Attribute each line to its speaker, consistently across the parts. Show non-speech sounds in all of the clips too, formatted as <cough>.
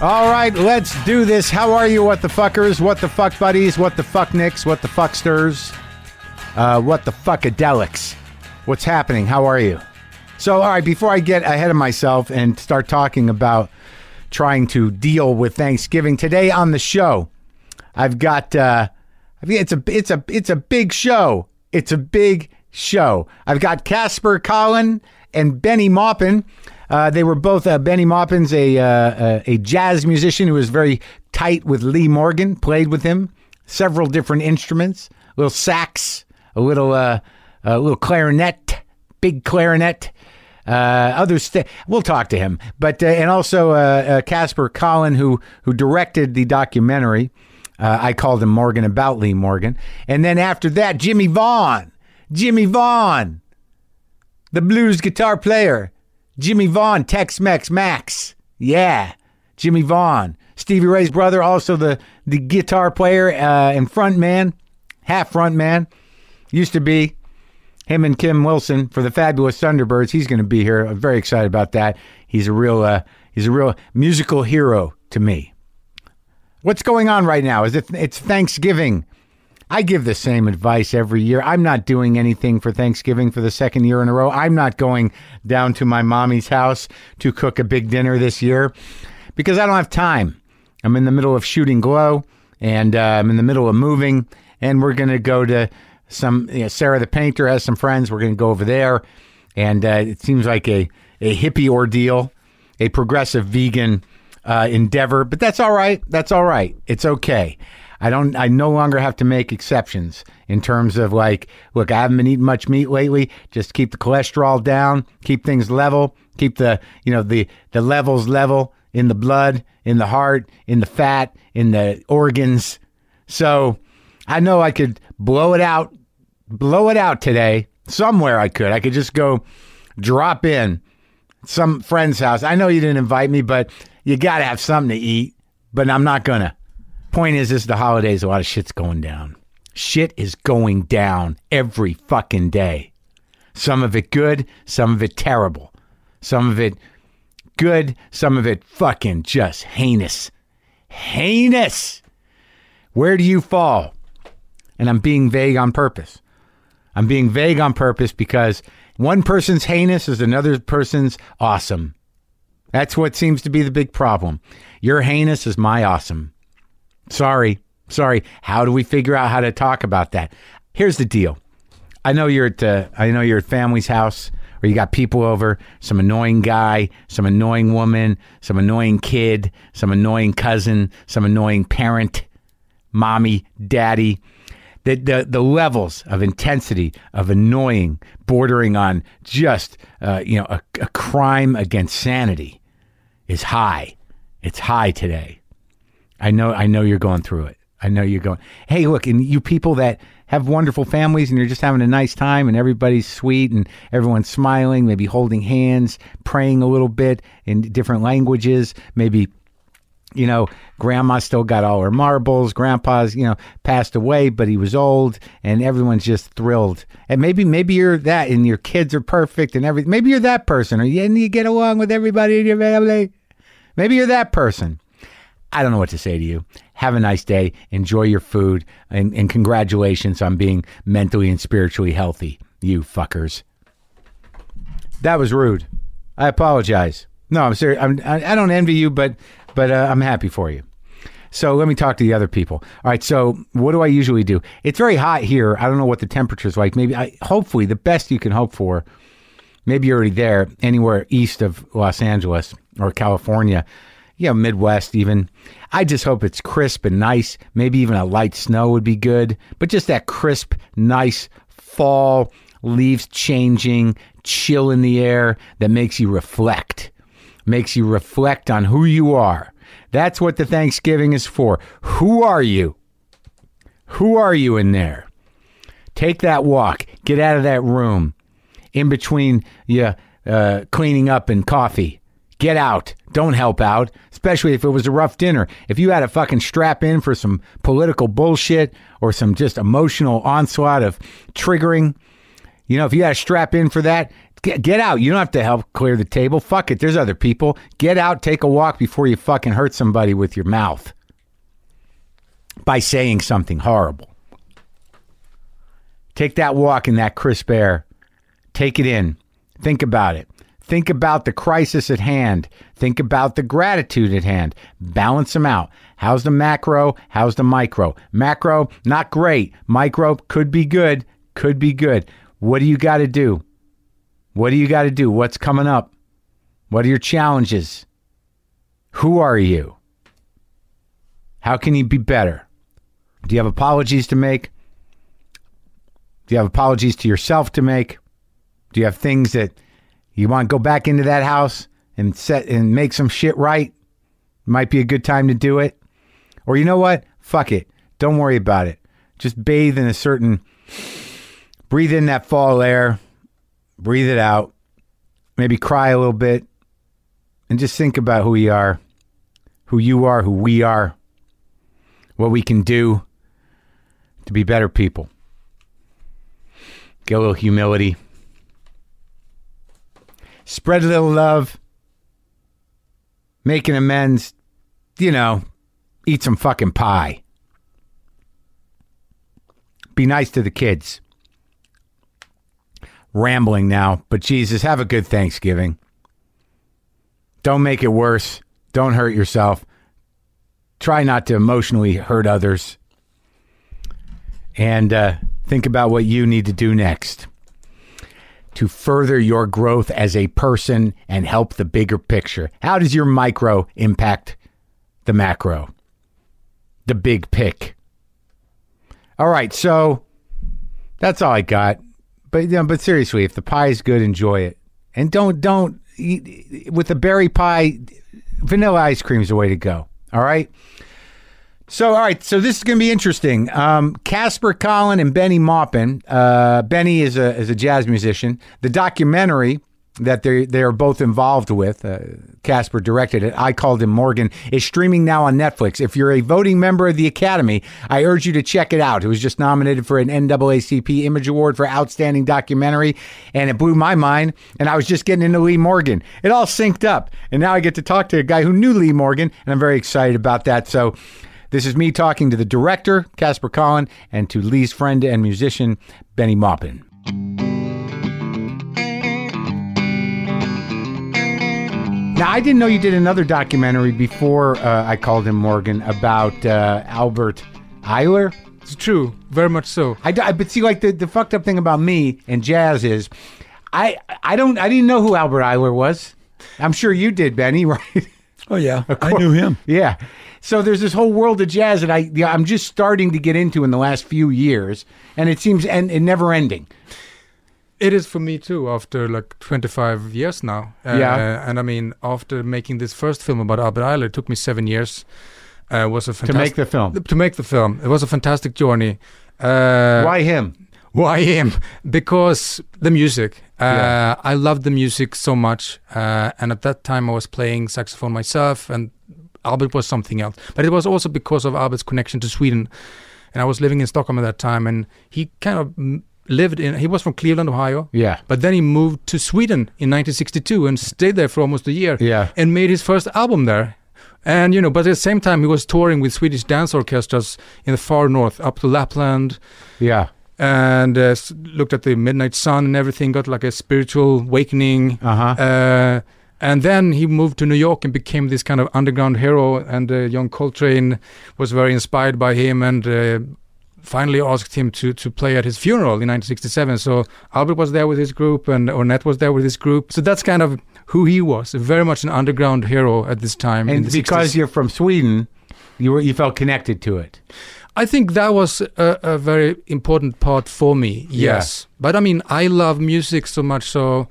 Speaker 1: All right, let's do this. How are you, what the fuckers? What the fuck buddies? What the fuck nicks? What the fucksters? Uh, what the fuckadelics? What's happening? How are you? So, all right, before I get ahead of myself and start talking about trying to deal with Thanksgiving today on the show, I've got uh, I mean, it's a it's a it's a big show. It's a big show. I've got Casper Collin and Benny Maupin. Uh, they were both uh, Benny Maupin's a, uh, a a jazz musician who was very tight with Lee Morgan. Played with him several different instruments, a little sax, a little uh, a little clarinet, big clarinet. Uh, other st- we'll talk to him, but uh, and also uh, uh, Casper Collin, who who directed the documentary. Uh, I called him Morgan about Lee Morgan, and then after that, Jimmy Vaughn, Jimmy Vaughn, the blues guitar player, Jimmy Vaughn, Tex Mex Max, yeah, Jimmy Vaughn, Stevie Ray's brother, also the the guitar player uh, and front man, half front man, used to be him and Kim Wilson for the fabulous Thunderbirds. He's going to be here. I'm very excited about that. He's a real uh, he's a real musical hero to me. What's going on right now? Is it it's Thanksgiving? I give the same advice every year. I'm not doing anything for Thanksgiving for the second year in a row. I'm not going down to my mommy's house to cook a big dinner this year because I don't have time. I'm in the middle of shooting Glow and uh, I'm in the middle of moving, and we're going to go to some. You know, Sarah the painter has some friends. We're going to go over there, and uh, it seems like a, a hippie ordeal, a progressive vegan uh, endeavor, but that's all right. That's all right. It's okay. I don't. I no longer have to make exceptions in terms of like, look, I haven't been eating much meat lately. Just keep the cholesterol down, keep things level, keep the you know the the levels level in the blood, in the heart, in the fat, in the organs. So I know I could blow it out, blow it out today. Somewhere I could. I could just go drop in some friend's house. I know you didn't invite me, but you got to have something to eat. But I'm not going to. Point is, this is the holidays. A lot of shit's going down. Shit is going down every fucking day. Some of it good, some of it terrible. Some of it good, some of it fucking just heinous. Heinous. Where do you fall? And I'm being vague on purpose. I'm being vague on purpose because one person's heinous is another person's awesome. That's what seems to be the big problem. Your heinous is my awesome. Sorry. Sorry. How do we figure out how to talk about that? Here's the deal. I know you're at uh, I know you're at family's house or you got people over, some annoying guy, some annoying woman, some annoying kid, some annoying cousin, some annoying parent, mommy, daddy. The, the, the levels of intensity of annoying bordering on just uh, you know a, a crime against sanity is high. It's high today. I know I know you're going through it. I know you're going, hey, look, and you people that have wonderful families and you're just having a nice time and everybody's sweet and everyone's smiling, maybe holding hands, praying a little bit in different languages, maybe you know, grandma still got all her marbles. Grandpa's, you know, passed away, but he was old, and everyone's just thrilled. And maybe, maybe you're that, and your kids are perfect, and everything. Maybe you're that person, or you, and you get along with everybody in your family. Maybe you're that person. I don't know what to say to you. Have a nice day. Enjoy your food. And, and congratulations on being mentally and spiritually healthy, you fuckers. That was rude. I apologize. No, I'm serious. I'm, I, I don't envy you, but but uh, I'm happy for you. So let me talk to the other people. All right. So what do I usually do? It's very hot here. I don't know what the temperature's like. Maybe I hopefully the best you can hope for maybe you're already there anywhere east of Los Angeles or California, you know, Midwest even. I just hope it's crisp and nice. Maybe even a light snow would be good, but just that crisp, nice fall, leaves changing, chill in the air that makes you reflect, makes you reflect on who you are. That's what the Thanksgiving is for. Who are you? Who are you in there? Take that walk. Get out of that room. In between you uh, cleaning up and coffee, get out. Don't help out, especially if it was a rough dinner. If you had to fucking strap in for some political bullshit or some just emotional onslaught of triggering, You know, if you got to strap in for that, get, get out. You don't have to help clear the table. Fuck it. There's other people. Get out, take a walk before you fucking hurt somebody with your mouth by saying something horrible. Take that walk in that crisp air. Take it in. Think about it. Think about the crisis at hand. Think about the gratitude at hand. Balance them out. How's the macro? How's the micro? Macro, not great. Micro, could be good. Could be good. What do you got to do? What do you got to do? What's coming up? What are your challenges? Who are you? How can you be better? Do you have apologies to make? Do you have apologies to yourself to make? Do you have things that you want to go back into that house and set and make some shit right? Might be a good time to do it. Or you know what? Fuck it. Don't worry about it. Just bathe in a certain breathe in that fall air, breathe it out, maybe cry a little bit, and just think about who you are, who you are, who we are, what we can do to be better people. Get a little humility spread a little love, making amends, you know, eat some fucking pie. Be nice to the kids. Rambling now, but Jesus, have a good Thanksgiving. Don't make it worse. Don't hurt yourself. Try not to emotionally hurt others. And uh, think about what you need to do next to further your growth as a person and help the bigger picture? How does your micro impact the macro? The big pick. All right, so that's all I got. But you know, but seriously, if the pie is good, enjoy it. And don't don't eat, with the berry pie, vanilla ice cream is the way to go. All right. So, all right. So this is going to be interesting. Um, Casper Collin and Benny Maupin. Uh, Benny is a is a jazz musician. The documentary that they they are both involved with. Uh, Casper directed it. I called him Morgan. Is streaming now on Netflix. If you're a voting member of the Academy, I urge you to check it out. It was just nominated for an NAACP Image Award for Outstanding Documentary, and it blew my mind. And I was just getting into Lee Morgan. It all synced up, and now I get to talk to a guy who knew Lee Morgan, and I'm very excited about that. So. This is me talking to the director, Casper Collin, and to Lee's friend and musician, Benny Maupin. Now, I didn't know you did another documentary before uh, I called him Morgan about uh, Albert Eiler.
Speaker 2: It's true, very much so.
Speaker 1: I, d- I- but see, like the, the fucked up thing about me and jazz is, I I don't I didn't know who Albert Eiler was. I'm sure you did, Benny, <laughs> right?
Speaker 3: Oh yeah, I knew him.
Speaker 1: Yeah. So there's this whole world of jazz that I yeah, I'm just starting to get into in the last few years, and it seems and, and never ending.
Speaker 2: It is for me too. After like 25 years now, uh,
Speaker 1: Yeah.
Speaker 2: And I mean, after making this first film about Albert Eiler, it took me seven years. Uh, it was a fantastic,
Speaker 1: make the film.
Speaker 2: To make the film, it was a fantastic journey. Uh,
Speaker 1: Why him?
Speaker 2: Why him? Because the music. Uh,
Speaker 1: Yeah.
Speaker 2: I loved the music so much. Uh, and at that time, I was playing saxophone myself, and Albert was something else. But it was also because of Albert's connection to Sweden. And I was living in Stockholm at that time, and he kind of mm, lived in, he was from Cleveland, Ohio.
Speaker 1: Yeah.
Speaker 2: But then he moved to Sweden in 1962 and stayed there for almost a year
Speaker 1: Yeah.
Speaker 2: and made his first album there. And you know, but at the same time, he was touring with Swedish dance orchestras in the far north, up to Lapland,
Speaker 1: Yeah.
Speaker 2: and uh, s- looked at the midnight sun and everything. Got like a spiritual awakening.
Speaker 1: Uh huh.
Speaker 2: Uh, and then he moved to New York and became this kind of underground hero. And uh, John Coltrane was very inspired by him and uh, finally asked him to, to play at his funeral in 1967. So Albert was there with his group and Ornette was there with his group. So that's kind of who he was. Very much an underground hero at this time. in
Speaker 1: And
Speaker 2: the
Speaker 1: because
Speaker 2: 60s.
Speaker 1: you're from Sweden, you were you felt connected to it.
Speaker 2: I think that was a, a very important part for me.
Speaker 1: Yeah.
Speaker 2: Yes, but I mean, I love music so much. So,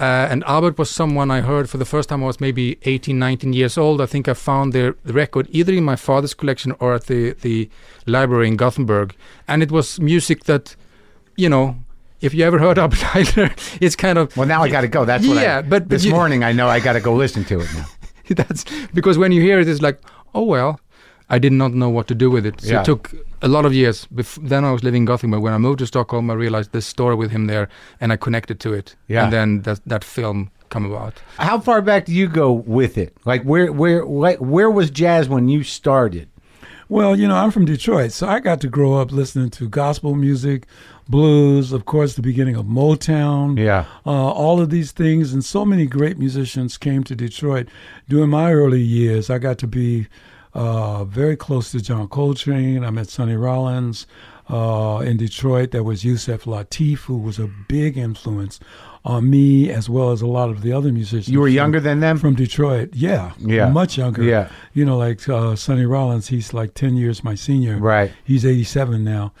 Speaker 2: uh, and Albert was someone I heard for the first time. I was maybe 18, 19 years old. I think I found the the record either in my father's collection or at the the library in Gothenburg, and it was music that, you know. If you ever heard <laughs> Albert Eiler, it's kind of
Speaker 1: Well, now I got to go. That's what. I,
Speaker 2: Yeah, but- but
Speaker 1: this
Speaker 2: you- <laughs>
Speaker 1: morning I know I got to go listen to it now.
Speaker 2: that's because when you hear it, it's like, oh well, I did not know what to do with it. So
Speaker 1: Yeah.
Speaker 2: it took a lot of years. Bef- then I was living in Gothenburg. When I moved to Stockholm, I realized this story with him there, and I connected to it.
Speaker 1: Yeah.
Speaker 2: And then that that film come about.
Speaker 1: How far back do you go with it? Like where where like, where was jazz when you started?
Speaker 3: Well, you know, I'm from Detroit, so I got to grow up listening to gospel music, blues, of course, the beginning of Motown.
Speaker 1: Yeah.
Speaker 3: Uh, all of these things, and so many great musicians came to Detroit. During my early years, I got to be uh, very close to John Coltrane. I met Sonny Rollins uh, in Detroit. There was Yusef Latif, who was a big influence on me, as well as a lot of the other musicians.
Speaker 1: You were
Speaker 3: from-
Speaker 1: younger than them?
Speaker 3: From Detroit, yeah,
Speaker 1: Yeah.
Speaker 3: much younger.
Speaker 1: Yeah.
Speaker 3: you know, like uh, Sonny Rollins, he's like ten years my senior.
Speaker 1: Right.
Speaker 3: He's 87 now.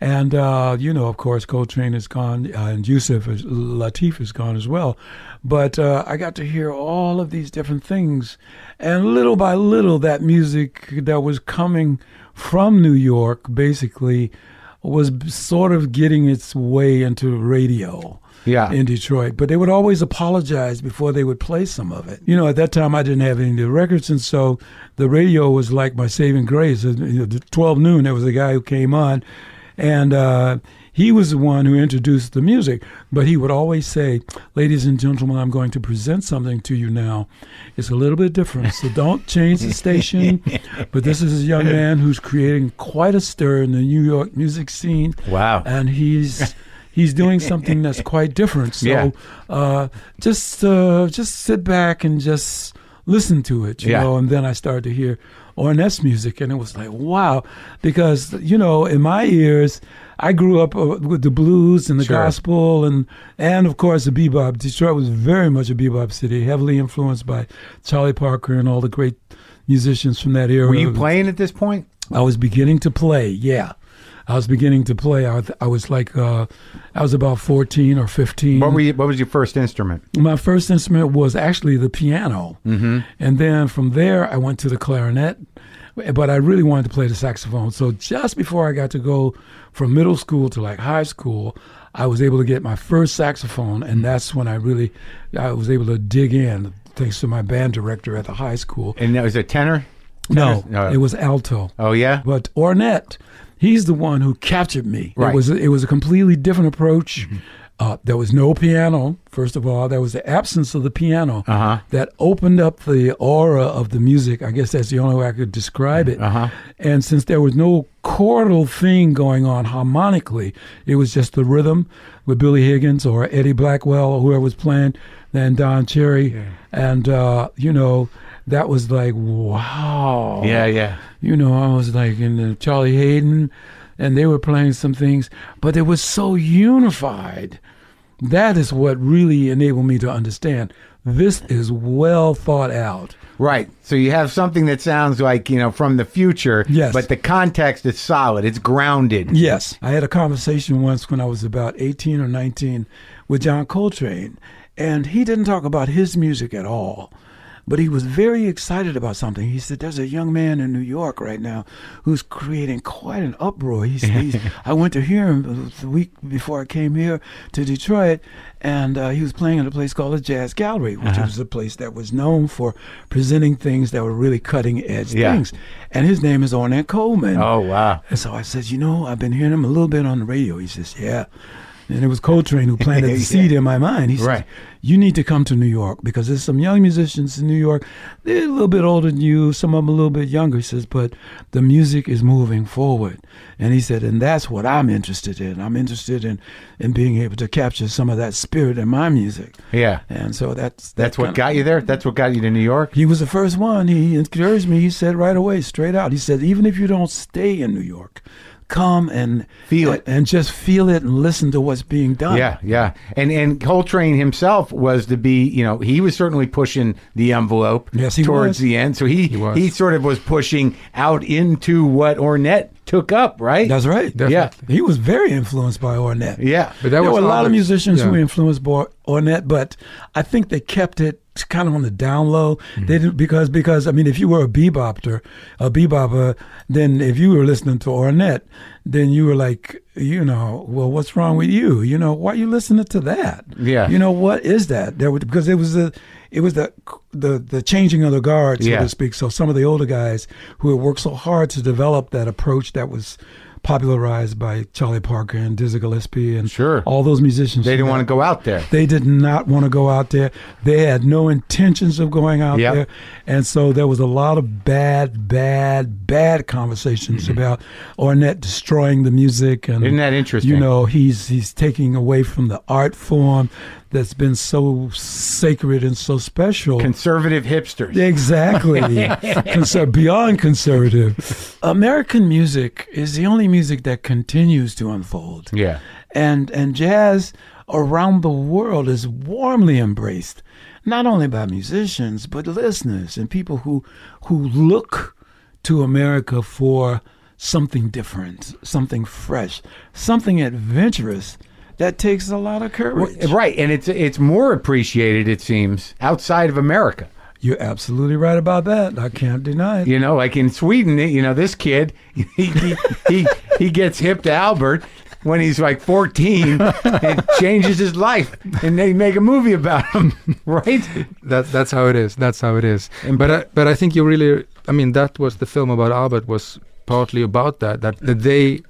Speaker 3: And, uh, you know, of course, Coltrane is gone uh, and Yusuf is, Latif is gone as well. But uh, I got to hear all of these different things. And little by little, that music that was coming from New York basically was b- sort of getting its way into radio
Speaker 1: Yeah.
Speaker 3: in Detroit, but they would always apologize before they would play some of it. You know, at that time I didn't have any of the records, and so the radio was like my saving grace. Uh, You know, the 12 noon, there was a guy who came on, and uh, he was the one who introduced the music. But he would always say, "Ladies and gentlemen, I'm going to present something to you now. It's a little bit different, so don't change the
Speaker 1: <laughs>
Speaker 3: station." but this is a young man who's creating quite a stir in the New York music scene
Speaker 1: Wow.
Speaker 3: and he's he's doing something that's quite different. So
Speaker 1: Yeah.
Speaker 3: uh, just uh, just sit back and just listen to it, you
Speaker 1: Yeah.
Speaker 3: know. And then I started to hear Orness music, and it was like wow, because you know in my ears. I grew up uh, with the blues and the
Speaker 1: Sure.
Speaker 3: gospel, and and of course the bebop. Detroit was very much a bebop city, heavily influenced by Charlie Parker and all the great musicians from that era.
Speaker 1: Were you playing at this point?
Speaker 3: I was beginning to play. Yeah, I was beginning to play. I, th- I was like, uh, I was about fourteen or fifteen.
Speaker 1: What were you, what was your first instrument?
Speaker 3: My first instrument was actually the piano, mm-hmm. and then from there I went to the clarinet. But I really wanted to play the saxophone. So just before I got to go from middle school to like high school, I was able to get my first saxophone, and that's when I really, I was able to dig in thanks to my band director at the high school.
Speaker 1: And that was a tenor?
Speaker 3: No,
Speaker 1: No.
Speaker 3: it was alto.
Speaker 1: Oh yeah.
Speaker 3: But Ornette, he's the one who captured me.
Speaker 1: Right. Mm-hmm.
Speaker 3: It was it was a completely different approach. Uh, there was no piano, first of all. There was the absence of the piano
Speaker 1: Uh-huh.
Speaker 3: that opened up the aura of the music. I guess that's the only way I could describe it.
Speaker 1: Uh-huh.
Speaker 3: And since there was no chordal thing going on harmonically, it was just the rhythm with Billy Higgins or Eddie Blackwell or whoever was playing, then Don Cherry. And, uh, you know, that was like, wow
Speaker 1: Yeah, yeah.
Speaker 3: you know, I was like in the Charlie Hayden, and they were playing some things, but it was so unified. That is what really enabled me to understand. This is well thought out.
Speaker 1: Right. So you have something that sounds like, you know, from the future,
Speaker 3: Yes.
Speaker 1: but the context is solid. It's grounded.
Speaker 3: Yes. I had a conversation once when I was about 18 or 19 with John Coltrane, and he didn't talk about his music at all. But he was very excited about something. He said, "There's a young man in New York right now who's creating quite an uproar." He said, he's, "I went to hear him the week before I came here to Detroit, and uh, he was playing at a place called the Jazz Gallery, which was a place that was known for presenting things that were really cutting edge
Speaker 1: Yeah.
Speaker 3: things." And his name is Ornette Coleman.
Speaker 1: Oh wow.
Speaker 3: And so I said, you know, I've been hearing him a little bit on the radio. He says, yeah. And it was Coltrane who planted
Speaker 1: <laughs>
Speaker 3: the seed in my mind. He said,
Speaker 1: Right.
Speaker 3: you need to come to New York because there's some young musicians in New York. They're a little bit older than you, some of them a little bit younger. He says, but the music is moving forward. And he said, and that's what I'm interested in. I'm interested in, in being able to capture some of that spirit in my music.
Speaker 1: Yeah.
Speaker 3: And so that's
Speaker 1: That's
Speaker 3: that
Speaker 1: what
Speaker 3: kinda-
Speaker 1: got you there? That's what got you to New York?
Speaker 3: he was the first one. He encouraged me. He said right away, straight out. He said, even if you don't stay in New York, come and
Speaker 1: Feel
Speaker 3: and,
Speaker 1: it.
Speaker 3: and just feel it and listen to what's being done.
Speaker 1: Yeah, yeah. And and Coltrane himself was to be, you know, he was certainly pushing the envelope
Speaker 3: Yes, he
Speaker 1: towards
Speaker 3: was.
Speaker 1: the end. So he he,
Speaker 2: was.
Speaker 1: sort of was pushing out into what Ornette took up, right?
Speaker 3: that's right.
Speaker 1: yeah.
Speaker 2: Definitely.
Speaker 3: He was very influenced by Ornette.
Speaker 1: Yeah.
Speaker 2: But that
Speaker 3: there
Speaker 2: was
Speaker 3: were a lot
Speaker 2: other-
Speaker 3: of musicians who
Speaker 2: yeah.
Speaker 3: were influenced by Ornette, but I think they kept it kind of on the down low.
Speaker 2: Mm-hmm.
Speaker 3: They didn't because because I mean, if you were a bebopper, a bebopper, then if you were listening to Ornette, then you were like you know, well, what's wrong with you? You know, why are you listening to that?
Speaker 1: Yeah.
Speaker 3: You know, what is that? There would, because it was the, it was the, the, the changing of the guard, so
Speaker 1: Yeah.
Speaker 3: to speak. So some of the older guys who had worked so hard to develop that approach that was popularized by Charlie Parker and Dizzy Gillespie and
Speaker 1: Sure.
Speaker 3: all those musicians.
Speaker 1: They didn't
Speaker 3: that-
Speaker 1: want to go out there.
Speaker 3: they did not want to go out there. They had no intentions of going out
Speaker 1: Yep.
Speaker 3: there. And so there was a lot of bad, bad, bad conversations about Ornette destroying the music and
Speaker 1: Mm-hmm. Isn't that interesting?
Speaker 3: you know, he's he's taking away from the art form that's been so sacred and so special.
Speaker 1: conservative hipsters. <laughs>
Speaker 3: Exactly. Conser- beyond conservative. American music is the only music that continues to unfold
Speaker 1: yeah.
Speaker 3: and and jazz around the world is warmly embraced not only by musicians but listeners and people who who look to America for something different, something fresh, something adventurous that takes a lot of courage.
Speaker 1: Right, and it's it's more appreciated it seems outside of America.
Speaker 3: You're absolutely right about that. I can't deny it.
Speaker 1: You know, like in Sweden, you know, this kid <laughs> he he he, he gets hip to Albert when he's like 14 and changes his life and they make a movie about him, <laughs> right?
Speaker 2: That that's how it is. That's how it is.
Speaker 1: And-
Speaker 2: but I, but I think you really. I mean, that was the film about Albert was partly about that. That that they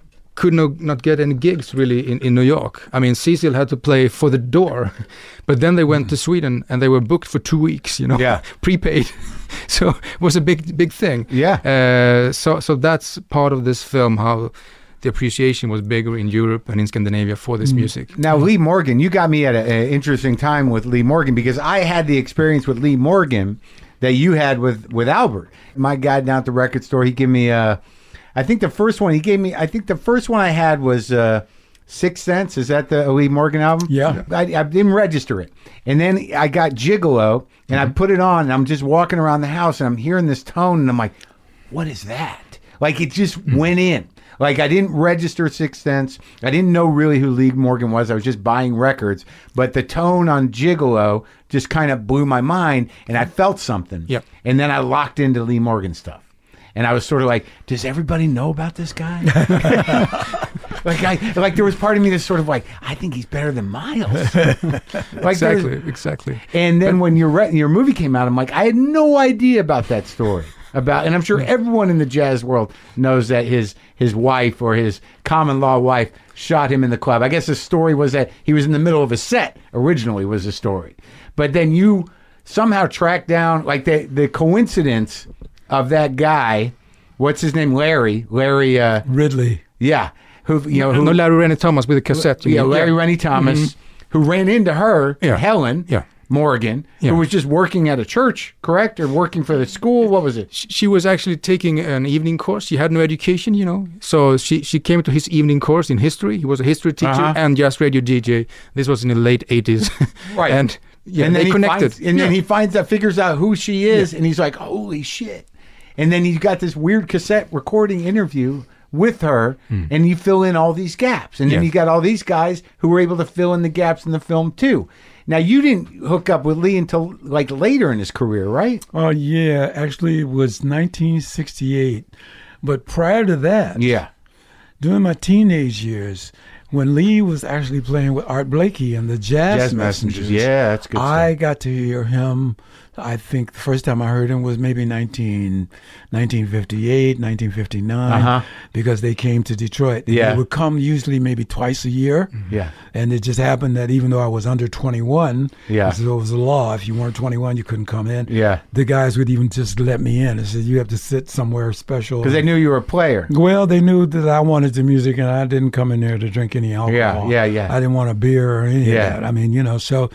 Speaker 2: could no, not get any gigs really in, in New York. I mean, Cecil had to play for the door, <laughs> but then they went to Sweden and they were booked for two weeks. You know,
Speaker 1: Mm. Yeah.
Speaker 2: <laughs> prepaid. so it was a big big thing.
Speaker 1: Yeah.
Speaker 2: Uh, so so that's part of this film how. The appreciation was bigger in Europe and in Scandinavia for
Speaker 1: Mm.
Speaker 2: this music.
Speaker 1: Now, Lee Morgan, you got me at an interesting time with Lee Morgan because I had the experience with Lee Morgan that you had with with Albert. My guy down at the record store, he gave me uh, I think the first one he gave me. I think the first one I had was uh, Six Sense. Is that the Lee Morgan album?
Speaker 3: Yeah.
Speaker 1: I, I didn't register it, and then I got Gigolo, and I put it on, and I'm just walking around the house, and I'm hearing this tone, and I'm like, "What is that?" Like it just went in. Like I didn't register Sixth Sense. I didn't know really who Lee Morgan was. I was just buying records, but the tone on Gigolo just kind of blew my mind, and I felt something.
Speaker 2: Yep.
Speaker 1: And then I locked into Lee Morgan stuff. And I was sort of like, does everybody know about this guy? like I like there was part of me that's sort of like, I think he's better than
Speaker 2: <laughs>
Speaker 1: Miles. like there's-
Speaker 2: Exactly, exactly.
Speaker 1: and then when your re- your movie came out, I'm like, I had no idea about that story. About and I'm
Speaker 2: Mm.
Speaker 1: sure everyone in the jazz world knows that his his wife or his common law wife shot him in the club. I guess the story was that he was in the middle of a set originally was the story, but then you somehow tracked down like the the coincidence of that guy. What's his name? Larry. Larry. Uh,
Speaker 3: Ridley.
Speaker 1: yeah. Who you know? Who,
Speaker 2: no, Larry Rennie Thomas with a cassette. you
Speaker 1: yeah,
Speaker 2: mean.
Speaker 1: Larry Rennie Thomas, who ran into her,
Speaker 2: Yeah.
Speaker 1: Helen
Speaker 2: Yeah.
Speaker 1: Morgan,
Speaker 2: Yeah.
Speaker 1: who was just working at a church, correct? Or working for the school? What was it?
Speaker 2: sh- she was actually taking an evening course. She had no education, you know. So she, she came to his evening course in history. He was a history teacher
Speaker 1: Uh-huh.
Speaker 2: and jazz radio DJ. This was in the late 80s.
Speaker 1: <laughs> Right.
Speaker 2: And yeah,
Speaker 1: and then
Speaker 2: they
Speaker 1: he
Speaker 2: connected.
Speaker 1: Finds, and then
Speaker 2: Yeah.
Speaker 1: he finds out, figures out who she is, and he's like, holy shit. And then he's got this weird cassette recording interview with her, and you fill in all these gaps. And then
Speaker 2: Yeah.
Speaker 1: you got all these guys who were able to fill in the gaps in the film, too. Now, you didn't hook up with Lee until like later in his career, right?
Speaker 3: Oh yeah, actually it was 1968. But prior to that,
Speaker 1: Yeah.
Speaker 3: during my teenage years, when Lee was actually playing with Art Blakey and the Jazz,
Speaker 1: Jazz Messengers.
Speaker 3: Messengers,
Speaker 1: Yeah, that's good.
Speaker 3: I
Speaker 1: stuff.
Speaker 3: got to hear him. I think the first time I heard him was maybe 19, 1958, 1959,
Speaker 1: Uh-huh.
Speaker 3: because they came to Detroit.
Speaker 1: Yeah. Mm-hmm.
Speaker 3: They would come usually maybe twice a year.
Speaker 1: Yeah.
Speaker 3: And it just happened that even though I was under 21,
Speaker 1: Yeah.
Speaker 3: so it was a law. If you weren't 21, you couldn't come in.
Speaker 1: Yeah.
Speaker 3: The guys would even just let me in and said, You have to sit somewhere special.
Speaker 1: Because they knew you were a player.
Speaker 3: Well, they knew that I wanted the music, and I didn't come in there to drink any alcohol.
Speaker 1: yeah, yeah.
Speaker 3: I didn't want a beer or any
Speaker 1: Yeah.
Speaker 3: of that. I mean, you know, so.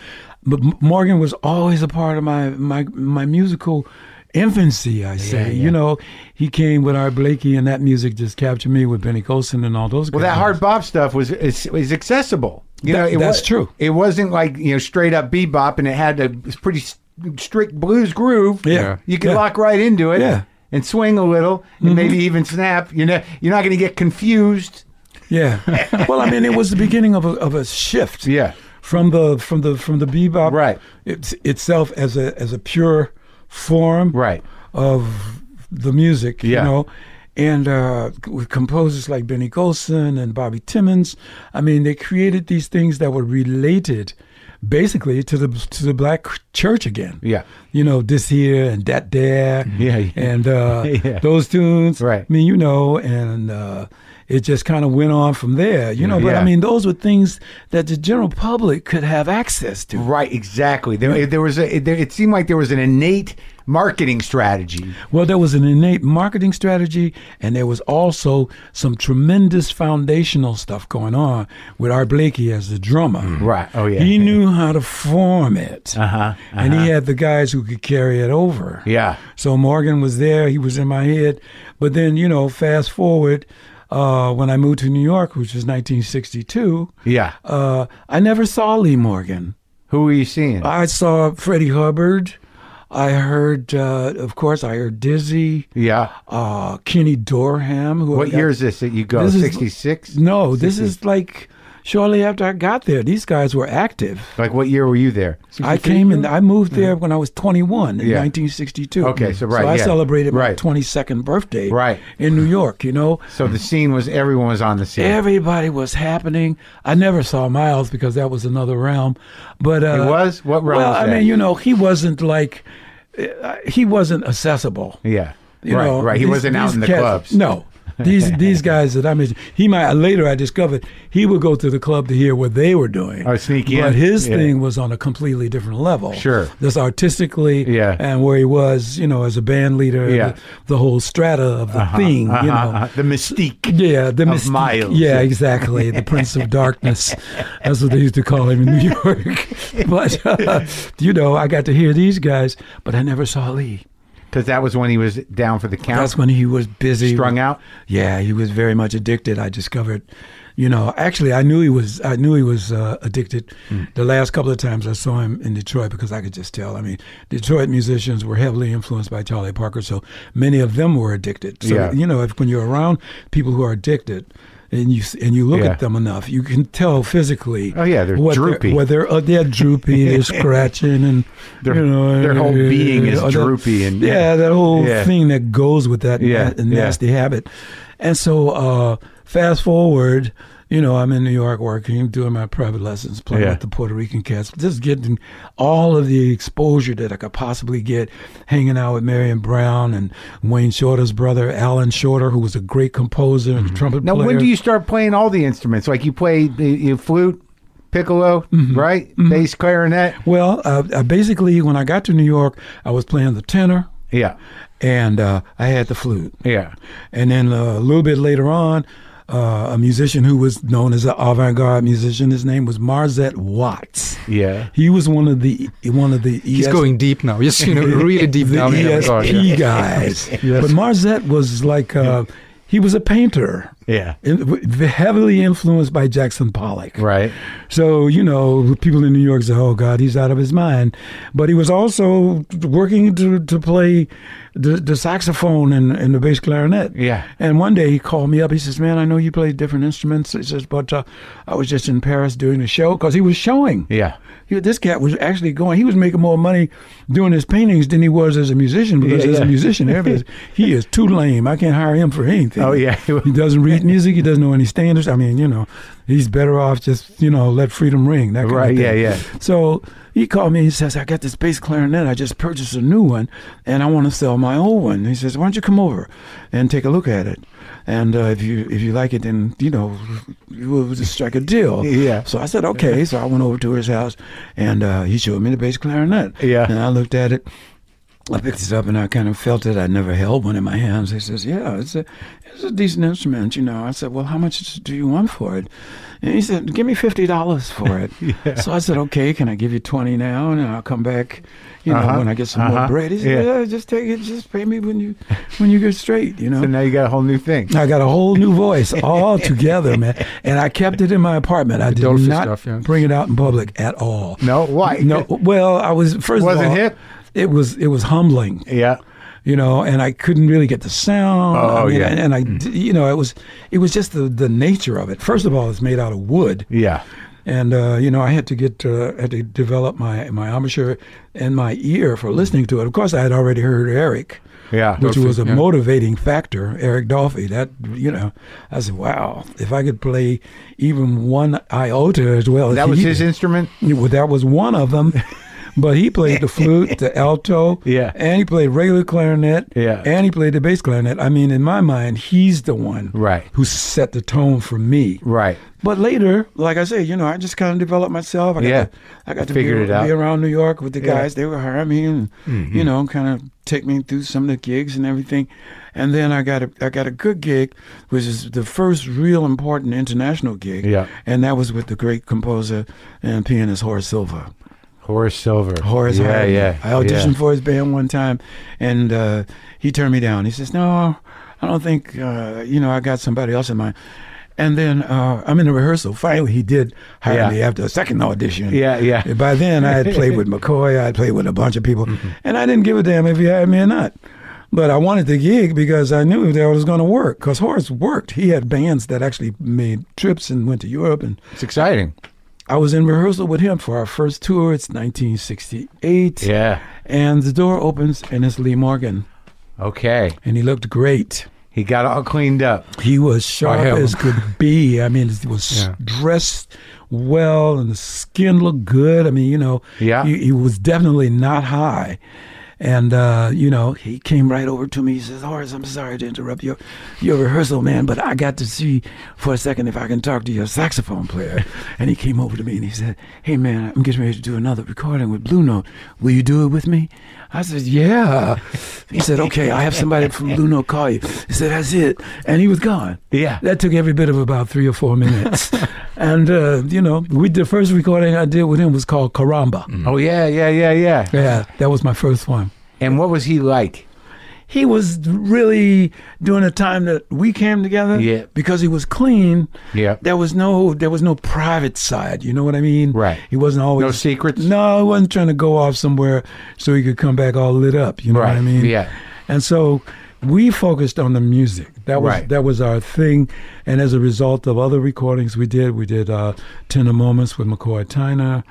Speaker 3: But M- Morgan was always a part of my my my musical infancy. I say,
Speaker 1: yeah.
Speaker 3: you know, he came with Art Blakey, and that music just captured me with Benny Colson and all those.
Speaker 1: Well, that
Speaker 3: guys.
Speaker 1: hard bop stuff was is, is accessible. You
Speaker 3: That-
Speaker 1: know, it
Speaker 3: that's
Speaker 1: wa-
Speaker 3: true.
Speaker 1: It wasn't like you know straight up bebop, and it had a pretty s- strict blues groove.
Speaker 3: Yeah.
Speaker 1: you could
Speaker 3: Yeah.
Speaker 1: lock right into it.
Speaker 3: Yeah. Mm-hmm.
Speaker 1: and swing a little, and maybe even snap. You know, you're not going to get confused. <laughs>
Speaker 3: yeah. well, I mean, it was the beginning of a of a shift.
Speaker 1: Yeah,
Speaker 3: from the from the from the bebop
Speaker 1: Right.
Speaker 3: it's, itself as a as a pure form
Speaker 1: Right.
Speaker 3: of the music
Speaker 1: Yeah.
Speaker 3: you know and uh, with composers like Benny Golson and Bobby Timmons. I mean, they created these things that were related, basically, to the to the black church again.
Speaker 1: Yeah.
Speaker 3: You know, this here and that there,
Speaker 1: <laughs> Yeah.
Speaker 3: and uh,
Speaker 1: <laughs> Yeah.
Speaker 3: those tunes.
Speaker 1: Right.
Speaker 3: I mean, you know, and uh, it just kind of went on from there. You know, but
Speaker 1: Yeah.
Speaker 3: I mean, those were things that the general public could have access to.
Speaker 1: Right, exactly. There, there was a. There, it seemed like there was an innate marketing strategy.
Speaker 3: Well, there was an innate marketing strategy, and there was also some tremendous foundational stuff going on with Art Blakey as the drummer.
Speaker 1: Right. Oh yeah.
Speaker 3: He knew how to form it,
Speaker 1: Uh huh.
Speaker 3: and he had the guys who could carry it over.
Speaker 1: Yeah.
Speaker 3: So Morgan was there, he was in my head. But then, you know, fast forward, uh, when I moved to New York, which was 1962,
Speaker 1: Yeah.
Speaker 3: uh, I never saw Lee Morgan.
Speaker 1: Who are you seeing?
Speaker 3: I saw Freddie Hubbard. I heard, uh, of course, I heard Dizzy
Speaker 1: yeah.
Speaker 3: uh, Kenny Dorham. Who
Speaker 1: What year is this that you go?
Speaker 3: oh, This is-
Speaker 1: Sixty six.
Speaker 3: No, this is like shortly after I got there. These guys were active.
Speaker 1: Like what year were you there?
Speaker 3: I came and I moved there when I was 21 in
Speaker 1: Uh-huh. Yeah.
Speaker 3: 1962.
Speaker 1: Okay, so right,
Speaker 3: I
Speaker 1: yeah.
Speaker 3: celebrated
Speaker 1: Right.
Speaker 3: my 22nd birthday
Speaker 1: Right.
Speaker 3: in New York, you know.
Speaker 1: So the scene was everyone was on the scene.
Speaker 3: Everybody was happening. I never saw Miles because that was another realm. But uh
Speaker 1: He was? What realm
Speaker 3: Well,
Speaker 1: was
Speaker 3: I
Speaker 1: that?
Speaker 3: mean, you know, he wasn't like uh, he wasn't accessible.
Speaker 1: yeah.
Speaker 3: You
Speaker 1: right.
Speaker 3: know,
Speaker 1: right. He
Speaker 3: these-
Speaker 1: wasn't out
Speaker 3: these
Speaker 1: in the
Speaker 3: cats-
Speaker 1: clubs. <laughs>
Speaker 3: No, these these guys that I mentioned, he might later I discovered he would go to the club to hear what they were doing.
Speaker 1: Oh, sneak in.
Speaker 3: But his
Speaker 1: Yeah.
Speaker 3: thing was on a completely different level.
Speaker 1: Sure.
Speaker 3: just artistically,
Speaker 1: Yeah.
Speaker 3: and where he was, you know, as a band leader,
Speaker 1: Yeah.
Speaker 3: the, the whole strata of the thing,
Speaker 1: Uh-huh,
Speaker 3: you know.
Speaker 1: uh-huh. <laughs> The mystique.
Speaker 3: Yeah, the mystique.
Speaker 1: Miles.
Speaker 3: Yeah, exactly. The Prince of
Speaker 1: <laughs>
Speaker 3: Darkness. That's what they used to call him in New York. But uh, you know, I got to hear these guys, but I never saw Lee.
Speaker 1: Because that was when he was down for the count.
Speaker 3: That's when he was busy,
Speaker 1: strung out.
Speaker 3: Yeah, he was very much addicted. I discovered, you know, actually, I knew he was. I knew he was uh, addicted.
Speaker 1: Mm.
Speaker 3: The last couple of times I saw him in Detroit, because I could just tell. I mean, Detroit musicians were heavily influenced by Charlie Parker, so many of them were addicted. So
Speaker 1: Yeah.
Speaker 3: you know, if, when you're around people who are addicted. And you s- and you look
Speaker 1: Yeah.
Speaker 3: at them enough, you can tell physically.
Speaker 1: Oh, yeah, they're
Speaker 3: what
Speaker 1: droopy.
Speaker 3: Well, they're uh, they're droopy.
Speaker 1: <laughs>
Speaker 3: they're scratching, and
Speaker 1: Their-
Speaker 3: you know,
Speaker 1: their whole being is
Speaker 3: uh, that-
Speaker 1: droopy and-
Speaker 3: yeah, that whole
Speaker 1: Yeah.
Speaker 3: thing that goes with that
Speaker 1: Yeah,
Speaker 3: na-
Speaker 1: yeah.
Speaker 3: nasty habit. And so, uh, fast forward, you know, I'm in New York working, doing my private lessons, playing
Speaker 1: Yeah.
Speaker 3: with the Puerto Rican cats, just getting all of the exposure that I could possibly get, hanging out with Marion Brown and Wayne Shorter's brother, Alan Shorter, who was a great composer and trumpet
Speaker 1: Now,
Speaker 3: player.
Speaker 1: when do you start playing all the instruments? Like you play the you flute, piccolo,
Speaker 3: Mm-hmm.
Speaker 1: right? Bass, clarinet.
Speaker 3: Well, uh, uh, basically, when I got to New York, I was playing the tenor
Speaker 1: Yeah.
Speaker 3: and uh, I had the flute.
Speaker 1: Yeah.
Speaker 3: And then uh, a little bit later on, uh, a musician who was known as an avant-garde musician. His name was Marzette Watts.
Speaker 1: Yeah.
Speaker 3: He was one of the one of the E
Speaker 2: He's going deep now. Yes,
Speaker 1: <laughs>
Speaker 2: you know, really deep
Speaker 3: the
Speaker 2: now. in that regard,
Speaker 3: ESP
Speaker 2: yeah. <laughs>
Speaker 3: guys. But Marzette was like uh, he was a painter,
Speaker 1: Yeah.
Speaker 3: in- w- heavily influenced by Jackson Pollock.
Speaker 1: Right.
Speaker 3: So, you know, people in New York say, oh, God, he's out of his mind. But he was also working to, to play the, the saxophone and, and the bass clarinet.
Speaker 1: Yeah.
Speaker 3: And one day he called me up. He says, man, I know you play different instruments. He says, but uh, I was just in Paris doing a show because he was showing.
Speaker 1: Yeah.
Speaker 3: He- this cat was actually going. He was making more money doing his paintings than he was as a musician because
Speaker 1: Yeah,
Speaker 3: as
Speaker 1: yeah.
Speaker 3: a
Speaker 1: <laughs>
Speaker 3: musician, everybody- he is too lame. I can't hire him for anything.
Speaker 1: Oh, yeah.
Speaker 3: he doesn't
Speaker 1: <laughs>
Speaker 3: read music. He doesn't know any standards. I mean, you know, he's better off just you know let freedom ring. That kind of
Speaker 1: Right, yeah,
Speaker 3: thing.
Speaker 1: yeah.
Speaker 3: So he called me. He says, "I got this bass clarinet. I just purchased a new one, and I want to sell my old one." He says, "Why don't you come over and take a look at it? And uh, if you if you like it, then you know we'll just strike a deal."
Speaker 1: <laughs> Yeah.
Speaker 3: So I said, "Okay." So I went over to his house, and uh, he showed me the bass clarinet.
Speaker 1: Yeah.
Speaker 3: And I looked at it. I picked it up and I kind of felt it. I never held one in my hands. He says, "Yeah, it's a, it's a decent instrument, you know." I said, "Well, how much do you want for it?" And he said, "Give me fifty
Speaker 1: <laughs>
Speaker 3: dollars for it." So I said, "Okay, can I give you twenty now, and I'll come back, you
Speaker 1: Uh-huh,
Speaker 3: know, when I get some
Speaker 1: uh-huh,
Speaker 3: more bread?" He said,
Speaker 1: yeah.
Speaker 3: yeah. just take it. Just pay me when you when you get straight, you know."
Speaker 1: So now you got a whole new thing.
Speaker 3: I got a whole new
Speaker 1: <laughs>
Speaker 3: voice all together, man, and I kept it in my apartment. I did
Speaker 2: Dolphin
Speaker 3: not
Speaker 2: stuff, yeah.
Speaker 3: bring it out in public at all.
Speaker 1: No, why?
Speaker 3: No, well, I was first
Speaker 1: Wasn't
Speaker 3: of all,
Speaker 1: hip?
Speaker 3: It was it was humbling
Speaker 1: Yeah.
Speaker 3: you know, and I couldn't really get the sound.
Speaker 1: Oh,
Speaker 3: I mean,
Speaker 1: yeah.
Speaker 3: and, and I, d- you know, it was it was just the the nature of it. First of all, it's made out of wood,
Speaker 1: Yeah.
Speaker 3: and uh, you know, I had to get uh, had to develop my my embouchure and my ear for listening to it. Of course, I had already heard Eric.
Speaker 1: Yeah.
Speaker 3: which
Speaker 2: Dolphy,
Speaker 3: was a
Speaker 2: yeah.
Speaker 3: motivating factor. Eric Dolphy, that you know, I said, wow, if I could play even one iota as well as
Speaker 1: That was
Speaker 3: he
Speaker 1: his
Speaker 3: did."
Speaker 1: instrument.
Speaker 3: Yeah, Well, that was one
Speaker 1: <laughs>
Speaker 3: of them. But he played the flute, the alto,
Speaker 1: Yeah.
Speaker 3: and he played regular clarinet,
Speaker 1: Yeah.
Speaker 3: and he played the bass clarinet. I mean, in my mind, he's the one
Speaker 1: Right.
Speaker 3: who set the tone for me.
Speaker 1: Right.
Speaker 3: But later, like I say, you know, I just kind of developed myself. I got
Speaker 1: Yeah.
Speaker 3: to, I got to
Speaker 1: Figured
Speaker 3: be,
Speaker 1: it out.
Speaker 3: be around New York with the
Speaker 1: Yeah. Mm-hmm.
Speaker 3: guys. They were hiring me, and you know, kind of take me through some of the gigs and everything. And then I got a I got a good gig, which is the first real important international gig.
Speaker 1: Yeah.
Speaker 3: and that was with the great composer and pianist Horace Silver.
Speaker 1: Horace Silver.
Speaker 3: Horace,
Speaker 1: Yeah.
Speaker 3: hired me.
Speaker 1: Yeah.
Speaker 3: I auditioned
Speaker 1: Yeah.
Speaker 3: for his band one time, and uh, he turned me down. He says, "No, I don't think uh, you know. I got somebody else in mind." And then uh, I'm in a rehearsal. Finally, he did hire
Speaker 1: Yeah.
Speaker 3: me after a second audition.
Speaker 1: Yeah. Yeah.
Speaker 3: And By then, I had
Speaker 1: <laughs>
Speaker 3: played with McCoy. I had played with a bunch of people,
Speaker 1: Mm-hmm.
Speaker 3: and I didn't give a damn if he hired me or not. But I wanted the gig because I knew that it was going to work. Because Horace worked. He had bands that actually made trips and went to Europe and
Speaker 1: It's exciting.
Speaker 3: I was in rehearsal with him for our first tour. It's 1968.
Speaker 1: Yeah.
Speaker 3: And the door opens, and it's Lee Morgan.
Speaker 1: Okay.
Speaker 3: And he looked great.
Speaker 1: He got all cleaned up.
Speaker 3: He was sharp
Speaker 2: hell.
Speaker 3: as could be. I mean, he was
Speaker 2: Yeah.
Speaker 3: dressed well, and the skin looked good. I mean, you know,
Speaker 1: Yeah.
Speaker 3: he, he was definitely not high. And, uh, you know, he came right over to me. He says, Horace, I'm sorry to interrupt your, your rehearsal, man, but I got to see for a second if I can talk to your saxophone player. And he came over to me and he said, Hey, man, I'm getting ready to do another recording with Blue Note. Will you do it with me? I said, Yeah. He said, Okay, I have somebody from Blue Note call you. He said, That's it. And he was gone.
Speaker 1: Yeah.
Speaker 3: That took every bit of about three or four minutes.
Speaker 1: <laughs>
Speaker 3: and, uh, you know, we, the first recording I did with him was called Karamba.
Speaker 1: Oh yeah. Yeah. Yeah. Yeah.
Speaker 3: Yeah, that was my first one.
Speaker 1: And what was he like?
Speaker 3: He was really during the time that we came together.
Speaker 1: Yeah.
Speaker 3: Because he was clean.
Speaker 1: Yeah.
Speaker 3: There was no there was no private side. You know what I mean?
Speaker 1: Right.
Speaker 3: He wasn't always
Speaker 1: No secrets?
Speaker 3: No, he wasn't trying to go off somewhere so he could come back all lit up. You know what
Speaker 1: Right,
Speaker 3: I mean?
Speaker 1: yeah.
Speaker 3: And so we focused on the music. That was
Speaker 1: Right.
Speaker 3: that was our thing. And as a result of other recordings we did, we did uh, Tender Moments with McCoy Tyner,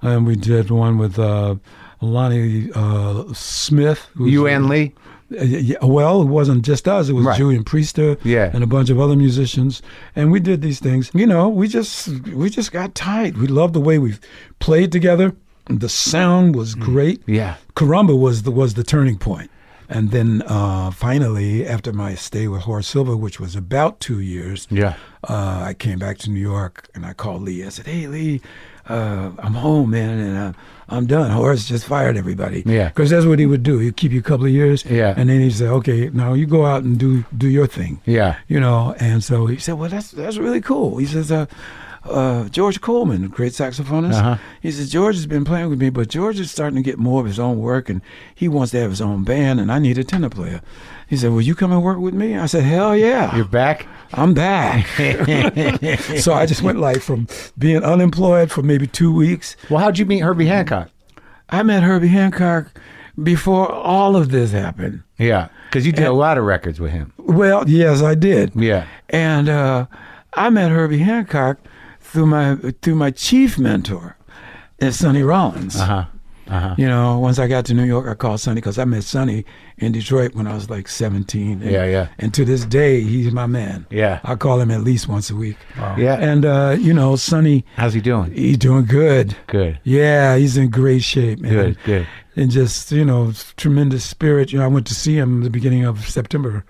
Speaker 3: and we did one with uh, Lonnie uh, Smith. who's-
Speaker 1: You and Lee.
Speaker 3: uh, yeah, well, it wasn't just us. It was
Speaker 1: Right.
Speaker 3: Julian Priester
Speaker 1: Yeah.
Speaker 3: and a bunch of other musicians, and we did these things. You know, we just we just got tight. We loved the way we played together. The sound was
Speaker 1: Mm.
Speaker 3: great.
Speaker 1: Yeah.
Speaker 3: Karamba was the was the turning point. And then uh, finally, after my stay with Horace Silver, which was about two years,
Speaker 1: Yeah.
Speaker 3: uh, I came back to New York and I called Lee. I said, "Hey, Lee, uh, I'm home, man, and I'm, I'm done. Horace just fired everybody.
Speaker 1: Yeah.
Speaker 3: because that's what he would do. He'd keep you a couple of years.
Speaker 1: Yeah.
Speaker 3: and then he'd say, "Okay, now you go out and do do your thing."
Speaker 1: Yeah.
Speaker 3: you know. And so he said, "Well, that's that's really cool." He says, uh, uh, "George Coleman, great saxophonist."
Speaker 1: Uh-huh.
Speaker 3: He says, "George has been playing with me, but George is starting to get more of his own work, and he wants to have his own band, and I need a tenor player." He said, "Will you come and work with me?" I said, "Hell yeah!"
Speaker 1: You're back.
Speaker 3: I'm back. <laughs> so I just went like from being unemployed for maybe two weeks.
Speaker 1: Well, how'd you meet Herbie Hancock?
Speaker 3: I met Herbie Hancock before all of this happened.
Speaker 1: Yeah. Because you did a lot of records with him.
Speaker 3: Well, yes, I did.
Speaker 1: Yeah.
Speaker 3: And uh, I met Herbie Hancock through my through my chief mentor, is Sonny Rollins.
Speaker 1: Uh huh.
Speaker 3: You know, once I got to New York, I called Sonny because I met Sonny in Detroit when I was like 17. And,
Speaker 1: Yeah, yeah.
Speaker 3: And to this day, he's my man.
Speaker 1: Yeah.
Speaker 3: I call him at least once a week.
Speaker 1: Yeah.
Speaker 3: And, uh, you know, Sonny,
Speaker 1: How's he doing?
Speaker 3: He's doing good.
Speaker 1: Good.
Speaker 3: Yeah, he's in great shape, man.
Speaker 1: Good. Good.
Speaker 3: And just, you know, tremendous spirit. You know, I went to see him the beginning of September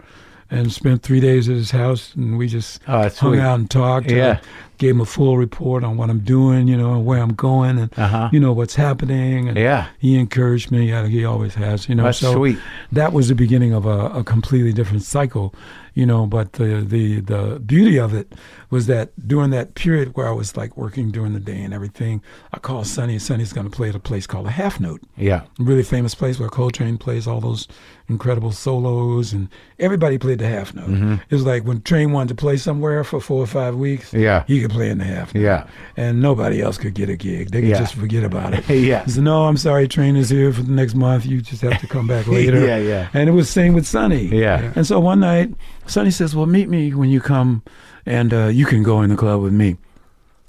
Speaker 3: and spent three days at his house and we just
Speaker 1: Oh, that's
Speaker 3: hung
Speaker 1: sweet.
Speaker 3: out and talked.
Speaker 1: Yeah.
Speaker 3: And gave him a full report on what I'm doing, you know, and where I'm going and
Speaker 1: Uh-huh.
Speaker 3: you know what's happening. And
Speaker 1: Yeah.
Speaker 3: he encouraged me, yeah, he always has, you know.
Speaker 1: That's
Speaker 3: so
Speaker 1: sweet.
Speaker 3: that was the beginning of a, a completely different cycle, you know. But the, the the beauty of it was that during that period where I was like working during the day and everything, I called Sonny. and Sonny's going to play at a place called a Half Note,
Speaker 1: Yeah.
Speaker 3: a really famous place where Coltrane plays all those incredible solos, and everybody played the Half Note.
Speaker 1: Mm-hmm.
Speaker 3: It was like when Train wanted to play somewhere for four or five weeks,
Speaker 1: Yeah.
Speaker 3: he could play in the Half Note,
Speaker 1: Yeah.
Speaker 3: and nobody else could get a gig. They could
Speaker 1: Yeah.
Speaker 3: just forget
Speaker 1: <laughs>
Speaker 3: about it.
Speaker 1: Yeah.
Speaker 3: He said, "No, I'm sorry, train is here for the next month. You just have to
Speaker 1: <laughs>
Speaker 3: come back later."
Speaker 1: Yeah, yeah.
Speaker 3: And it was same with Sonny.
Speaker 1: Yeah.
Speaker 3: And so one night, Sonny says, "Well, meet me when you come, and uh, you can go in the club with me."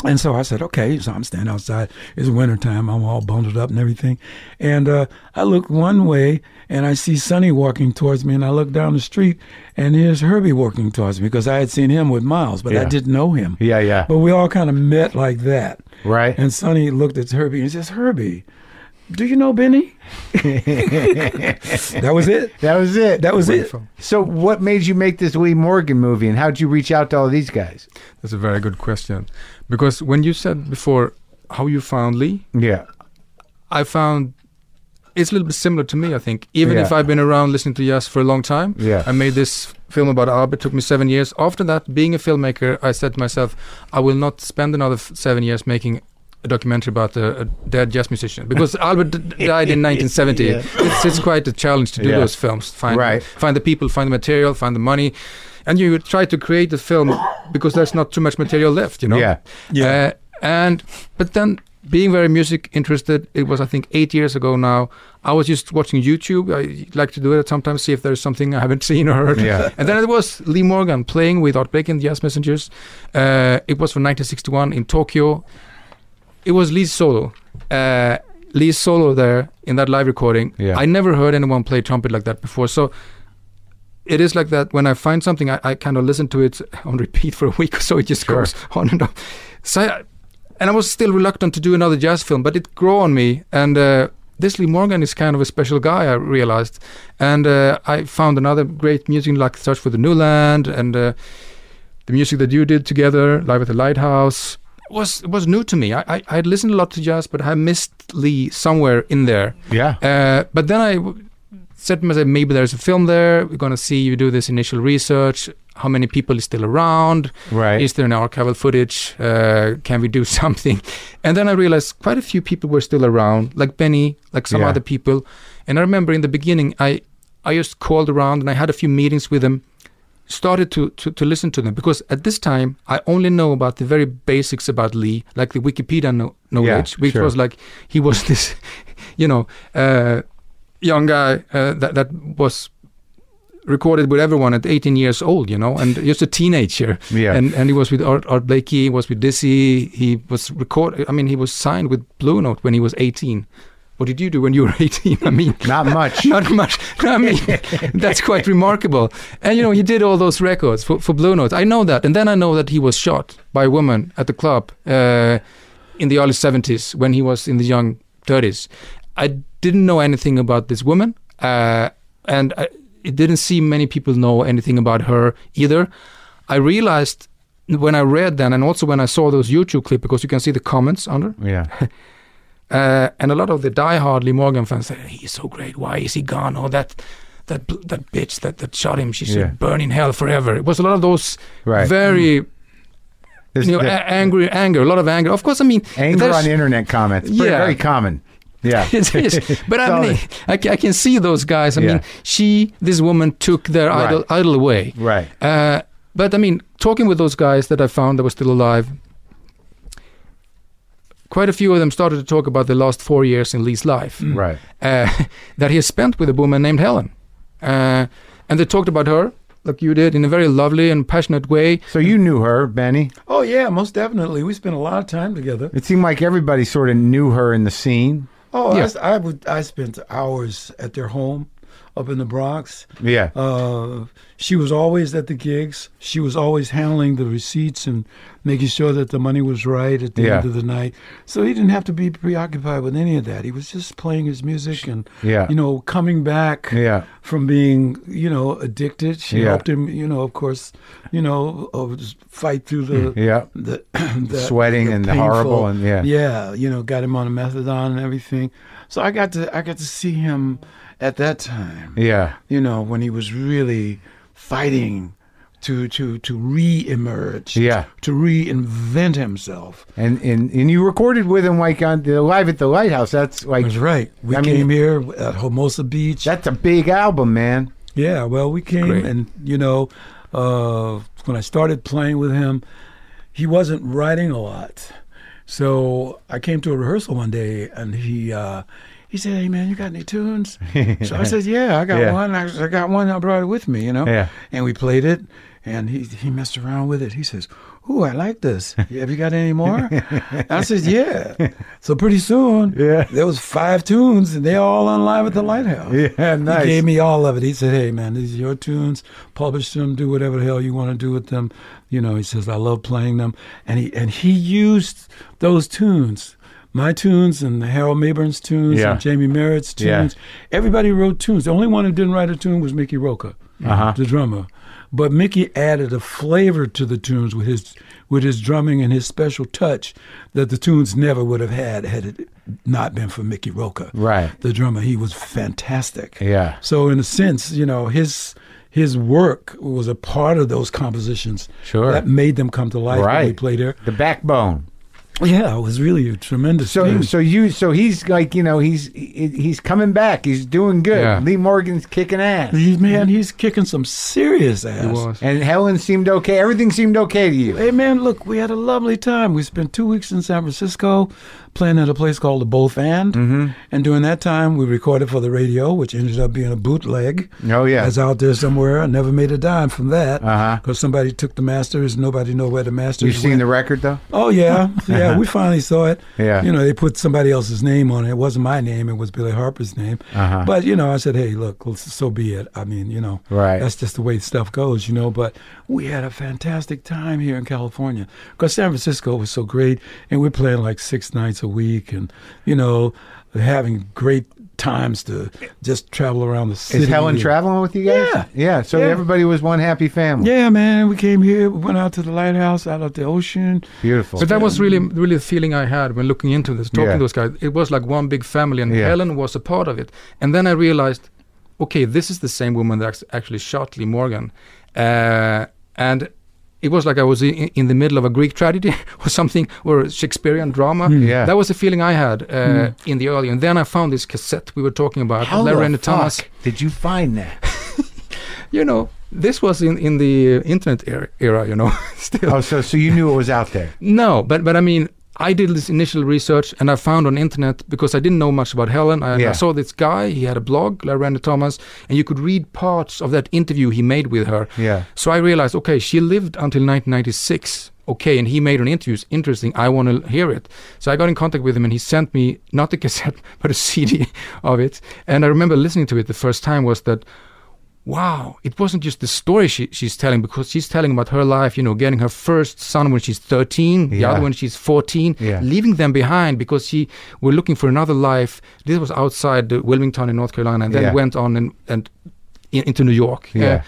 Speaker 3: And so I said, okay. So I'm standing outside. It's wintertime. I'm all bundled up and everything. And uh, I look one way and I see Sonny walking towards me. And I look down the street and here's Herbie walking towards me because I had seen him with Miles, but
Speaker 1: Yeah.
Speaker 3: I didn't know him.
Speaker 1: Yeah, yeah.
Speaker 3: But we all kind of met like that.
Speaker 1: Right.
Speaker 3: And Sonny looked at Herbie and says, Herbie, do you know Benny? that was it.
Speaker 1: That was it.
Speaker 3: That was it.
Speaker 1: so, what made you make this Lee Morgan movie, and how'd you reach out to all these guys?
Speaker 2: That's a very good question. Because when you said before how you found Lee,
Speaker 1: Yeah,
Speaker 2: I found it's a little bit similar to me, I think. Even
Speaker 1: Yeah.
Speaker 2: if I've been around listening to jazz for a long time,
Speaker 1: Yeah.
Speaker 2: I made this film about Albert, took me seven years. After that, being a filmmaker, I said to myself, I will not spend another f- seven years making a documentary about a, a dead jazz musician
Speaker 1: <laughs>
Speaker 2: because Albert d- died in 1970.
Speaker 1: Yeah.
Speaker 2: it's, it's quite a challenge to do
Speaker 1: Yeah.
Speaker 2: those films. Find,
Speaker 1: Right.
Speaker 2: find the people, find the material, find the money. And you try to create the film because there's not too much material left, you know?
Speaker 1: yeah,
Speaker 3: Yeah.
Speaker 2: Uh, and but then being very music interested, it was I think eight years ago now. I was just watching YouTube. I like to do it sometimes, see if there's something I haven't <laughs> seen or heard.
Speaker 1: Yeah.
Speaker 2: And then it was Lee Morgan playing with Art Blakey and the Jazz Messengers. Uh, it was from 1961 in Tokyo. It was Lee's solo. Uh, Lee's solo there in that live recording.
Speaker 1: Yeah.
Speaker 2: I never heard anyone play trumpet like that before. So it is like that when I find something, I, I kind of listen to it on repeat for a week or so. It just
Speaker 1: Sure.
Speaker 2: goes on and on. So, I, and I was still reluctant to do another jazz film, but it grew on me. And uh, this Lee Morgan is kind of a special guy, I realized. And uh, I found another great music like Search for the New Land and uh, the music that you did together, Live at the Lighthouse. Was was new to me. I, I I'd listened a lot to jazz, but I missed Lee somewhere in there.
Speaker 1: yeah,
Speaker 2: Uh, but then I w- said to myself, maybe there's a film there. We're going to see you do this initial research. How many people is still around?
Speaker 1: right.
Speaker 2: Is there an archival footage? Uh, can we do <laughs> something? And then I realized quite a few people were still around, like Benny, like some
Speaker 1: Yeah.
Speaker 2: other people. And I remember in the beginning, I I just called around and I had a few meetings with them. Started to, to, to listen to them because at this time I only know about the very basics about Lee, like the Wikipedia no- knowledge, which
Speaker 1: sure.
Speaker 2: was like he was <laughs> this, you know, uh, young guy uh, that that was recorded with everyone at 18 years old, you know, and just a teenager.
Speaker 1: <laughs> Yeah.
Speaker 2: And and he was with Art, Art Blakey, he was with Dizzy. He was record. I mean, he was signed with Blue Note when he was 18. What did you do when you were <laughs> 18? I mean.
Speaker 1: <laughs> Not much.
Speaker 2: Not much. I mean, that's quite remarkable. And you know, he did all those records for, for Blue Note. I know that, and then I know that he was shot by a woman at the club uh, in the early '70s when he was in the young 30s. I didn't know anything about this woman, uh, and I, it didn't seem many people know anything about her either. I realized when I read then, and also when I saw those YouTube clips, because you can see the comments under.
Speaker 1: Yeah,
Speaker 2: Uh, and a lot of the diehard Lee Morgan fans say, he's so great. Why is he gone? Oh, that that bl- that bitch that, that shot him, she should
Speaker 1: Yeah.
Speaker 2: burn in hell forever. It was a lot of those
Speaker 1: <laughs> right. Mm.
Speaker 2: very
Speaker 1: There's-
Speaker 2: you know,
Speaker 1: there-
Speaker 2: a- angry, anger, a lot of anger. Of course, I mean,
Speaker 1: anger
Speaker 2: there's- <laughs>
Speaker 1: on internet comments. Pretty-
Speaker 2: Yeah.
Speaker 1: very common. Yeah, <laughs>
Speaker 2: it is. But I mean,
Speaker 1: Solid.
Speaker 2: I, ca- I can see those guys. I
Speaker 1: Yeah.
Speaker 2: mean, she, this woman, took their
Speaker 1: Right.
Speaker 2: idol, idol away.
Speaker 1: right.
Speaker 2: Uh, but I mean, talking with those guys that I found that were still alive, quite a few of them started to talk about the last four years in Lee's life.
Speaker 1: Right.
Speaker 2: uh, <laughs> that he spent with a woman named Helen. Uh, and they talked about her, like you did, in a very lovely and passionate way.
Speaker 1: So you knew her, Benny.
Speaker 3: Oh, yeah, most definitely. We spent a lot of time together.
Speaker 1: It seemed like everybody sort of knew her in the scene.
Speaker 3: Oh,
Speaker 2: Yeah.
Speaker 3: I s I I, would. I spent hours at their home, up in the Bronx.
Speaker 1: Yeah.
Speaker 3: Uh, she was always at the gigs. She was always handling the receipts and making sure that the money was right at the
Speaker 1: Yeah.
Speaker 3: end of the night. So he didn't have to be preoccupied with any of that. He was just playing his music and,
Speaker 1: Yeah.
Speaker 3: you know, coming back
Speaker 1: yeah.
Speaker 3: from being, you know, addicted. She
Speaker 1: Yeah.
Speaker 3: helped him, you know, of course, you know, uh, just fight through the
Speaker 1: Hmm. Yeah.
Speaker 3: the, <clears throat> the
Speaker 1: Sweating and the horrible and- yeah.
Speaker 3: yeah you know got him on a methadone and everything so i got to i got to see him at that time
Speaker 1: Yeah.
Speaker 3: you know when he was really fighting to to to re-emerge
Speaker 1: Yeah.
Speaker 3: to reinvent himself
Speaker 1: And and and you recorded with him like on the live at the lighthouse. That's like
Speaker 3: that's right we
Speaker 1: I mean-
Speaker 3: came here at hermosa beach
Speaker 1: that's a big album, man.
Speaker 3: Yeah, well, we came
Speaker 2: Great.
Speaker 3: and you know, uh, when I started playing with him, he wasn't writing a lot. So I came to a rehearsal one day and he uh, He said, "Hey man, you got any
Speaker 1: <laughs>
Speaker 3: tunes?" so I said, "Yeah, I got
Speaker 1: Yeah.
Speaker 3: one. I, I got one. I brought it with me, you know."
Speaker 1: Yeah.
Speaker 3: And we played it, and he he messed around with it. He says, "Ooh, I like this. Have you got any more?" I said,
Speaker 1: <laughs>
Speaker 3: "Yeah." So pretty soon,
Speaker 1: Yeah.
Speaker 3: there was five tunes, and they all on live at the lighthouse.
Speaker 1: Yeah, <laughs> nice.
Speaker 3: He gave me all of it. He said, "Hey man, these are your tunes. Publish them. Do whatever the hell you want to do with them." You know, he says, "I love playing them," and he and he used those tunes, my tunes and Harold Mayburn's tunes
Speaker 1: Yeah.
Speaker 3: and Jamie Merritt's
Speaker 1: Yeah.
Speaker 3: tunes. Everybody wrote tunes. The only one who didn't write a tune was Mickey Roca,
Speaker 1: Uh-huh.
Speaker 3: the drummer. But Mickey added a flavor to the tunes with his with his drumming and his special touch that the tunes never would have had had it not been for Mickey Roca
Speaker 1: Right.
Speaker 3: the drummer. He was fantastic.
Speaker 1: Yeah.
Speaker 3: So in a sense, you know, his his work was a part of those compositions.
Speaker 1: Sure.
Speaker 3: That made them come to life when we
Speaker 1: Right.
Speaker 3: played there.
Speaker 1: The backbone. Hmm.
Speaker 3: Yeah, it was really a tremendous
Speaker 1: So
Speaker 3: thing.
Speaker 1: so you so he's like you know he's he- he's coming back. He's doing good.
Speaker 2: Yeah.
Speaker 1: Lee Morgan's kicking ass.
Speaker 3: He- man, he's kicking some serious ass.
Speaker 2: It was.
Speaker 1: And Helen seemed okay. Everything seemed okay to you.
Speaker 3: Hey man, look, we had a lovely time. We spent two weeks in San Francisco playing at a place called the Both And.
Speaker 1: Mm-hmm.
Speaker 3: And during that time, we recorded for the radio, which ended up being a bootleg.
Speaker 1: Oh yeah.
Speaker 3: that's out there somewhere. I never made a dime from that
Speaker 1: Uh-huh.
Speaker 3: because somebody took the masters. Nobody know where the masters.
Speaker 1: You've seen
Speaker 3: went.
Speaker 1: the record though.
Speaker 3: Oh
Speaker 1: <laughs>
Speaker 3: yeah, yeah. we finally saw it.
Speaker 1: Yeah.
Speaker 3: You know, they put somebody else's name on it. It wasn't my name. It was Billy Harper's name.
Speaker 1: Uh-huh.
Speaker 3: But you know, I said, hey, look, let's- so be it. I mean, you know,
Speaker 1: Right.
Speaker 3: That's just the way stuff goes, you know. But we had a fantastic time here in California because San Francisco was so great, and we're playing like six nights a week, and you know, having great times to just travel around the city.
Speaker 1: Is Helen traveling with you guys?
Speaker 3: Yeah.
Speaker 1: Yeah. So
Speaker 3: Yeah.
Speaker 1: everybody was one happy family.
Speaker 3: Yeah, man. We came here. We went out to the lighthouse, out at the ocean.
Speaker 1: Beautiful.
Speaker 2: But that was really, really the feeling I had when looking into this, talking
Speaker 1: Yeah.
Speaker 2: to those guys. It was like one big family, and
Speaker 1: Yeah.
Speaker 2: Helen was a part of it. And then I realized, okay, this is the same woman that act- actually shot Lee Morgan, uh, and it was like I was in, in the middle of a Greek tragedy <laughs> or something, or a Shakespearean drama.
Speaker 1: Yeah. Hmm.
Speaker 2: That was the feeling I had uh, in the early. And then I found this cassette we were talking about,
Speaker 1: How
Speaker 2: Larry and
Speaker 1: the
Speaker 2: the Thomas.
Speaker 1: fuck did you find <laughs> that?
Speaker 2: You know, this was in in the uh, internet era, era you know, <laughs> still.
Speaker 1: oh, so so you knew it was out there.
Speaker 2: No, but but I mean, I did this initial research and I found on internet because I didn't know much about Helen. I,
Speaker 1: Yeah.
Speaker 2: I saw this guy. He had a blog, Laranda Thomas, and you could read parts of that interview he made with her.
Speaker 1: Yeah.
Speaker 2: So I realized, okay, she lived until 1996. Okay, and he made an interview. It's interesting. I want to hear it. So I got in contact with him, and he sent me not the <laughs> cassette, but a CD <laughs> of it. And I remember listening to it the first time was that, wow, it wasn't just the story she, she's telling because she's telling about her life. You know, getting her first son when she's 13, the
Speaker 1: Yeah.
Speaker 2: other when she's 14,
Speaker 1: Yeah.
Speaker 2: leaving them behind because she were looking for another life. This was outside the Wilmington in North Carolina, and then
Speaker 1: Yeah.
Speaker 2: went on and and in, into New York.
Speaker 1: Yeah.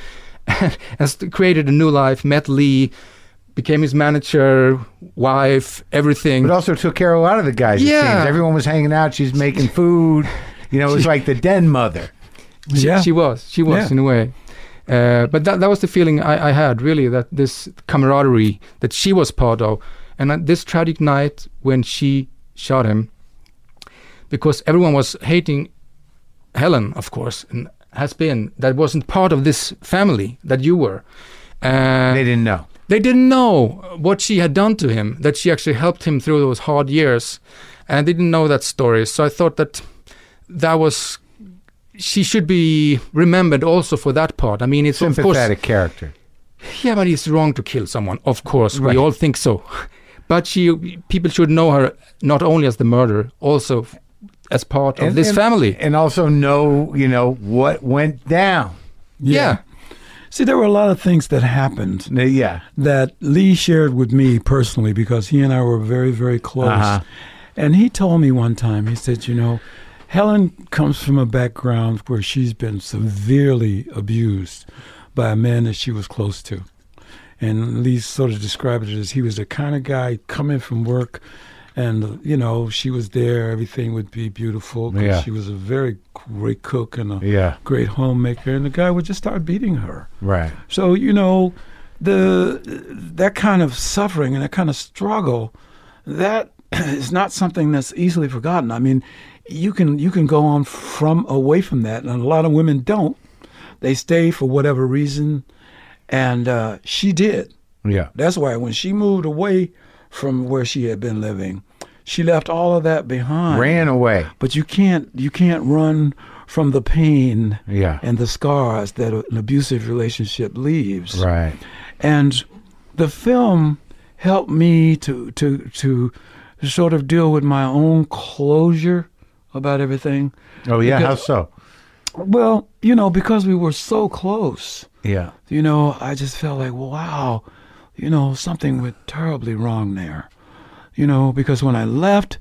Speaker 2: Uh, <laughs> and st- created a new life, met Lee, became his manager, wife, everything.
Speaker 1: But uh, also took care of a lot of the guys. it
Speaker 2: Yeah.
Speaker 1: seems. Everyone was hanging out. She's making food. You know, it
Speaker 2: <laughs>
Speaker 1: was like the den mother.
Speaker 2: she,
Speaker 3: yeah.
Speaker 2: she was, she was
Speaker 3: Yeah.
Speaker 2: in a way. Uh, but that, that was the feeling I, I had really that this camaraderie that she was part of, and on this tragic night when she shot him, because everyone was hating Helen, of course, and has been that wasn't part of this family that you were. Uh,
Speaker 1: They didn't know.
Speaker 2: They didn't know what she had done to him, that she actually helped him through those hard years, and they didn't know that story. So I thought that that was she should be remembered also for that part. I mean, it's
Speaker 1: Sympathetic character.
Speaker 2: of course yeah, but it's wrong to kill someone. Of course,
Speaker 1: Right.
Speaker 2: we all think so, but she people should know her not only as the murderer, also as part of
Speaker 1: And-
Speaker 2: this
Speaker 1: and-
Speaker 2: family.
Speaker 1: And also know, you know, what went down.
Speaker 2: yeah.
Speaker 3: See, there were a lot of things that happened
Speaker 1: Yeah.
Speaker 3: that Lee shared with me personally because he and I were very, very close.
Speaker 1: Uh-huh.
Speaker 3: And he told me one time, he said, you know, Helen comes from a background where she's been severely abused by a man that she was close to. And Lee sort of described it as he was the kind of guy coming from work and, you know, she was there, everything would be beautiful 'cause
Speaker 1: Yeah.
Speaker 3: she was a very great cook and a
Speaker 1: Yeah.
Speaker 3: great homemaker. And the guy would just start beating her.
Speaker 1: Right.
Speaker 3: So you know, the that kind of suffering and that kind of struggle, that <clears throat> is not something that's easily forgotten. I mean, you can you can go on from away from that, and a lot of women don't. They stay for whatever reason, and uh, she did.
Speaker 1: Yeah.
Speaker 3: That's why when she moved away from where she had been living, She left all of that behind.
Speaker 1: Ran away.
Speaker 3: But you can't you can't run from the pain
Speaker 1: Yeah.
Speaker 3: and the scars that an abusive relationship leaves.
Speaker 1: Right.
Speaker 3: And the film helped me to to to sort of deal with my own closure about everything.
Speaker 1: Oh yeah.
Speaker 3: Because-
Speaker 1: How so?
Speaker 3: Well, you know, because we were so close,
Speaker 1: Yeah.
Speaker 3: you know, I just felt like, wow, you know, something went terribly wrong there. You know, because when I left,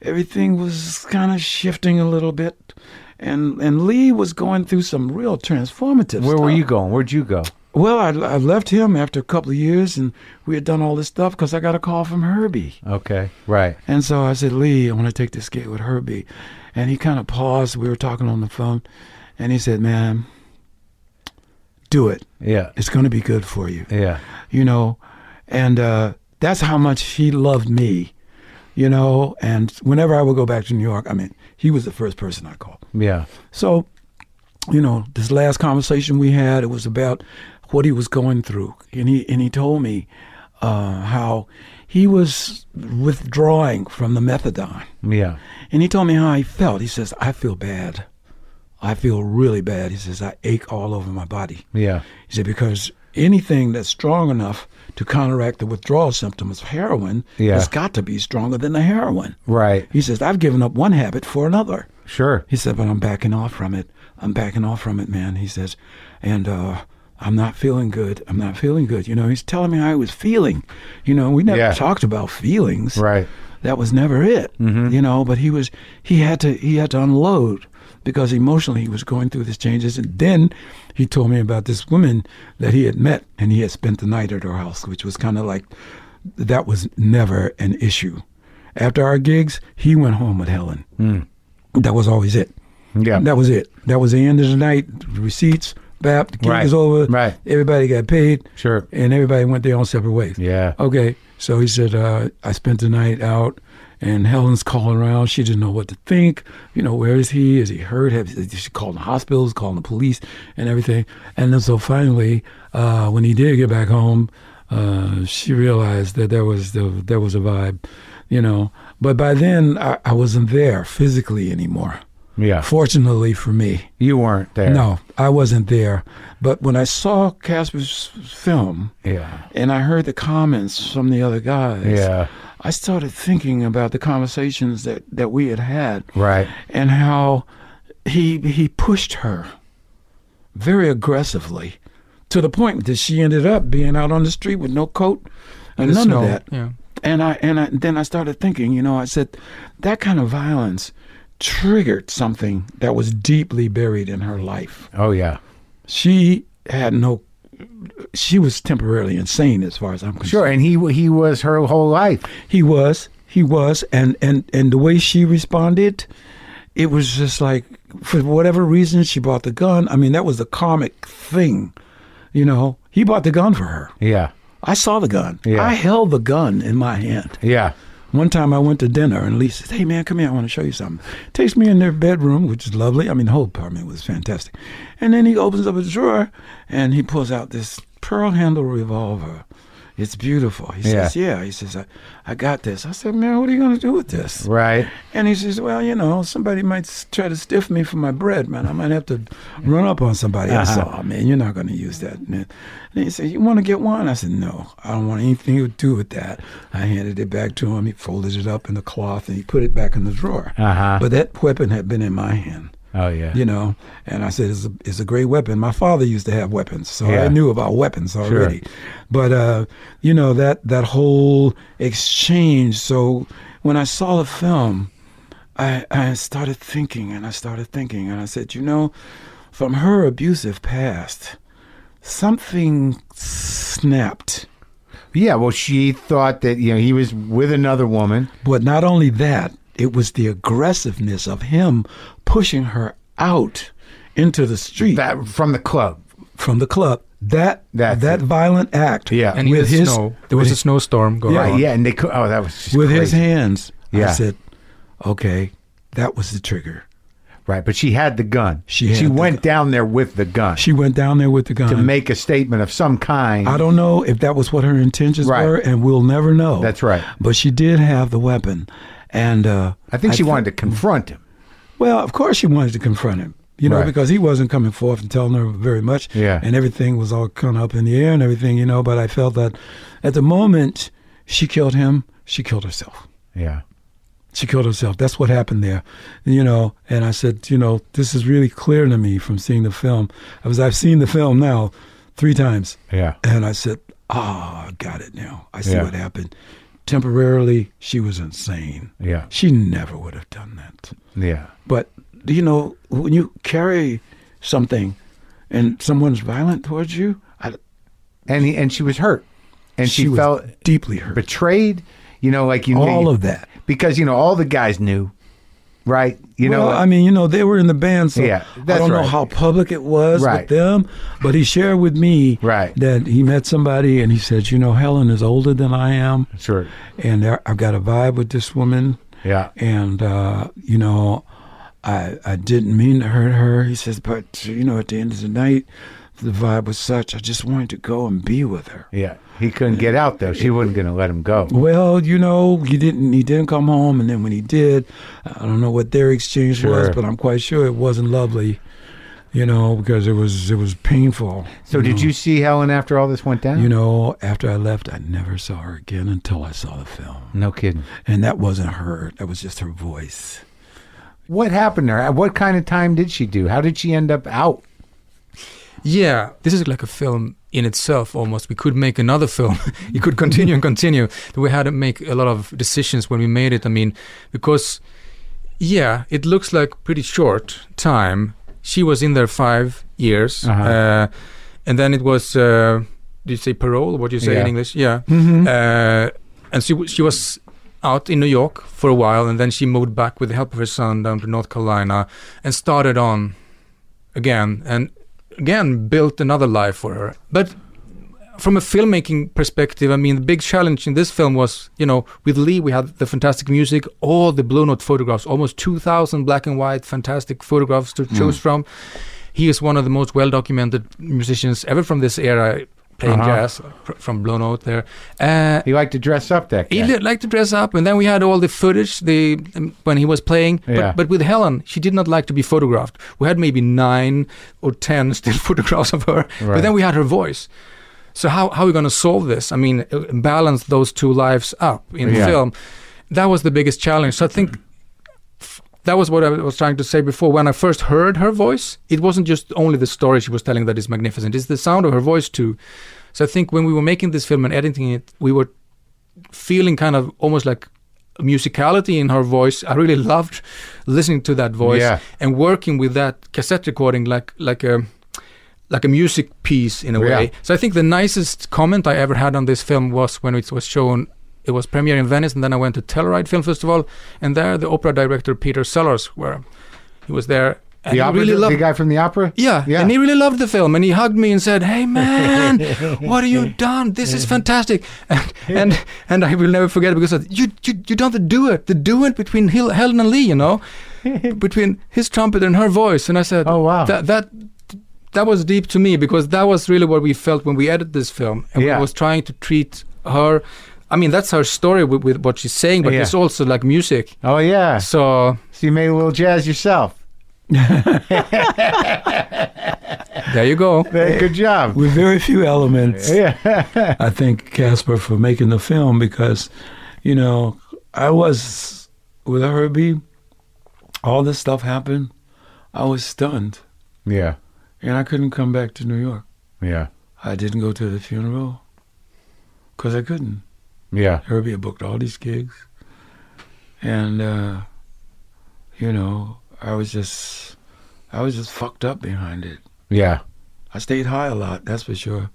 Speaker 3: everything was kind of shifting a little bit. And and Lee was going through some real transformative
Speaker 1: Where were
Speaker 3: stuff.
Speaker 1: you going? Where'd you go?
Speaker 3: Well, I, I left him after a couple of years, and we had done all this stuff because I got a call from Herbie.
Speaker 1: Okay. Right.
Speaker 3: And so I said, Lee, I want to take this gig with Herbie. And he kind of paused. We were talking on the phone, and he said, Man, do it.
Speaker 1: Yeah.
Speaker 3: It's going to be good for you,
Speaker 1: Yeah.
Speaker 3: you know? And uh, that's how much he loved me, you know? And whenever I would go back to New York, I mean, he was the first person I called.
Speaker 1: Yeah.
Speaker 3: So, you know, this last conversation we had, it was about what he was going through, and he and he told me uh, how he was withdrawing from the methadone,
Speaker 1: Yeah.
Speaker 3: and he told me how he felt. He says, "I feel bad. I feel really bad." He says, "I ache all over my body."
Speaker 1: Yeah.
Speaker 3: He said, because anything that's strong enough to counteract the withdrawal symptoms of heroin
Speaker 1: Yeah.
Speaker 3: has got to be stronger than the heroin.
Speaker 1: Right.
Speaker 3: He says, I've given up one habit for another.
Speaker 1: Sure.
Speaker 3: He said, but I'm backing off from it. I'm backing off from it, man. He says, and uh, I'm not feeling good. I'm not feeling good. You know, he's telling me how he was feeling. You know, we never
Speaker 1: Yeah.
Speaker 3: talked about feelings.
Speaker 1: Right.
Speaker 3: That was never it. You know, but he was he had to he had to unload because emotionally he was going through these changes. And then he told me about this woman that he had met and he had spent the night at her house, which was kind of like that was never an issue. After our gigs, he went home with Helen. That was always it.
Speaker 1: Yeah.
Speaker 3: That was it. That was the end of the night. Receipts, BAP, the gig
Speaker 1: Right.
Speaker 3: is over.
Speaker 1: Right.
Speaker 3: Everybody got paid.
Speaker 1: Sure.
Speaker 3: And everybody went their own separate ways.
Speaker 1: Yeah.
Speaker 3: Okay. So he said, uh, I spent the night out, and Helen's calling around. She didn't know what to think. You know, where is he? Is he hurt? Have, is she called the hospitals, calling the police, and everything. And then so finally, uh, when he did get back home, uh, she realized that there was the, there was a vibe, you know. But by then, I, I wasn't there physically anymore.
Speaker 1: Yeah.
Speaker 3: Fortunately for me,
Speaker 1: You weren't there.
Speaker 3: no, I wasn't there. But when I saw Casper's film
Speaker 1: Yeah.
Speaker 3: and I heard the comments from the other guys,
Speaker 1: Yeah.
Speaker 3: I started thinking about the conversations that, that we had had
Speaker 1: Right.
Speaker 3: and how he he pushed her very aggressively to the point that she ended up being out on the street with no coat and
Speaker 2: The
Speaker 3: none
Speaker 2: snow,
Speaker 3: of that
Speaker 2: Yeah.
Speaker 3: and I and I, then I started thinking, you know, I said that kind of violence triggered something that was deeply buried in her life.
Speaker 1: Oh yeah.
Speaker 3: She had no she was temporarily insane as far as I'm concerned.
Speaker 1: Sure. And he he was her whole life.
Speaker 3: He was, he was and and and the way she responded, it was just like for whatever reason she bought the gun. I mean, that was the karmic thing. You know, he bought the gun for her.
Speaker 1: Yeah.
Speaker 3: I saw the gun.
Speaker 1: Yeah.
Speaker 3: I held the gun in my hand.
Speaker 1: Yeah.
Speaker 3: One time I went to dinner and Lisa said, Hey man, come here, I want to show you something. Takes me in their bedroom, which is lovely. I mean, the whole apartment was fantastic. And then he opens up a drawer and he pulls out this pearl handle revolver. It's beautiful. He
Speaker 1: Yeah.
Speaker 3: says, Yeah. He says, I, I got this. I said, Man, what are you going to do with this?
Speaker 1: Right.
Speaker 3: And he says, Well, you know, somebody might s- try to stiff me for my bread, man. I might have to run up on somebody. I said, Oh, man, you're not going to use that, man. And he said, You want to get one? I said, No, I don't want anything to do with that. I handed it back to him. He folded it up in the cloth and he put it back in the drawer.
Speaker 1: Uh-huh.
Speaker 3: But that weapon had been in my hand.
Speaker 1: Oh yeah.
Speaker 3: You know, and I said, it's a, it's a great weapon. My father used to have weapons, so
Speaker 1: Yeah.
Speaker 3: I knew about weapons already. But, uh, you know, that, that whole exchange. So when I saw the film, I, I started thinking and I started thinking, and I said, you know, from her abusive past, something snapped.
Speaker 1: Yeah. Well, she thought that you know he was with another woman.
Speaker 3: But not only that, it was the aggressiveness of him pushing her out into the street.
Speaker 1: That from the club.
Speaker 3: from the club. That
Speaker 1: That's
Speaker 3: that
Speaker 1: it.
Speaker 3: violent act.
Speaker 1: Yeah.
Speaker 2: And
Speaker 3: with
Speaker 2: with
Speaker 3: his
Speaker 2: snow, there was a snowstorm going
Speaker 3: Yeah,
Speaker 2: on.
Speaker 1: Yeah. And they. cou- Oh, that was just
Speaker 3: with his
Speaker 1: crazy.
Speaker 3: hands.
Speaker 1: Yeah.
Speaker 3: I said, okay, that was the trigger.
Speaker 1: Right, but she had the gun.
Speaker 3: She had
Speaker 1: she
Speaker 3: the
Speaker 1: went down there with the gun
Speaker 3: She went down there with the gun.
Speaker 1: to make a statement of some kind.
Speaker 3: I don't know if that was what her intentions
Speaker 1: Right.
Speaker 3: were, and we'll never know.
Speaker 1: That's right.
Speaker 3: But she did have the weapon, and uh,
Speaker 1: I think she
Speaker 3: thi-
Speaker 1: wanted to confront him.
Speaker 3: Well, of course she wanted to confront him, you know,
Speaker 1: Right.
Speaker 3: because he wasn't coming forth and telling her very much.
Speaker 1: Yeah.
Speaker 3: And everything was all kind of up in the air and everything, you know. But I felt that at the moment she killed him, she killed herself.
Speaker 1: Yeah.
Speaker 3: She killed herself. That's what happened there, you know. And I said, you know, this is really clear to me from seeing the film. I was, I've seen the film now three times.
Speaker 1: Yeah.
Speaker 3: And I said, Ah, I got it now. I see
Speaker 1: Yeah.
Speaker 3: what happened. Temporarily, she was insane.
Speaker 1: Yeah.
Speaker 3: She never would have done that.
Speaker 1: Yeah.
Speaker 3: But, do you know, when you carry something and someone's violent towards you, I,
Speaker 1: And he, and she was hurt. And she,
Speaker 3: she, was
Speaker 1: felt
Speaker 3: deeply hurt.
Speaker 1: betrayed, you know, like you
Speaker 3: All
Speaker 1: knew,
Speaker 3: of that.
Speaker 1: because you know all the guys knew. Right? You know,
Speaker 3: well, I mean, you know, they were in the band, so
Speaker 1: Yeah,
Speaker 3: I
Speaker 1: that's
Speaker 3: don't know
Speaker 1: right.
Speaker 3: how public it was
Speaker 1: Right.
Speaker 3: with them. But he shared with me
Speaker 1: Right.
Speaker 3: that he met somebody and he said, you know, Helen is older than I am,
Speaker 1: sure.
Speaker 3: and I- I've got a vibe with this woman.
Speaker 1: Yeah.
Speaker 3: and uh, you know, I I didn't mean to hurt her. He says, but you know, at the end of the night, the vibe was such. I just wanted to go and be with her.
Speaker 1: Yeah. He couldn't get out though. She wasn't going to let him go.
Speaker 3: Well, you know, he didn't. He didn't come home, and then when he did, I don't know what their exchange was,
Speaker 1: Sure.
Speaker 3: but I'm quite sure it wasn't lovely. You know, because it was it was painful.
Speaker 1: So did you see Helen after all this went down?
Speaker 3: You know, after I left, I never saw her again until I saw the film,
Speaker 1: no kidding.
Speaker 3: and that wasn't her. That was just her voice.
Speaker 1: What happened to her? What kind of time did she do? How did she end up out?
Speaker 2: Yeah, this is like a film in itself almost. We could make another film. <laughs> you could continue and continue. We had to make a lot of decisions when we made it. I mean, because, yeah, it looks like pretty short time. She was in there five years. uh
Speaker 1: Uh-huh.
Speaker 2: and then it was, uh, do you say parole? What do you say in
Speaker 1: Yeah.
Speaker 2: English? Yeah.
Speaker 3: Mm-hmm.
Speaker 2: Uh, and she, w- she was out in New York for a while, and then she moved back with the help of her son down to North Carolina and started on again and again built another life for her. But from a filmmaking perspective, I mean, the big challenge in this film was, you know, with Lee, we had the fantastic music, all the Blue Note photographs, almost 2,000 black and white fantastic photographs to choose from. He is one of the most well documented musicians ever from this era, playing
Speaker 1: Uh-huh.
Speaker 2: jazz fr- from Blue Note there. Uh,
Speaker 1: He liked to dress up that
Speaker 2: he
Speaker 1: guy.
Speaker 2: did like to dress up, and then we had all the footage the um, when he was playing.
Speaker 1: Yeah.
Speaker 2: But, but with Helen, she did not like to be photographed. We had maybe nine or ten still <laughs> photographs of her,
Speaker 1: Right.
Speaker 2: but then we had her voice. So how how are we going to solve this? I mean, uh, balance those two lives up in the
Speaker 1: Yeah.
Speaker 2: film. That was the biggest challenge. So I think f- that was what I was trying to say before. When I first heard her voice, it wasn't just only the story she was telling that is magnificent. It's the sound of her voice too. So I think when we were making this film and editing it, we were feeling kind of almost like musicality in her voice. I really <laughs> loved listening to that voice
Speaker 1: Yeah.
Speaker 2: and working with that cassette recording like like a like a music piece in a
Speaker 1: Yeah.
Speaker 2: way. So I think the nicest comment I ever had on this film was when it was shown. It was premiere in Venice, and then I went to Telluride Film Festival, and there the opera director Peter Sellers were. He was there. And
Speaker 1: The,
Speaker 2: he
Speaker 1: opera,
Speaker 2: really
Speaker 1: the
Speaker 2: loved
Speaker 1: guy from the opera?
Speaker 2: yeah,
Speaker 1: Yeah.
Speaker 2: and he really loved the film, and he hugged me and said, "Hey,
Speaker 1: <laughs>
Speaker 2: man, what have you done? This is fantastic!" And and, and I will never forget it because of- you you you done the duet, the duet between Hel- Helen and Lee, you
Speaker 1: <laughs>
Speaker 2: know, between his trumpet and her voice, and I said,
Speaker 1: Oh, wow.
Speaker 2: that that." That was deep to me because that was really what we felt when we edited this film, and
Speaker 1: Yeah.
Speaker 2: we was trying to treat her. I mean, that's her story with, with what she's saying, but
Speaker 1: Yeah.
Speaker 2: it's also like music.
Speaker 1: Oh, yeah.
Speaker 2: So
Speaker 1: So you made a little jazz yourself.
Speaker 2: there you go.
Speaker 1: Hey, Good job.
Speaker 3: With very few elements.
Speaker 1: <laughs> Yeah.
Speaker 3: I thank Casper for making the film because, you know, I was with Herbie. All this stuff happened. I was stunned,
Speaker 1: yeah.
Speaker 3: and I couldn't come back to New York.
Speaker 1: Yeah.
Speaker 3: I didn't go to the funeral because I couldn't.
Speaker 1: Yeah.
Speaker 3: Herbie had booked all these gigs, and uh, you know, I was just, I was just fucked up behind it.
Speaker 1: Yeah.
Speaker 3: I stayed high a lot, that's for sure.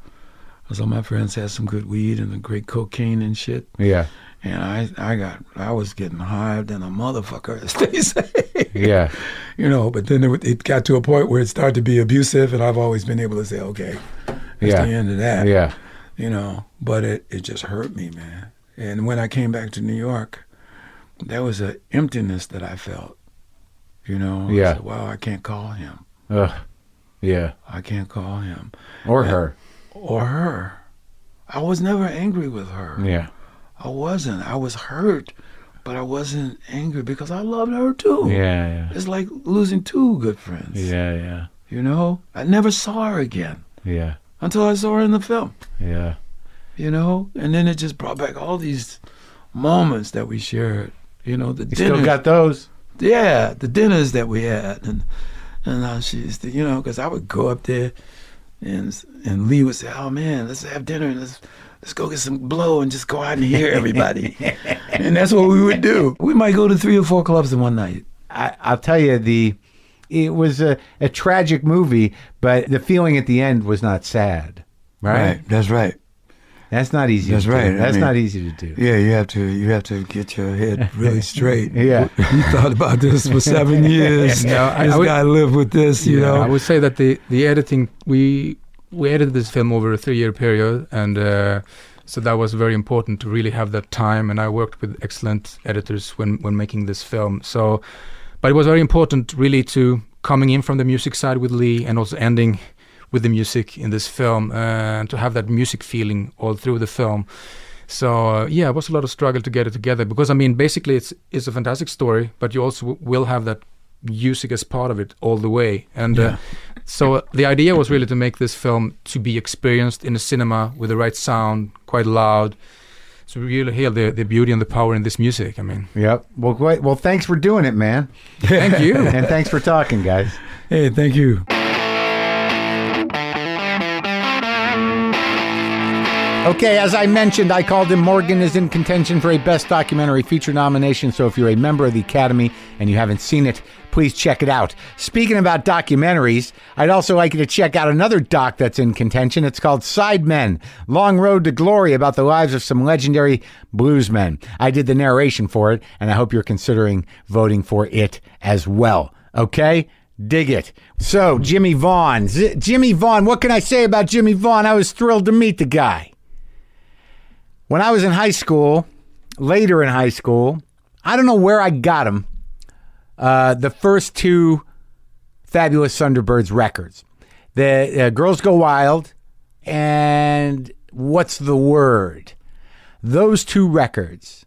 Speaker 3: So my friends had some good weed and the great cocaine and shit.
Speaker 1: Yeah.
Speaker 3: And I, I got, I was getting higher than a motherfucker, <laughs> as they say.
Speaker 1: Yeah.
Speaker 3: You know, but then it, would- it got to a point where it started to be abusive, and I've always been able to say, okay, that's
Speaker 1: Yeah.
Speaker 3: the end of that.
Speaker 1: Yeah.
Speaker 3: You know, but it, it just hurt me, man. And when I came back to New York, there was an emptiness that I felt. You know? I
Speaker 1: Yeah.
Speaker 3: said, wow, I can't call him.
Speaker 1: Ugh. Yeah.
Speaker 3: I can't call him.
Speaker 1: Or her.
Speaker 3: Or her. I was never angry with her.
Speaker 1: Yeah.
Speaker 3: I wasn't. I was hurt, but I wasn't angry because I loved her too.
Speaker 1: Yeah.
Speaker 3: It's like losing two good friends.
Speaker 1: Yeah. Yeah.
Speaker 3: You know? I never saw her again
Speaker 1: Yeah.
Speaker 3: until I saw her in the film.
Speaker 1: Yeah.
Speaker 3: You know? And then it just brought back all these moments that we shared. You know, the
Speaker 1: You
Speaker 3: dinners.
Speaker 1: still got those.
Speaker 3: yeah, the dinners that we had, and and how she used to, you know, because I would go up there, and and Lee would say, "Oh man, let's have dinner and let's let's go get some blow and just go out and hear <laughs> everybody," and that's what we would do. We might go to three or four clubs in one night.
Speaker 1: I, I'll tell you the. It was a, a tragic movie, but the feeling at the end was not sad. Right.
Speaker 3: that's right.
Speaker 1: That's not easy.
Speaker 3: That's
Speaker 1: to
Speaker 3: right.
Speaker 1: Do.
Speaker 3: I
Speaker 1: That's
Speaker 3: mean-
Speaker 1: not easy to do.
Speaker 3: Yeah, you have to you have to get your head really <laughs> straight.
Speaker 1: Yeah.
Speaker 3: you thought about this for <laughs> seven years.
Speaker 2: No, I-
Speaker 3: this
Speaker 2: I would-
Speaker 3: guy lived with this, you
Speaker 2: Yeah, I
Speaker 3: know.
Speaker 2: would say that the the editing we we edited this film over a three year period, and uh, so that was very important to really have that time. And I worked with excellent editors when when making this film. So, but it was very important really to coming in from the music side with Lee and also ending with the music in this film uh, and to have that music feeling all through the film. So uh, yeah, it was a lot of struggle to get it together because I mean, basically, it's it's a fantastic story, but you also w- will have that music as part of it all the way. And uh, so uh, the idea was really to make this film to be experienced in a cinema with the right sound, quite loud. So we really hear the, the beauty and the power in this music. I mean,
Speaker 1: Yep. Well, great. Well, thanks for doing it, man.
Speaker 2: thank you.
Speaker 1: and thanks for talking, guys.
Speaker 3: Hey, thank you.
Speaker 1: Okay, as I mentioned, I called him. Morgan is in contention for a Best Documentary Feature nomination. So if you're a member of the Academy and you haven't seen it, please check it out. Speaking about documentaries, I'd also like you to check out another doc that's in contention. It's called Sidemen Long Road to Glory about the lives of some legendary bluesmen. I did the narration for it, and I hope you're considering voting for it as well. Okay? Dig it. So, Jimmy Vaughn. Z- Jimmy Vaughn, what can I say about Jimmy Vaughn? I was thrilled to meet the guy. When I was in high school, later in high school, I don't know where I got them. Uh, the first two Fabulous Thunderbirds records, the uh, Girls Go Wild, and What's the Word? Those two records.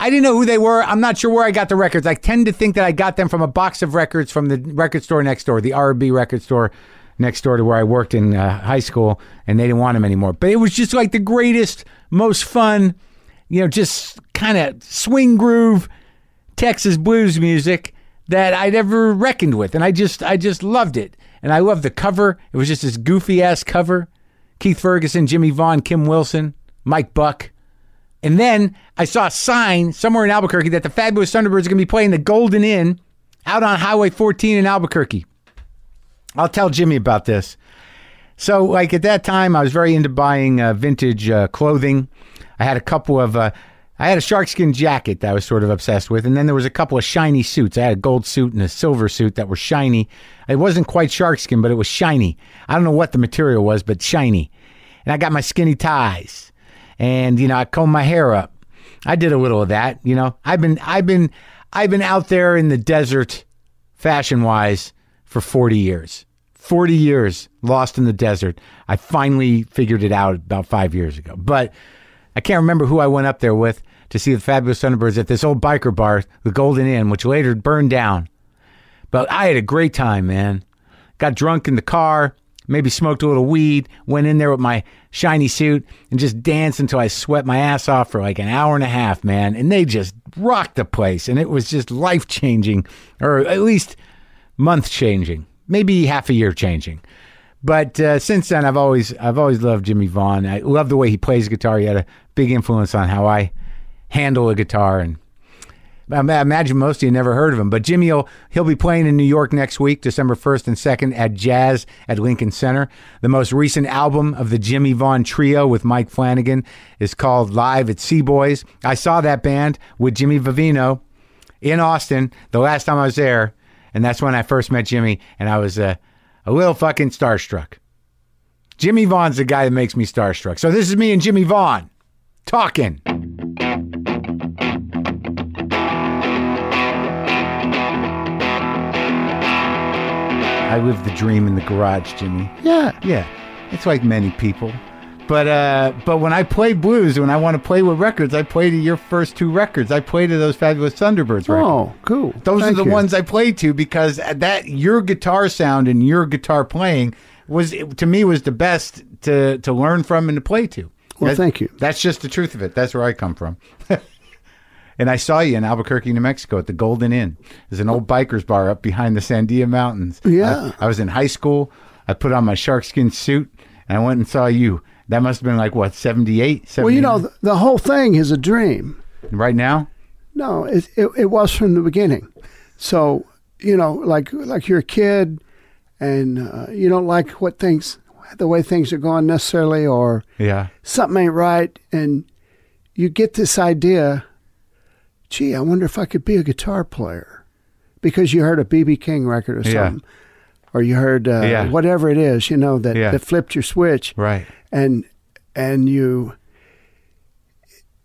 Speaker 1: I didn't know who they were. I'm not sure where I got the records. I tend to think that I got them from a box of records from the record store next door, the RB record store next door to where I worked in uh, high school, and they didn't want them anymore. But it was just like the greatest, most fun, you know, just kind of swing groove Texas blues music that I'd ever reckoned with, and I just I just loved it, and I loved the cover. It was just this goofy ass cover. Keith Ferguson, Jimmy Vaughn, Kim Wilson, Mike Buck. And then I saw a sign somewhere in Albuquerque that the Fabulous Thunderbirds are going to be playing the Golden Inn out on Highway 14 in Albuquerque. I'll tell Jimmy about this. So, like at that time, I was very into buying uh, vintage uh, clothing. I had a couple of, uh, I had a sharkskin jacket that I was sort of obsessed with, and then there was a couple of shiny suits. I had a gold suit and a silver suit that were shiny. It wasn't quite sharkskin, but it was shiny. I don't know what the material was, but shiny. And I got my skinny ties, and you know, I combed my hair up. I did a little of that. You know, I've been, I've been, I've been out there in the desert fashion wise for 40 years. 40 years lost in the desert. I finally figured it out about five years ago. But I can't remember who I went up there with to see the Fabulous Thunderbirds at this old biker bar, the Golden Inn, which later burned down. But I had a great time, man. Got drunk in the car, maybe smoked a little weed, went in there with my shiny suit and just danced until I sweat my ass off for like an hour and a half, man. And they just rocked the place. And it was just life changing, or at least month changing, maybe half a year changing. But uh, since then, I've always I've always loved Jimmy Vaughn. I love the way he plays guitar. He had a big influence on how I handle a guitar and I ma- imagine most of you never heard of him, but Jimmy will he'll be playing in New York next week, December first and second at Jazz at Lincoln Center. The most recent album of the Jimmy Vaughn Trio with Mike Flanagan is called Live at Sea Boys. I saw that band with Jimmy Vivino in Austin the last time I was there, and that's when I first met Jimmy, and I was uh, a little fucking starstruck. Jimmy Vaughn's the guy that makes me starstruck. So this is me and Jimmy Vaughn talking. I live the dream in the garage, Jimmy. Yeah, yeah. It's like many people. But uh, but when I play blues, when I want to play with records, I play to your first two records. I play to those fabulous Thunderbirds records.
Speaker 4: Oh, cool.
Speaker 1: Those
Speaker 4: Thank
Speaker 1: are the
Speaker 4: you.
Speaker 1: ones I play to because that your guitar sound and your guitar playing was to me was the best to to learn from and to play to.
Speaker 4: Well,
Speaker 1: That-
Speaker 4: thank you.
Speaker 1: That's just the truth of it. That's where I come from. <laughs> and I saw you in Albuquerque, New Mexico, at the Golden Inn. There's an old biker's bar up behind the Sandia Mountains.
Speaker 4: Yeah.
Speaker 1: I, I was in high school. I put on my sharkskin suit and I went and saw you. That must have been like what 78, 79?
Speaker 4: Well, you know, the, the whole thing is a dream.
Speaker 1: right now.
Speaker 4: No, it, it it was from the beginning. So you know, like like you're a kid, and uh, you don't like what things, the way things are going necessarily, or
Speaker 1: Yeah.
Speaker 4: something ain't right, and you get this idea. Gee, I wonder if I could be a guitar player, because you heard a BB King record or
Speaker 1: Yeah.
Speaker 4: something, or you heard uh,
Speaker 1: Yeah.
Speaker 4: whatever it is, you know that
Speaker 1: Yeah.
Speaker 4: that flipped your switch,
Speaker 1: Right.
Speaker 4: and and you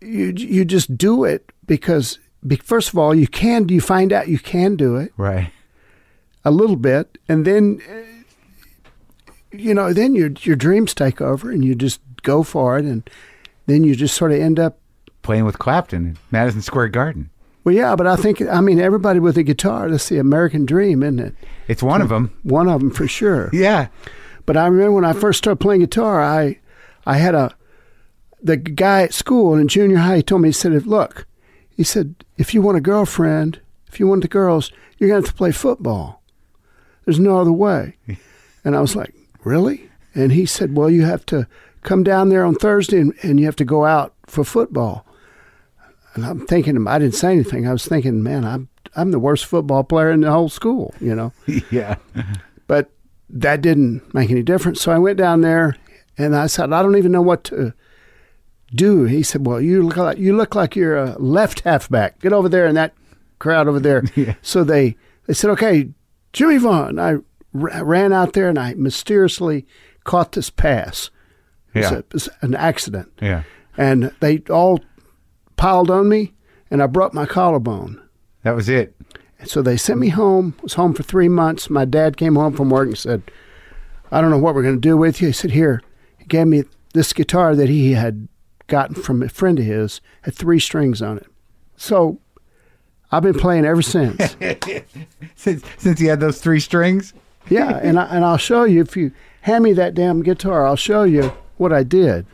Speaker 4: you you just do it because be, first of all you can you find out you can do it
Speaker 1: Right.
Speaker 4: a little bit and then uh, you know then your your dreams take over and you just go for it and then you just sort of end up
Speaker 1: Playing with Clapton in Madison Square Garden.
Speaker 4: well yeah but I think I mean everybody with a guitar that's the American dream isn't it
Speaker 1: It's one of them.
Speaker 4: one of them for sure
Speaker 1: <laughs> Yeah. <laughs>
Speaker 4: But I remember when I first started playing guitar, I I had a the guy at school in junior high he told me he said, "Look," he said, "if you want a girlfriend, if you want the girls, you're gonna have to play football. There's no other way." and I was like, "Really?" And he said, "Well, you have to come down there on Thursday and, and you have to go out for football." And I'm thinking, I didn't say anything. I was thinking, man, I'm I'm the worst football player in the whole school, you know
Speaker 1: Yeah.
Speaker 4: but that didn't make any difference. So I went down there and I said, I don't even know what to do. He said, Well, you look like you look like you're a left halfback. Get over there in that crowd over there. So they they said, Okay, Jimmy Vaughn. I r- ran out there and I mysteriously caught this pass. It was
Speaker 1: Yeah.
Speaker 4: a- it was an accident
Speaker 1: Yeah.
Speaker 4: and they all piled on me and I broke my collarbone.
Speaker 1: That was it.
Speaker 4: So they sent me home, was home for three months. My dad came home from work and said, I don't know what we're going to do with you. He said, Here, he gave me this guitar that he had gotten from a friend of his, had three strings on it. So I've been playing ever since.
Speaker 1: Since since he had those three strings.
Speaker 4: yeah, and, I, and I'll show you, if you hand me that damn guitar, I'll show you what I did.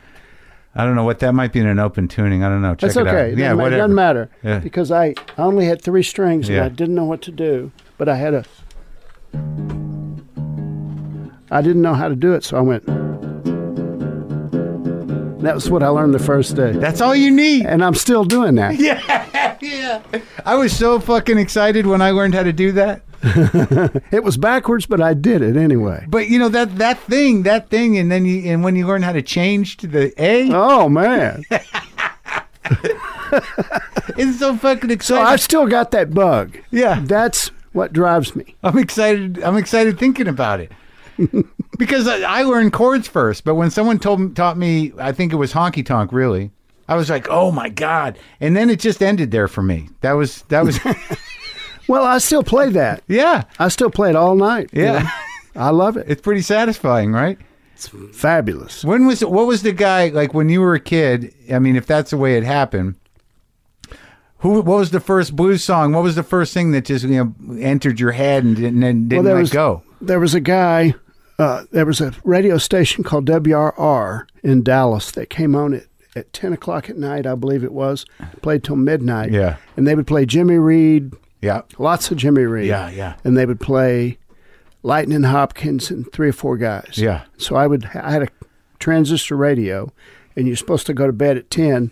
Speaker 1: I don't know what that might be in an open tuning. I don't know. Check
Speaker 4: That's
Speaker 1: it out.
Speaker 4: okay. It
Speaker 1: Yeah,
Speaker 4: doesn't, ma-
Speaker 1: whatever.
Speaker 4: doesn't matter
Speaker 1: Yeah.
Speaker 4: because I I only had three strings
Speaker 1: Yeah.
Speaker 4: and I didn't know what to do, but I had a. I didn't know how to do it, so I went. That was what I learned the first day,
Speaker 1: That's all you need.
Speaker 4: and I'm still doing that.
Speaker 1: <laughs> I was so fucking excited when I learned how to do that.
Speaker 4: It was backwards, but I did it anyway.
Speaker 1: But you know that that thing, that thing, and then you and when you learn how to change to the A,
Speaker 4: Oh
Speaker 1: <laughs>
Speaker 4: man!
Speaker 1: it's so fucking
Speaker 4: So I've
Speaker 1: exciting.
Speaker 4: still got that bug.
Speaker 1: yeah,
Speaker 4: That's what drives me.
Speaker 1: I'm excited. I'm excited thinking about it because I, I learned chords first. But when someone told taught me, I think it was honky tonk. Really, I was like, oh my god! And then it just ended there for me. That was that was
Speaker 4: Well, I still play that.
Speaker 1: yeah
Speaker 4: I still play it all night. you
Speaker 1: yeah.
Speaker 4: know? I love it.
Speaker 1: <laughs> It's pretty satisfying, right?
Speaker 4: It's fabulous.
Speaker 1: When was what was the guy like when you were a kid? I mean, if that's the way it happened, who what was the first blues song? What was the first thing that just you know entered your head and didn't, and didn't
Speaker 4: there
Speaker 1: let
Speaker 4: was,
Speaker 1: go?
Speaker 4: There was a guy, uh, there was a radio station called WRR in Dallas that came on at, at 10 o'clock at night, I believe it was, played till midnight.
Speaker 1: Yeah.
Speaker 4: And they would play Jimmy Reed,
Speaker 1: Yeah,
Speaker 4: lots of Jimmy Reed.
Speaker 1: Yeah, yeah. <laughs>
Speaker 4: And they would play Lightning Hopkins and three or four guys.
Speaker 1: Yeah.
Speaker 4: So I would, I had a transistor radio, and you're supposed to go to bed at 10.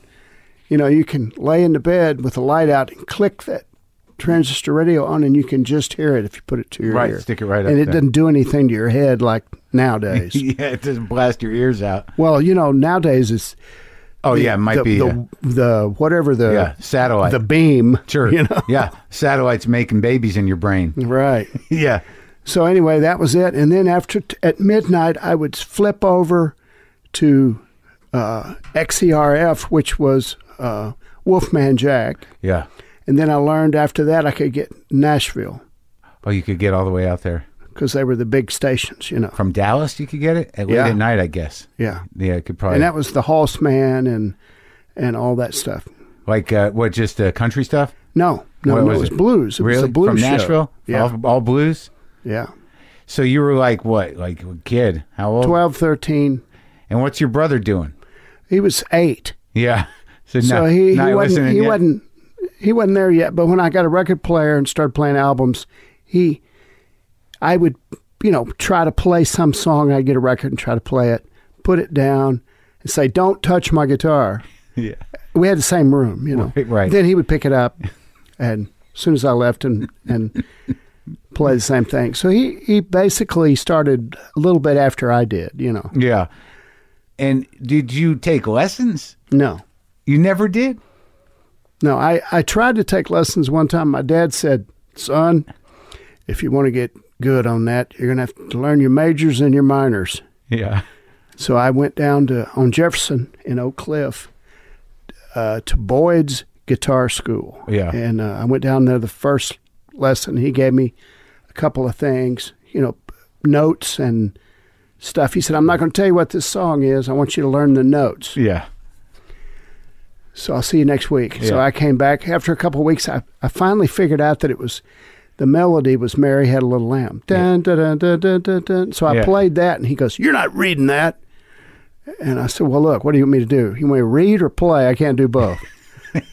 Speaker 4: You know, you can lay in the bed with the light out and click that transistor radio on, and you can just hear it if you put it to your
Speaker 1: Right,
Speaker 4: ear.
Speaker 1: stick it right up
Speaker 4: And it
Speaker 1: there.
Speaker 4: doesn't do anything to your head like
Speaker 1: <laughs>
Speaker 4: nowadays.
Speaker 1: yeah, it doesn't blast your ears out.
Speaker 4: well, you know, nowadays it's.
Speaker 1: Oh yeah, it might
Speaker 4: the,
Speaker 1: be
Speaker 4: the,
Speaker 1: uh,
Speaker 4: the whatever the
Speaker 1: yeah satellite.
Speaker 4: the beam.
Speaker 1: sure,
Speaker 4: <laughs> You know.
Speaker 1: yeah, satellites making babies in your
Speaker 4: <laughs>
Speaker 1: brain.
Speaker 4: Right.
Speaker 1: yeah,
Speaker 4: So anyway, that was it. And then after t- at midnight, I would flip over to uh, XERF, which was uh, Wolfman Jack.
Speaker 1: yeah.
Speaker 4: And then I learned after that I could get Nashville.
Speaker 1: Oh, you could get all the way out there.
Speaker 4: because they were the big stations, you know.
Speaker 1: From Dallas, you could get it at late
Speaker 4: Yeah.
Speaker 1: at night, I guess.
Speaker 4: Yeah,
Speaker 1: Yeah, it could probably
Speaker 4: and that was the Halsman and and all that stuff.
Speaker 1: like uh, what just uh, country stuff.
Speaker 4: No, no,
Speaker 1: What
Speaker 4: no,
Speaker 1: was
Speaker 4: it was
Speaker 1: it?
Speaker 4: blues. It
Speaker 1: really
Speaker 4: was a blues
Speaker 1: from
Speaker 4: show.
Speaker 1: Nashville. Oh.
Speaker 4: Yeah,
Speaker 1: all, all blues.
Speaker 4: yeah.
Speaker 1: So you were like what, like a kid? How old?
Speaker 4: 12, 13.
Speaker 1: And what's your brother doing?
Speaker 4: He was eight,
Speaker 1: Yeah. <laughs> So,
Speaker 4: so
Speaker 1: not,
Speaker 4: he,
Speaker 1: not
Speaker 4: he wasn't
Speaker 1: listening
Speaker 4: he
Speaker 1: yet.
Speaker 4: wasn't he wasn't there yet. But when I got a record player and started playing albums, he I would you know try to play some song. I'd get a record and try to play it, put it down, and say, "Don't touch my guitar."
Speaker 1: <laughs> Yeah.
Speaker 4: we had the same room, you know.
Speaker 1: Right, right.
Speaker 4: Then he would pick it up, and as soon as I left, and and play the same thing. So he he basically started a little bit after I did, you know.
Speaker 1: Yeah. And did you take lessons?
Speaker 4: No,
Speaker 1: You never did.
Speaker 4: no. I I tried to take lessons one time. My dad said, "Son, if you want to get good on that, you're gonna have to learn your majors and your minors."
Speaker 1: Yeah. <laughs>
Speaker 4: So I went down to on Jefferson in Oak Cliff uh, to Boyd's Guitar School.
Speaker 1: Yeah.
Speaker 4: and uh, I went down there the first lesson. He gave me a couple of things, you know, p- notes and stuff. He said, "I'm not going to tell you what this song is. I want you to learn the notes."
Speaker 1: Yeah.
Speaker 4: So I'll see you next week. So
Speaker 1: Yeah.
Speaker 4: I came back after a couple of weeks. I, I finally figured out that it was the melody was Mary Had a Little Lamb. Dun, dun, dun, dun, dun, dun, dun. So I
Speaker 1: Yeah.
Speaker 4: played that, and he goes, You're not reading that. And I said, Well, look, what do you want me to do? You want me to read or play? I can't
Speaker 1: <laughs>
Speaker 4: do both. And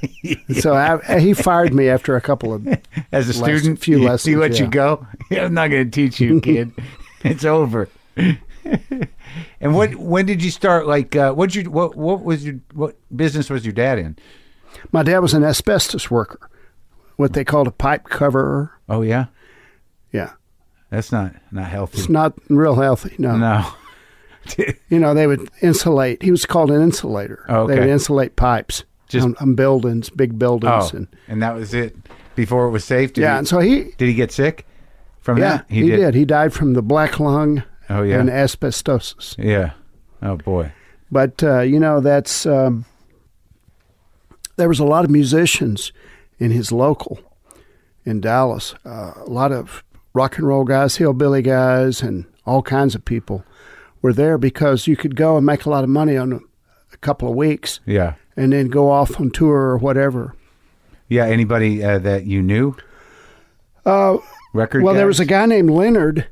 Speaker 4: So I, he fired me after a couple of.
Speaker 1: As a
Speaker 4: Less-
Speaker 1: student,
Speaker 4: few
Speaker 1: you,
Speaker 4: lessons,
Speaker 1: you let you
Speaker 4: yeah.
Speaker 1: go. <laughs> I'm not going to teach you, kid.
Speaker 4: <laughs>
Speaker 1: it's over. <laughs> and what? When did you start? Like, uh, what you? What? What was your? What business was your dad in?
Speaker 4: My dad was an asbestos worker, what they called a pipe coverer.
Speaker 1: Oh yeah,
Speaker 4: Yeah.
Speaker 1: that's not not
Speaker 4: It's
Speaker 1: healthy.
Speaker 4: not real healthy.
Speaker 1: No.
Speaker 4: you know, they would insulate. He was called an insulator.
Speaker 1: Oh, okay.
Speaker 4: They would insulate pipes
Speaker 1: Just-
Speaker 4: on, on buildings, big buildings,
Speaker 1: <laughs> Oh,
Speaker 4: and
Speaker 1: and that was it. Before it was safe. Did
Speaker 4: yeah.
Speaker 1: He,
Speaker 4: And so he,
Speaker 1: did he get sick from
Speaker 4: yeah,
Speaker 1: that?
Speaker 4: he, did. He died from the black lung
Speaker 1: Oh yeah.
Speaker 4: and asbestosis.
Speaker 1: yeah. Oh boy.
Speaker 4: But uh, you know, that's um, there was a lot of musicians in his local in Dallas. Uh, a lot of rock and roll guys, hillbilly guys, and all kinds of people were there because you could go and make a lot of money on a, a couple of weeks.
Speaker 1: Yeah.
Speaker 4: and then go off on tour or whatever.
Speaker 1: Yeah. Anybody uh, that you knew?
Speaker 4: Uh,
Speaker 1: Record.
Speaker 4: well, there
Speaker 1: guys?
Speaker 4: was a guy named Leonard.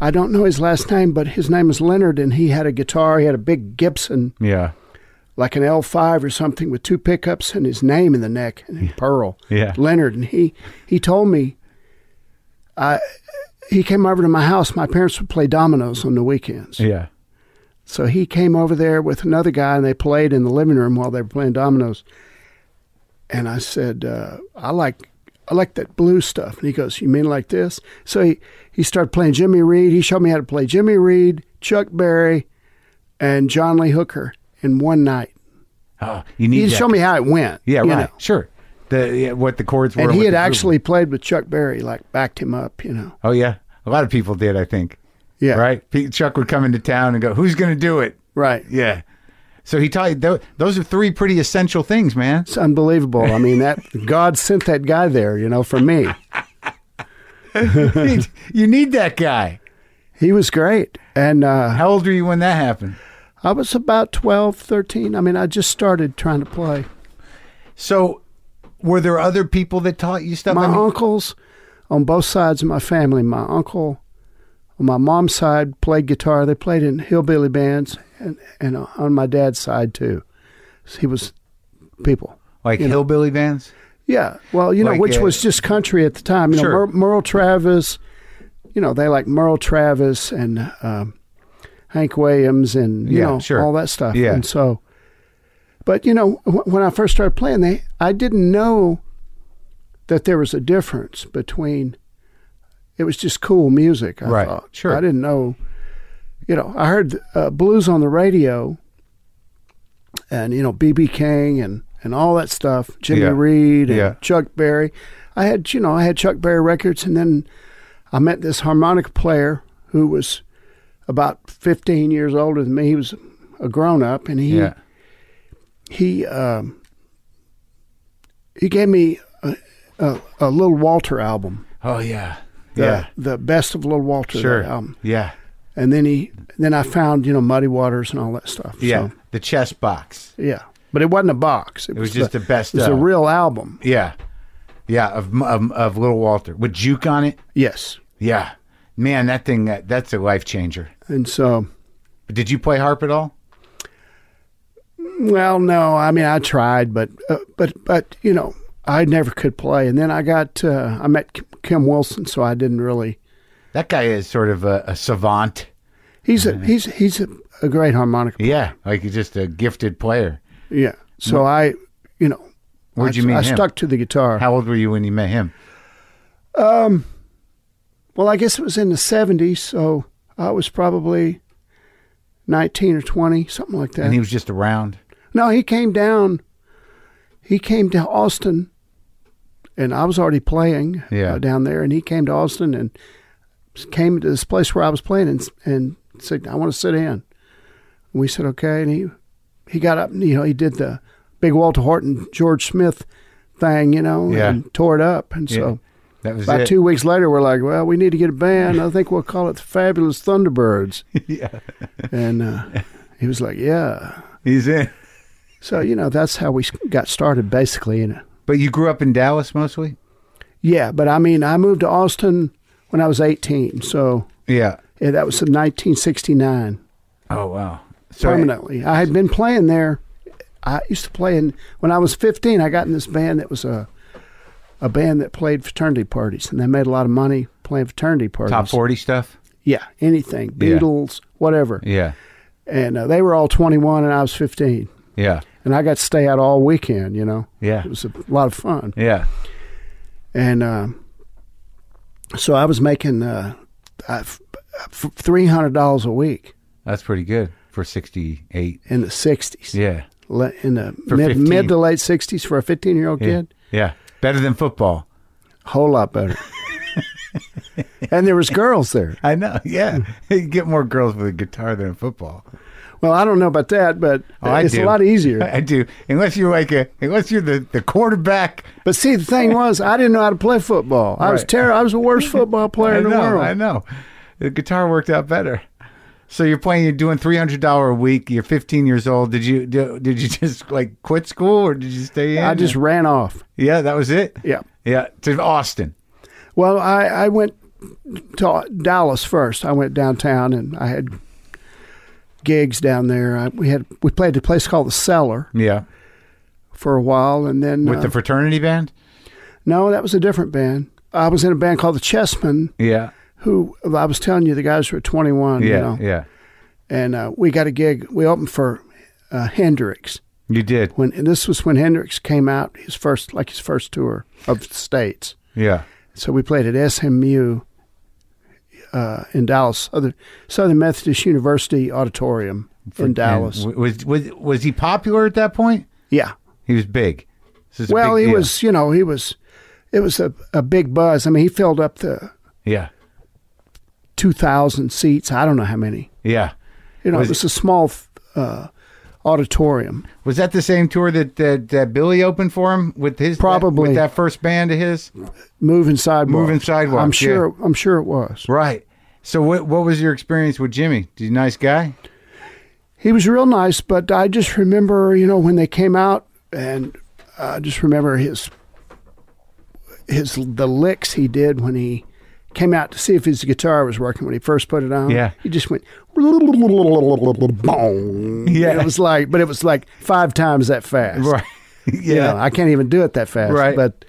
Speaker 4: I don't know his last name, but his name is Leonard, and he had a guitar. He had a big Gibson,
Speaker 1: Yeah.
Speaker 4: like an L5 or something, with two pickups and his name in the neck and Pearl.
Speaker 1: Yeah.
Speaker 4: Leonard, and he he told me, I he came over to my house. My parents would play dominoes on the weekends,
Speaker 1: Yeah.
Speaker 4: so he came over there with another guy, and they played in the living room while they were playing dominoes. And I said, uh, I like. I like that blue stuff. And he goes, You mean like this? So he, he started playing Jimmy Reed. He showed me how to play Jimmy Reed, Chuck Berry, and John Lee Hooker in one night.
Speaker 1: Oh, you need
Speaker 4: He
Speaker 1: that.
Speaker 4: showed me how it went.
Speaker 1: Yeah,
Speaker 4: you
Speaker 1: right.
Speaker 4: know.
Speaker 1: Sure. The yeah, what the chords were.
Speaker 4: And
Speaker 1: what
Speaker 4: he had
Speaker 1: the groove
Speaker 4: actually played with Chuck Berry, like backed him up, you know.
Speaker 1: was. Oh yeah, a lot of people did. I think.
Speaker 4: Yeah.
Speaker 1: Right. Pete, Chuck would come into town and go, "Who's going to do it?"
Speaker 4: Right.
Speaker 1: Yeah. So he taught you tho- those are three pretty essential things, <laughs> man.
Speaker 4: It's unbelievable. I mean, that God sent that guy there, you know, for me.
Speaker 1: you need that guy.
Speaker 4: He was great. And uh,
Speaker 1: How old were you when that happened?
Speaker 4: I was about 12, 13. I mean, I just started trying to play.
Speaker 1: So, were there other people that taught you stuff?
Speaker 4: My
Speaker 1: I mean-
Speaker 4: uncles on both sides of my family, my uncle on my mom's side played guitar. They played in hillbilly bands and, and on my dad's side too. So he was people.
Speaker 1: like hillbilly bands.
Speaker 4: Yeah. Well, you know,
Speaker 1: Like,
Speaker 4: which
Speaker 1: uh,
Speaker 4: was just country at the time. You know,
Speaker 1: Sure.
Speaker 4: Mer- Merle Travis, you know, they like Merle Travis and um, Hank Williams and, you
Speaker 1: Yeah,
Speaker 4: know,
Speaker 1: sure.
Speaker 4: all that stuff.
Speaker 1: Yeah.
Speaker 4: And so, but, you know, wh- when I first started playing, they, I didn't know that there was a difference between, it was just cool music, I
Speaker 1: Right,
Speaker 4: thought.
Speaker 1: sure.
Speaker 4: I didn't know, you know, I heard uh, blues on the radio and, you know, B.B. King and, and all that stuff, Jimmy
Speaker 1: Yeah.
Speaker 4: Reed and
Speaker 1: Yeah.
Speaker 4: Chuck Berry. I had, you know, I had Chuck Berry records, and then I met this harmonica player who was about 15 years older than me. He was a grown up, and he
Speaker 1: yeah.
Speaker 4: he um, he gave me a, a, a little Walter album,
Speaker 1: Oh yeah.
Speaker 4: the,
Speaker 1: Yeah.
Speaker 4: the best of Little Walter.
Speaker 1: Sure.
Speaker 4: Um,
Speaker 1: yeah.
Speaker 4: and then he, then I found you know Muddy Waters and all that stuff.
Speaker 1: Yeah.
Speaker 4: So,
Speaker 1: The chess box.
Speaker 4: yeah. But it wasn't a box. It,
Speaker 1: was just the best
Speaker 4: It was a
Speaker 1: of.
Speaker 4: real album.
Speaker 1: Yeah. Yeah. Of, of, of Little Walter with Juke on it.
Speaker 4: Yes.
Speaker 1: Yeah. Man, that thing, that, that's a life changer.
Speaker 4: And so,
Speaker 1: Did you play harp at all?
Speaker 4: well, no, I mean I tried, but uh, but but you know I never could play. And then I got uh, I met Kim- Kim Wilson, so I didn't really.
Speaker 1: That guy is sort of a, a savant.
Speaker 4: He's a he's he's a, a great harmonica.
Speaker 1: Yeah. Like he's just a gifted player.
Speaker 4: Yeah. So I, you know,
Speaker 1: Where'd
Speaker 4: I,
Speaker 1: you meet
Speaker 4: I
Speaker 1: him?
Speaker 4: stuck to the guitar.
Speaker 1: How old were you when you met him?
Speaker 4: Well, I guess it was in the 70s, so I was probably 19 or 20, something like that.
Speaker 1: And he was just around.
Speaker 4: no, he came down. He came to Austin, and I was already playing
Speaker 1: Yeah.
Speaker 4: uh, down there, and he came to Austin and s- came to this place where I was playing and, s- and said, I want to sit in. And we said, okay, and he, he got up and, you know, he did the big Walter Horton, George Smith thing, you know,
Speaker 1: Yeah.
Speaker 4: and tore it up. And so...
Speaker 1: That was
Speaker 4: About
Speaker 1: it.
Speaker 4: two weeks later, we're like, well, we need to get a band. I think we'll call it the Fabulous
Speaker 1: <laughs>
Speaker 4: Thunderbirds.
Speaker 1: <laughs> yeah.
Speaker 4: And uh, he was like, yeah.
Speaker 1: He's in.
Speaker 4: So, you know, that's how we s- got started, basically. And, uh,
Speaker 1: But you grew up in Dallas mostly?
Speaker 4: yeah, but I mean, I moved to Austin when I was 18. So
Speaker 1: Yeah.
Speaker 4: yeah, that was in 1969
Speaker 1: Oh, wow. So,
Speaker 4: permanently. I had been playing there. I used to play in, when I was 15, I got in this band that was a, a band that played fraternity parties, and they made a lot of money playing fraternity parties.
Speaker 1: top 40 stuff?
Speaker 4: Yeah, anything.
Speaker 1: Yeah.
Speaker 4: Beatles, whatever.
Speaker 1: Yeah.
Speaker 4: and uh, they were all 21 and I was 15
Speaker 1: Yeah.
Speaker 4: and I got to stay out all weekend you know
Speaker 1: Yeah.
Speaker 4: it was a lot of fun
Speaker 1: Yeah.
Speaker 4: and um, so I was making uh, I f- f- $300 a week
Speaker 1: That's pretty good for 68.
Speaker 4: in the 60s
Speaker 1: Yeah.
Speaker 4: Le- in the
Speaker 1: For
Speaker 4: mid,
Speaker 1: 15.
Speaker 4: mid to late 60s for a 15 year old
Speaker 1: Yeah.
Speaker 4: kid
Speaker 1: Yeah. Better than football.
Speaker 4: whole lot better <laughs> and there was girls there
Speaker 1: I know. <laughs> Yeah. you get more girls with a guitar than football.
Speaker 4: well I don't know about that but
Speaker 1: Oh, I
Speaker 4: it's
Speaker 1: do.
Speaker 4: a lot
Speaker 1: <laughs>
Speaker 4: easier
Speaker 1: I do. Unless you're like a, unless you're the, the quarterback.
Speaker 4: but see the thing was I didn't know how to play football I was
Speaker 1: Right.
Speaker 4: terrible I was the worst football player
Speaker 1: <laughs> I
Speaker 4: in the
Speaker 1: know.
Speaker 4: world
Speaker 1: I know. The guitar worked out better. So you're playing. You're doing three hundred dollar a week. You're 15 years old. Did you do, did you <laughs> just like quit school or did you stay in?
Speaker 4: I just ran off
Speaker 1: yeah. That was it.
Speaker 4: Yeah.
Speaker 1: Yeah. To Austin.
Speaker 4: Well, I, I went to Dallas first. I went downtown and I had gigs down there. I, we had we played at a place called the Cellar
Speaker 1: Yeah.
Speaker 4: for a while, and then
Speaker 1: With
Speaker 4: uh,
Speaker 1: the fraternity band.
Speaker 4: no, that was a different band. I was in a band called the Chessmen,
Speaker 1: Yeah.
Speaker 4: who I was telling you the guys were 21,
Speaker 1: Yeah.
Speaker 4: you know,
Speaker 1: Yeah.
Speaker 4: and uh, we got a gig. We opened for uh, Hendrix
Speaker 1: You did.
Speaker 4: when and this was when Hendrix came out his first like his first tour of the states.
Speaker 1: Yeah.
Speaker 4: So we played at SMU uh, in Dallas, other Southern Methodist University auditorium in Dallas.
Speaker 1: And w- was was was he popular at that point?
Speaker 4: yeah.
Speaker 1: He was big. This is a
Speaker 4: Well,
Speaker 1: big
Speaker 4: he
Speaker 1: deal.
Speaker 4: was, you know, he was, it was a, a big buzz. I mean, he filled up the
Speaker 1: Yeah.
Speaker 4: 2,000 seats. I don't know how many.
Speaker 1: Yeah.
Speaker 4: You know,
Speaker 1: Was-
Speaker 4: it was a small uh, auditorium.
Speaker 1: Was that the same tour that that, that Billy opened for him with his
Speaker 4: Probably.
Speaker 1: with that first band of his?
Speaker 4: Moving sidewalk.
Speaker 1: Moving Sidewalks,
Speaker 4: I'm sure. I'm sure it was.
Speaker 1: Right. So what what was your experience with Jimmy? Did he nice guy?
Speaker 4: He was real nice, but I just remember, you know, when they came out, and I just remember his his the licks he did when he came out to see if his guitar was working when he first put it on.
Speaker 1: Yeah.
Speaker 4: he just went. Boom.
Speaker 1: Yeah.
Speaker 4: it was like, but it was like five times that
Speaker 1: <laughs>
Speaker 4: fast.
Speaker 1: yeah.
Speaker 4: You know, I can't even do it that fast.
Speaker 1: Right.
Speaker 4: but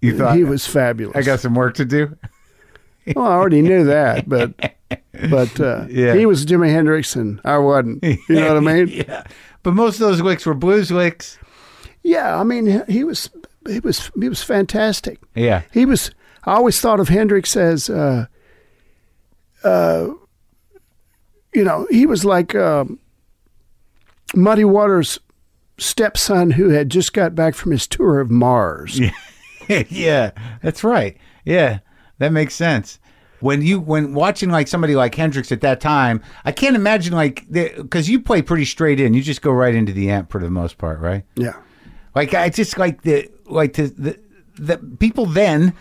Speaker 1: you thought
Speaker 4: he was fabulous.
Speaker 1: I got some work to do.
Speaker 4: Well, I already knew
Speaker 1: <laughs>
Speaker 4: that, but but uh,
Speaker 1: Yeah.
Speaker 4: he was Jimi Hendrix and I wasn't. You know what I
Speaker 1: <laughs>
Speaker 4: mean?
Speaker 1: yeah. But most of those licks were blues licks.
Speaker 4: Yeah, I mean he- he was he was he was fantastic.
Speaker 1: Yeah.
Speaker 4: He was. I always thought of Hendrix as, uh, uh, you know, he was like um, Muddy Waters' stepson who had just got back from his tour of Mars.
Speaker 1: <laughs> yeah, that's right. Yeah, that makes sense. When you when watching like somebody like Hendrix at that time, I can't imagine like because you play pretty straight in. You just go right into the amp for the most part, right?
Speaker 4: Yeah.
Speaker 1: Like I just like the like the the, that people then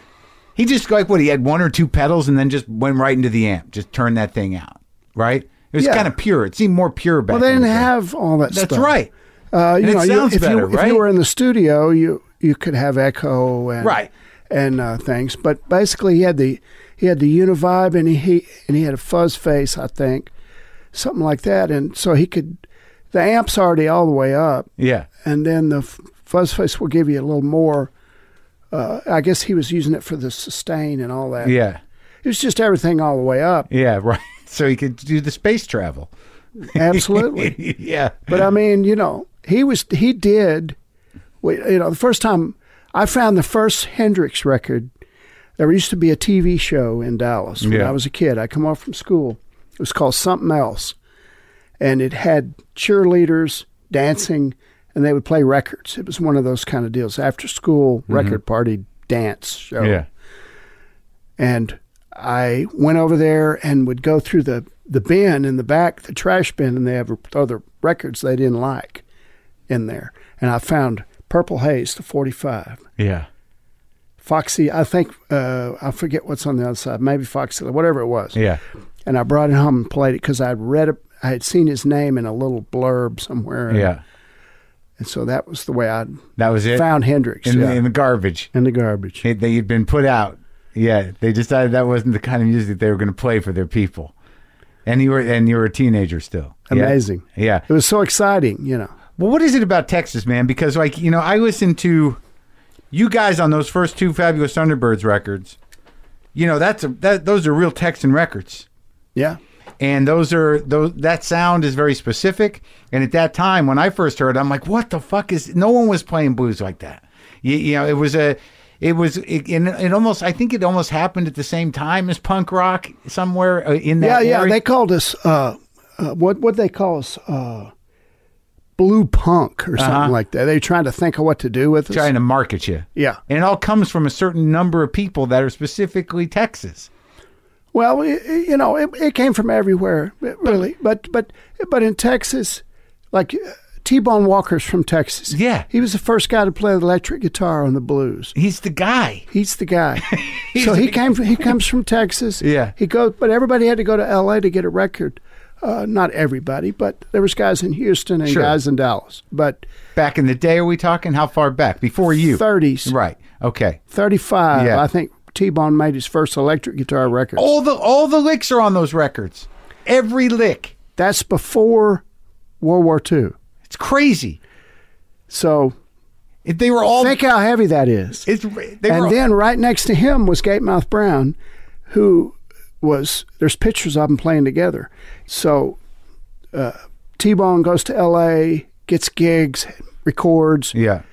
Speaker 1: he just like what he had one or two pedals and then just went right into the amp, just turned that thing out, right? It was
Speaker 4: Yeah.
Speaker 1: kind of pure. It seemed more pure back.
Speaker 4: Well, they
Speaker 1: in
Speaker 4: didn't
Speaker 1: the day.
Speaker 4: have all that stuff.
Speaker 1: That's right.
Speaker 4: Uh, you
Speaker 1: And it
Speaker 4: know, you-
Speaker 1: sounds
Speaker 4: if,
Speaker 1: better,
Speaker 4: you, if
Speaker 1: right?
Speaker 4: you were in the studio, you you could have echo and
Speaker 1: Right.
Speaker 4: and uh, things. But basically, he had the he had the univibe and he and he had a fuzz face, I think, something like that. And so he could the amps already all the way up,
Speaker 1: Yeah.
Speaker 4: and then the f- fuzz face will give you a little more. Uh, I guess he was using it for the sustain and all that.
Speaker 1: Yeah.
Speaker 4: It was just everything all the
Speaker 1: <laughs>
Speaker 4: way up.
Speaker 1: Yeah. Right. So he could do the space
Speaker 4: <laughs>
Speaker 1: travel.
Speaker 4: Absolutely.
Speaker 1: yeah.
Speaker 4: But I mean, you know, he was he did. we- You know, the first time I found the first Hendrix record, there used to be a TV show in Dallas when
Speaker 1: Yeah.
Speaker 4: I was a kid. I come off from school. It was called Something Else, and it had cheerleaders dancing, and they would play records. It was one of those kind of deals, after school record party dance show.
Speaker 1: Mm-hmm. Yeah.
Speaker 4: And I went over there and would go through the, the bin in the back, the trash bin, and they have other records they didn't like in there. And I found Purple Haze, the 45.
Speaker 1: Yeah.
Speaker 4: Foxy, I think, uh, I forget what's on the other side, maybe Foxy, whatever it was.
Speaker 1: Yeah.
Speaker 4: And I brought it home and played it because I'd read it, I had seen his name in a little blurb somewhere.
Speaker 1: Yeah.
Speaker 4: And so that was the way I
Speaker 1: That was it.
Speaker 4: found Hendrix
Speaker 1: in,
Speaker 4: yeah,
Speaker 1: the, in the garbage.
Speaker 4: in the garbage.
Speaker 1: They, they had been put out. Yeah. They decided that wasn't the kind of music they were going to play for their people. And you were and you were a teenager still. Yeah.
Speaker 4: Amazing.
Speaker 1: Yeah.
Speaker 4: It was so exciting, you know.
Speaker 1: Well, what is it about Texas, man? Because like you know, I listened to you guys on those first two fabulous Thunderbirds records. You know, that's a that those are real Texan records,
Speaker 4: Yeah.
Speaker 1: and those are those that sound is very specific. And at that time, when I first heard, it, I'm like, what the fuck is? No one was playing blues like that. You, you know, it was a. It was it, and it almost I think it almost happened at the same time as punk rock somewhere uh, in
Speaker 4: Yeah,
Speaker 1: that
Speaker 4: yeah.
Speaker 1: area.
Speaker 4: They called us uh, uh, what what they call us uh, blue punk or something like that. They were trying to think of what to do with us.
Speaker 1: Uh-huh. trying to market you.
Speaker 4: Yeah.
Speaker 1: And it all comes from a certain number of people that are specifically Texas.
Speaker 4: Well, y- y- you know, it, it came from everywhere, it really. But but but in Texas, like uh, T-Bone Walker's from Texas.
Speaker 1: Yeah.
Speaker 4: he was the first guy to play the electric guitar on the blues.
Speaker 1: He's the guy.
Speaker 4: He's
Speaker 1: <laughs>
Speaker 4: the guy. so he came. He comes from Texas.
Speaker 1: Yeah.
Speaker 4: He goes, but everybody had to go to L.A. to get a record. Uh, not everybody, but there was guys in Houston and
Speaker 1: Sure.
Speaker 4: guys in Dallas. But
Speaker 1: Back in the day, are we talking? How far back? Before you?
Speaker 4: 30s,
Speaker 1: Right. Okay.
Speaker 4: 35.
Speaker 1: Yeah.
Speaker 4: I think T Bone made his first electric guitar record.
Speaker 1: All the all the licks are on those records. Every lick.
Speaker 4: That's before World War II.
Speaker 1: It's crazy.
Speaker 4: So
Speaker 1: If They were all.
Speaker 4: think how heavy that is.
Speaker 1: it's, they were
Speaker 4: And
Speaker 1: all-
Speaker 4: then right next to him was Gatemouth Brown, who was, there's pictures of them playing together. So uh, T Bone goes to LA, gets gigs, records.
Speaker 1: yeah.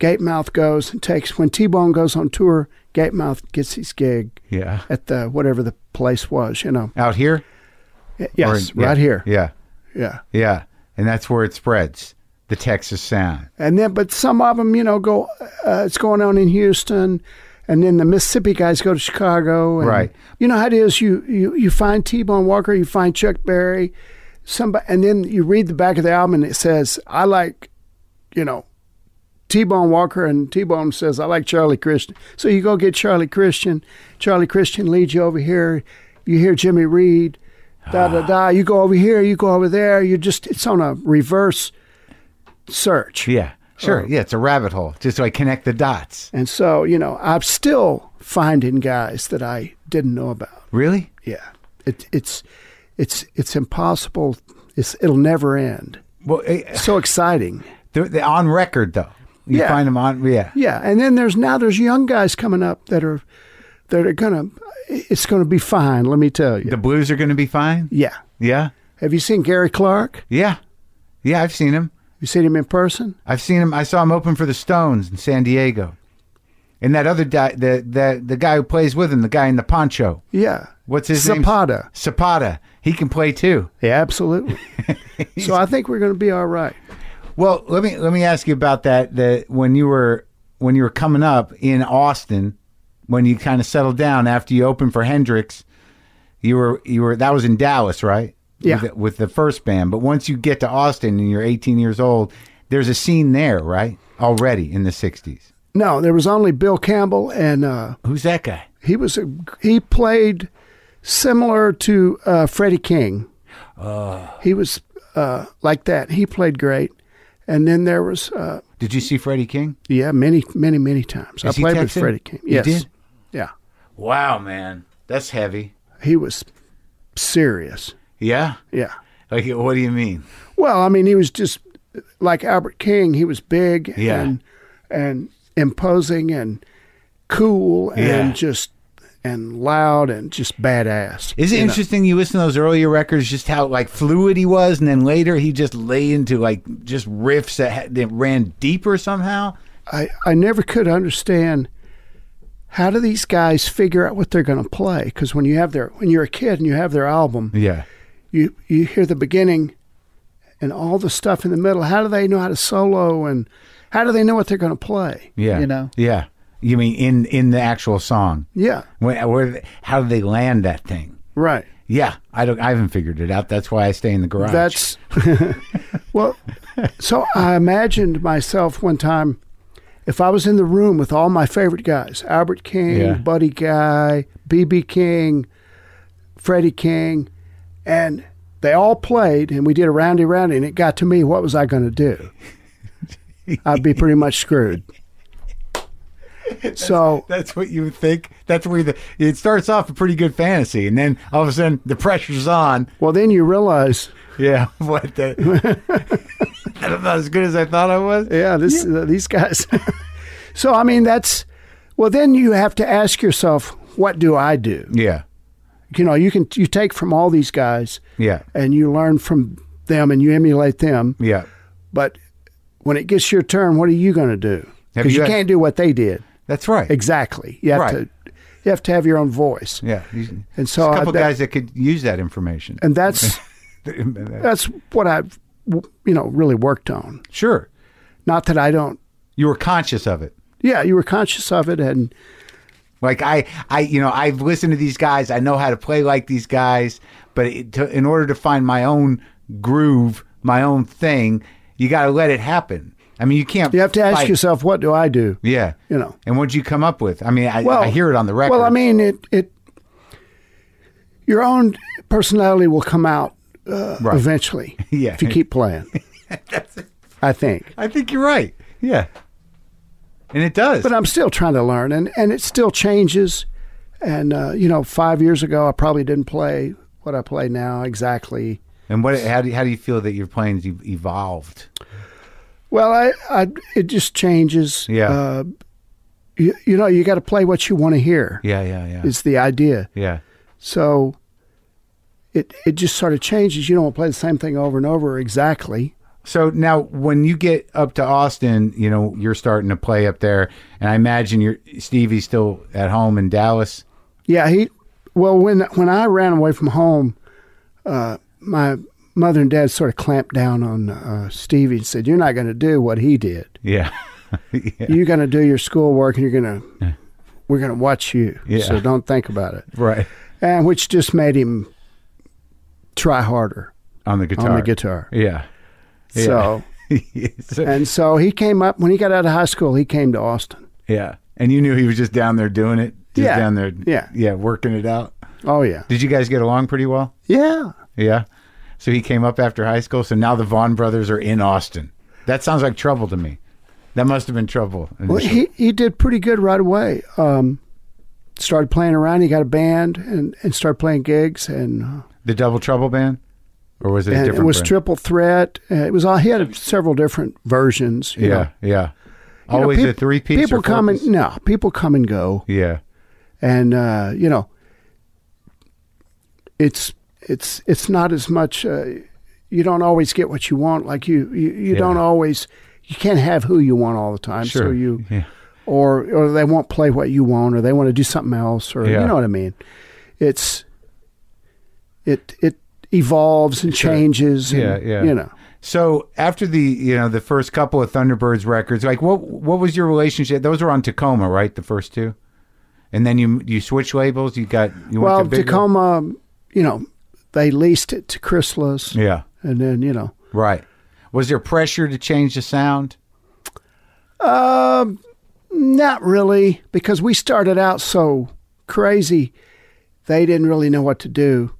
Speaker 4: Gatemouth goes and takes, when T Bone goes on tour, Gatemouth gets his gig
Speaker 1: Yeah.
Speaker 4: at the whatever the place was, you know.
Speaker 1: Out here. Or
Speaker 4: Yes,
Speaker 1: in- yeah,
Speaker 4: right here.
Speaker 1: Yeah.
Speaker 4: Yeah.
Speaker 1: Yeah. And that's where it spreads. The Texas sound.
Speaker 4: And then, but some of them, you know, go, uh, it's going on in Houston. And then the Mississippi guys go to Chicago. And
Speaker 1: Right.
Speaker 4: You know how it is. You, you, you find T-Bone Walker, you find Chuck Berry, somebody, and then you read the back of the album and it says, I like, you know, T-Bone Walker and T-Bone says, I like Charlie Christian. So you go get Charlie Christian. Charlie Christian leads you over here. You hear Jimmy Reed, da, da, da. You go over here, you go over there. You just, it's on a reverse search.
Speaker 1: Yeah. Sure. Oh. yeah. It's a rabbit hole. Just so I connect the dots.
Speaker 4: And so, you know, I'm still finding guys that I didn't know about.
Speaker 1: Really?
Speaker 4: Yeah. It, it's it's it's impossible. It's it'll never end.
Speaker 1: Well, eh,
Speaker 4: So exciting.
Speaker 1: they're, they're on record though. You
Speaker 4: Yeah.
Speaker 1: find them on. Yeah.
Speaker 4: Yeah. And then there's now there's young guys coming up that are that are gonna it's gonna be fine, let me tell you.
Speaker 1: The Blues are going to be fine.
Speaker 4: yeah.
Speaker 1: Yeah.
Speaker 4: Have you seen Gary Clark?
Speaker 1: Yeah. Yeah. I've seen him.
Speaker 4: You seen him in person?
Speaker 1: I've seen him. I saw him open for the Stones in San Diego, and that other guy, the the the guy who plays with him, the guy in the poncho.
Speaker 4: Yeah.
Speaker 1: What's his name?
Speaker 4: Zapata.
Speaker 1: Zapata. He can play too.
Speaker 4: Yeah, absolutely. so I think we're gonna be all right.
Speaker 1: Well, let me let me ask you about that. That when you were when you were coming up in Austin, when you kind of settled down after you opened for Hendrix, you were you were that was in Dallas, right?
Speaker 4: Yeah.
Speaker 1: With the, with the first band, but once you get to Austin and you're 18 years old, there's a scene there, right? Already in the 60s.
Speaker 4: No, there was only Bill Campbell, and uh,
Speaker 1: Who's that guy?
Speaker 4: he was a, he played similar to uh, Freddie King. He was uh, like that. He played great, and then there was uh,
Speaker 1: Did you see Freddie King?
Speaker 4: yeah, many, many, many
Speaker 1: Is
Speaker 4: times. I
Speaker 1: he
Speaker 4: played with
Speaker 1: Texan?
Speaker 4: Freddie King.
Speaker 1: You
Speaker 4: Yes,
Speaker 1: did?
Speaker 4: yeah,
Speaker 1: Wow, man, that's heavy.
Speaker 4: he was serious.
Speaker 1: Yeah.
Speaker 4: Yeah.
Speaker 1: Like, what do you mean?
Speaker 4: Well, I mean, he was just like Albert King. He was big
Speaker 1: Yeah.
Speaker 4: and and imposing and cool and
Speaker 1: Yeah.
Speaker 4: just and loud and just badass.
Speaker 1: Is it
Speaker 4: you know?
Speaker 1: interesting you listen to those earlier records, just how like fluid he was, and then later he just lay into like just riffs that, had, that ran deeper somehow?
Speaker 4: I, I never could understand how do these guys figure out what they're going to play? Because when you have their when you're a kid and you have their album,
Speaker 1: Yeah.
Speaker 4: you you hear the beginning and all the stuff in the middle. How do they know how to solo and how do they know what they're going to play?
Speaker 1: Yeah.
Speaker 4: you know,
Speaker 1: Yeah. You mean in in the actual song?
Speaker 4: yeah,
Speaker 1: Where, where how do they land that thing?
Speaker 4: right.
Speaker 1: Yeah, I don't. I haven't figured it out. That's why I stay in the garage.
Speaker 4: That's <laughs> well. So I imagined myself one time if I was in the room with all my favorite guys: Albert King,
Speaker 1: Yeah.
Speaker 4: Buddy Guy, BB King, Freddie King, and they all played, and we did a roundy roundy, and it got to me. What was I going to do? I'd be pretty much screwed. So
Speaker 1: that's what you think. That's where the it starts off a pretty good fantasy, and then all of a sudden the pressure's on.
Speaker 4: well, then you realize,
Speaker 1: Yeah, <laughs> what the? I'm not as good as I thought I was.
Speaker 4: yeah, this uh, these guys. <laughs> so I mean, that's well. Then you have to ask yourself, what do I do?
Speaker 1: Yeah,
Speaker 4: you know you can you take from all these guys
Speaker 1: yeah,
Speaker 4: and you learn from them and you emulate them
Speaker 1: yeah.
Speaker 4: but when it gets your turn what are you going to do
Speaker 1: Have
Speaker 4: because
Speaker 1: you
Speaker 4: you,
Speaker 1: had-
Speaker 4: can't do what they did
Speaker 1: That's right.
Speaker 4: exactly you have
Speaker 1: Right.
Speaker 4: to you have to have your own voice
Speaker 1: Yeah, you-
Speaker 4: And so
Speaker 1: there's a
Speaker 4: I-
Speaker 1: couple
Speaker 4: that-
Speaker 1: guys that could use that information.
Speaker 4: and that's that's what i've w- you know really worked on
Speaker 1: <laughs> sure,
Speaker 4: not that i don't
Speaker 1: you were conscious of it.
Speaker 4: yeah you were conscious of it and
Speaker 1: Like I, I, you know, I've listened to these guys. I know how to play like these guys, but it, to, in order to find my own groove, my own thing, you got to let it happen. I mean, you can't.
Speaker 4: you have to ask
Speaker 1: fight-
Speaker 4: yourself what do i do
Speaker 1: Yeah.
Speaker 4: you know
Speaker 1: And what'd you come up with? I mean, I,
Speaker 4: Well,
Speaker 1: I hear it on the record.
Speaker 4: Well, I mean, it it your own personality will come out uh,
Speaker 1: Right.
Speaker 4: eventually.
Speaker 1: <laughs> Yeah.
Speaker 4: if you
Speaker 1: <laughs>
Speaker 4: keep playing. I think,
Speaker 1: I think you're right. Yeah. And it does.
Speaker 4: but I'm still trying to learn, and and it still changes. And uh, you know, five years ago, I probably didn't play what I play now exactly.
Speaker 1: and what? How do you, how do you feel that your playing's e- evolved?
Speaker 4: Well, I, I it just changes.
Speaker 1: Yeah.
Speaker 4: Uh, you, you know, you got to play what you want to hear.
Speaker 1: Yeah, yeah, yeah,
Speaker 4: Is the idea.
Speaker 1: yeah,
Speaker 4: So it it just sort of changes. You don't want to play the same thing over and over exactly.
Speaker 1: So now, when you get up to Austin, you know you're starting to play up there, and I imagine you're Stevie's still at home in Dallas.
Speaker 4: Yeah, he well when when I ran away from home, uh, my mother and dad sort of clamped down on uh, Stevie and said, "You're not going to do what he did.
Speaker 1: Yeah, yeah.
Speaker 4: You're going to do your schoolwork, and you're going to we're going to watch you.
Speaker 1: Yeah.
Speaker 4: So don't think about it."
Speaker 1: <laughs> right
Speaker 4: And which just made him try harder
Speaker 1: on the guitar.
Speaker 4: on the guitar.
Speaker 1: Yeah. <laughs>
Speaker 4: So
Speaker 1: Yeah. So-
Speaker 4: and so he came up when he got out of high school. He came to Austin.
Speaker 1: yeah, and you knew he was just down there doing it. Just
Speaker 4: Yeah.
Speaker 1: down there.
Speaker 4: Yeah.
Speaker 1: yeah, working it out.
Speaker 4: Oh yeah,
Speaker 1: Did you guys get along pretty well?
Speaker 4: yeah.
Speaker 1: Yeah. So he came up after high school. So now the Vaughn brothers are in Austin. That sounds like trouble to me. That must have been trouble.
Speaker 4: Well,
Speaker 1: initially.
Speaker 4: he, he did pretty good right away. Um, started playing around. He got a band and, and started playing gigs. And, uh,
Speaker 1: the Double Trouble band, or was it a
Speaker 4: and it
Speaker 1: different?
Speaker 4: was
Speaker 1: brand?
Speaker 4: Triple Threat. Uh, it was all, he had several different versions. you know.
Speaker 1: Yeah, yeah.
Speaker 4: You know,
Speaker 1: Always
Speaker 4: peop-
Speaker 1: a three piece.
Speaker 4: People come and no, people come and go,
Speaker 1: Yeah,
Speaker 4: and uh, you know, it's it's it's not as much. Uh, you don't always get what you want. Like you, you, you
Speaker 1: Yeah.
Speaker 4: don't always. You can't have who you want all the time. So
Speaker 1: Sure.
Speaker 4: you,
Speaker 1: Yeah.
Speaker 4: or or they won't play what you want, or they want to do something else, or
Speaker 1: Yeah.
Speaker 4: you know what I mean. It's it it evolves and changes. and,
Speaker 1: Yeah, yeah.
Speaker 4: You know,
Speaker 1: So after the you know the first couple of Thunderbirds records, like what what was your relationship? Those were on Tacoma, right? The first two, and then you you switch labels. You got you
Speaker 4: well,
Speaker 1: went to bigger-
Speaker 4: Tacoma, you know, they leased it to Chrysalis,
Speaker 1: Yeah,
Speaker 4: and then you know,
Speaker 1: right. Was there pressure to change the sound?
Speaker 4: um, Not really, because we started out so crazy. They didn't really know what to do.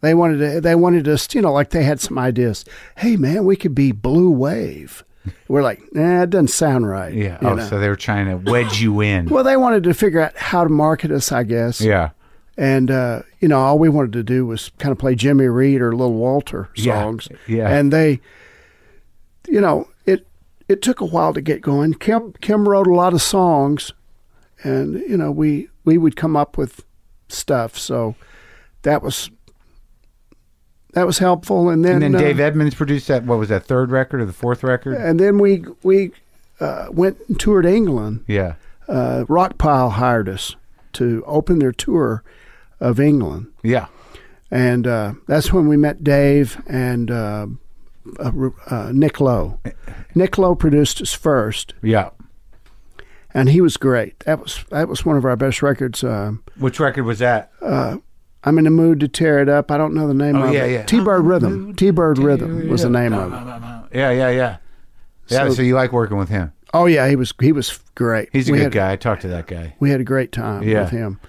Speaker 4: They wanted to, they wanted us, you know, like they had some ideas. Hey, man, we could be Blue Wave. We're like, nah, it doesn't sound right.
Speaker 1: Yeah.
Speaker 4: you
Speaker 1: Oh,
Speaker 4: know.
Speaker 1: so they were trying to wedge you in.
Speaker 4: well, they wanted to figure out how to market us, I guess.
Speaker 1: yeah.
Speaker 4: And, uh, you know, all we wanted to do was kind of play Jimmy Reed or Little Walter
Speaker 1: Yeah,
Speaker 4: songs.
Speaker 1: yeah.
Speaker 4: And they, you know, it it took a while to get going. Kim Kim wrote a lot of songs, and you know we we would come up with stuff. So that was that was helpful. And
Speaker 1: And
Speaker 4: then
Speaker 1: then
Speaker 4: uh,
Speaker 1: Dave Edmonds produced that. What was that third record or the fourth record?
Speaker 4: and then we we uh, went and toured England.
Speaker 1: yeah.
Speaker 4: Uh, Rockpile hired us to open their tour of England.
Speaker 1: Yeah.
Speaker 4: and uh, that's when we met Dave and uh, uh, Ru- uh, Nick Lowe. Nick Lowe produced us first,
Speaker 1: Yeah.
Speaker 4: and he was great. That was that was one of our best records. Um
Speaker 1: Which record was that?
Speaker 4: I'm in the mood to tear it up. I don't know the name
Speaker 1: Oh,
Speaker 4: of
Speaker 1: yeah,
Speaker 4: it.
Speaker 1: yeah.
Speaker 4: T-Bird Rhythm. T-Bird Rhythm was the name of it.
Speaker 1: Yeah, yeah, yeah. Yeah, so,
Speaker 4: So-
Speaker 1: you like working with him.
Speaker 4: Oh yeah, he was he was great.
Speaker 1: He's a
Speaker 4: we
Speaker 1: good
Speaker 4: had,
Speaker 1: guy. I talked to that guy.
Speaker 4: We had a great time
Speaker 1: Yeah.
Speaker 4: with him.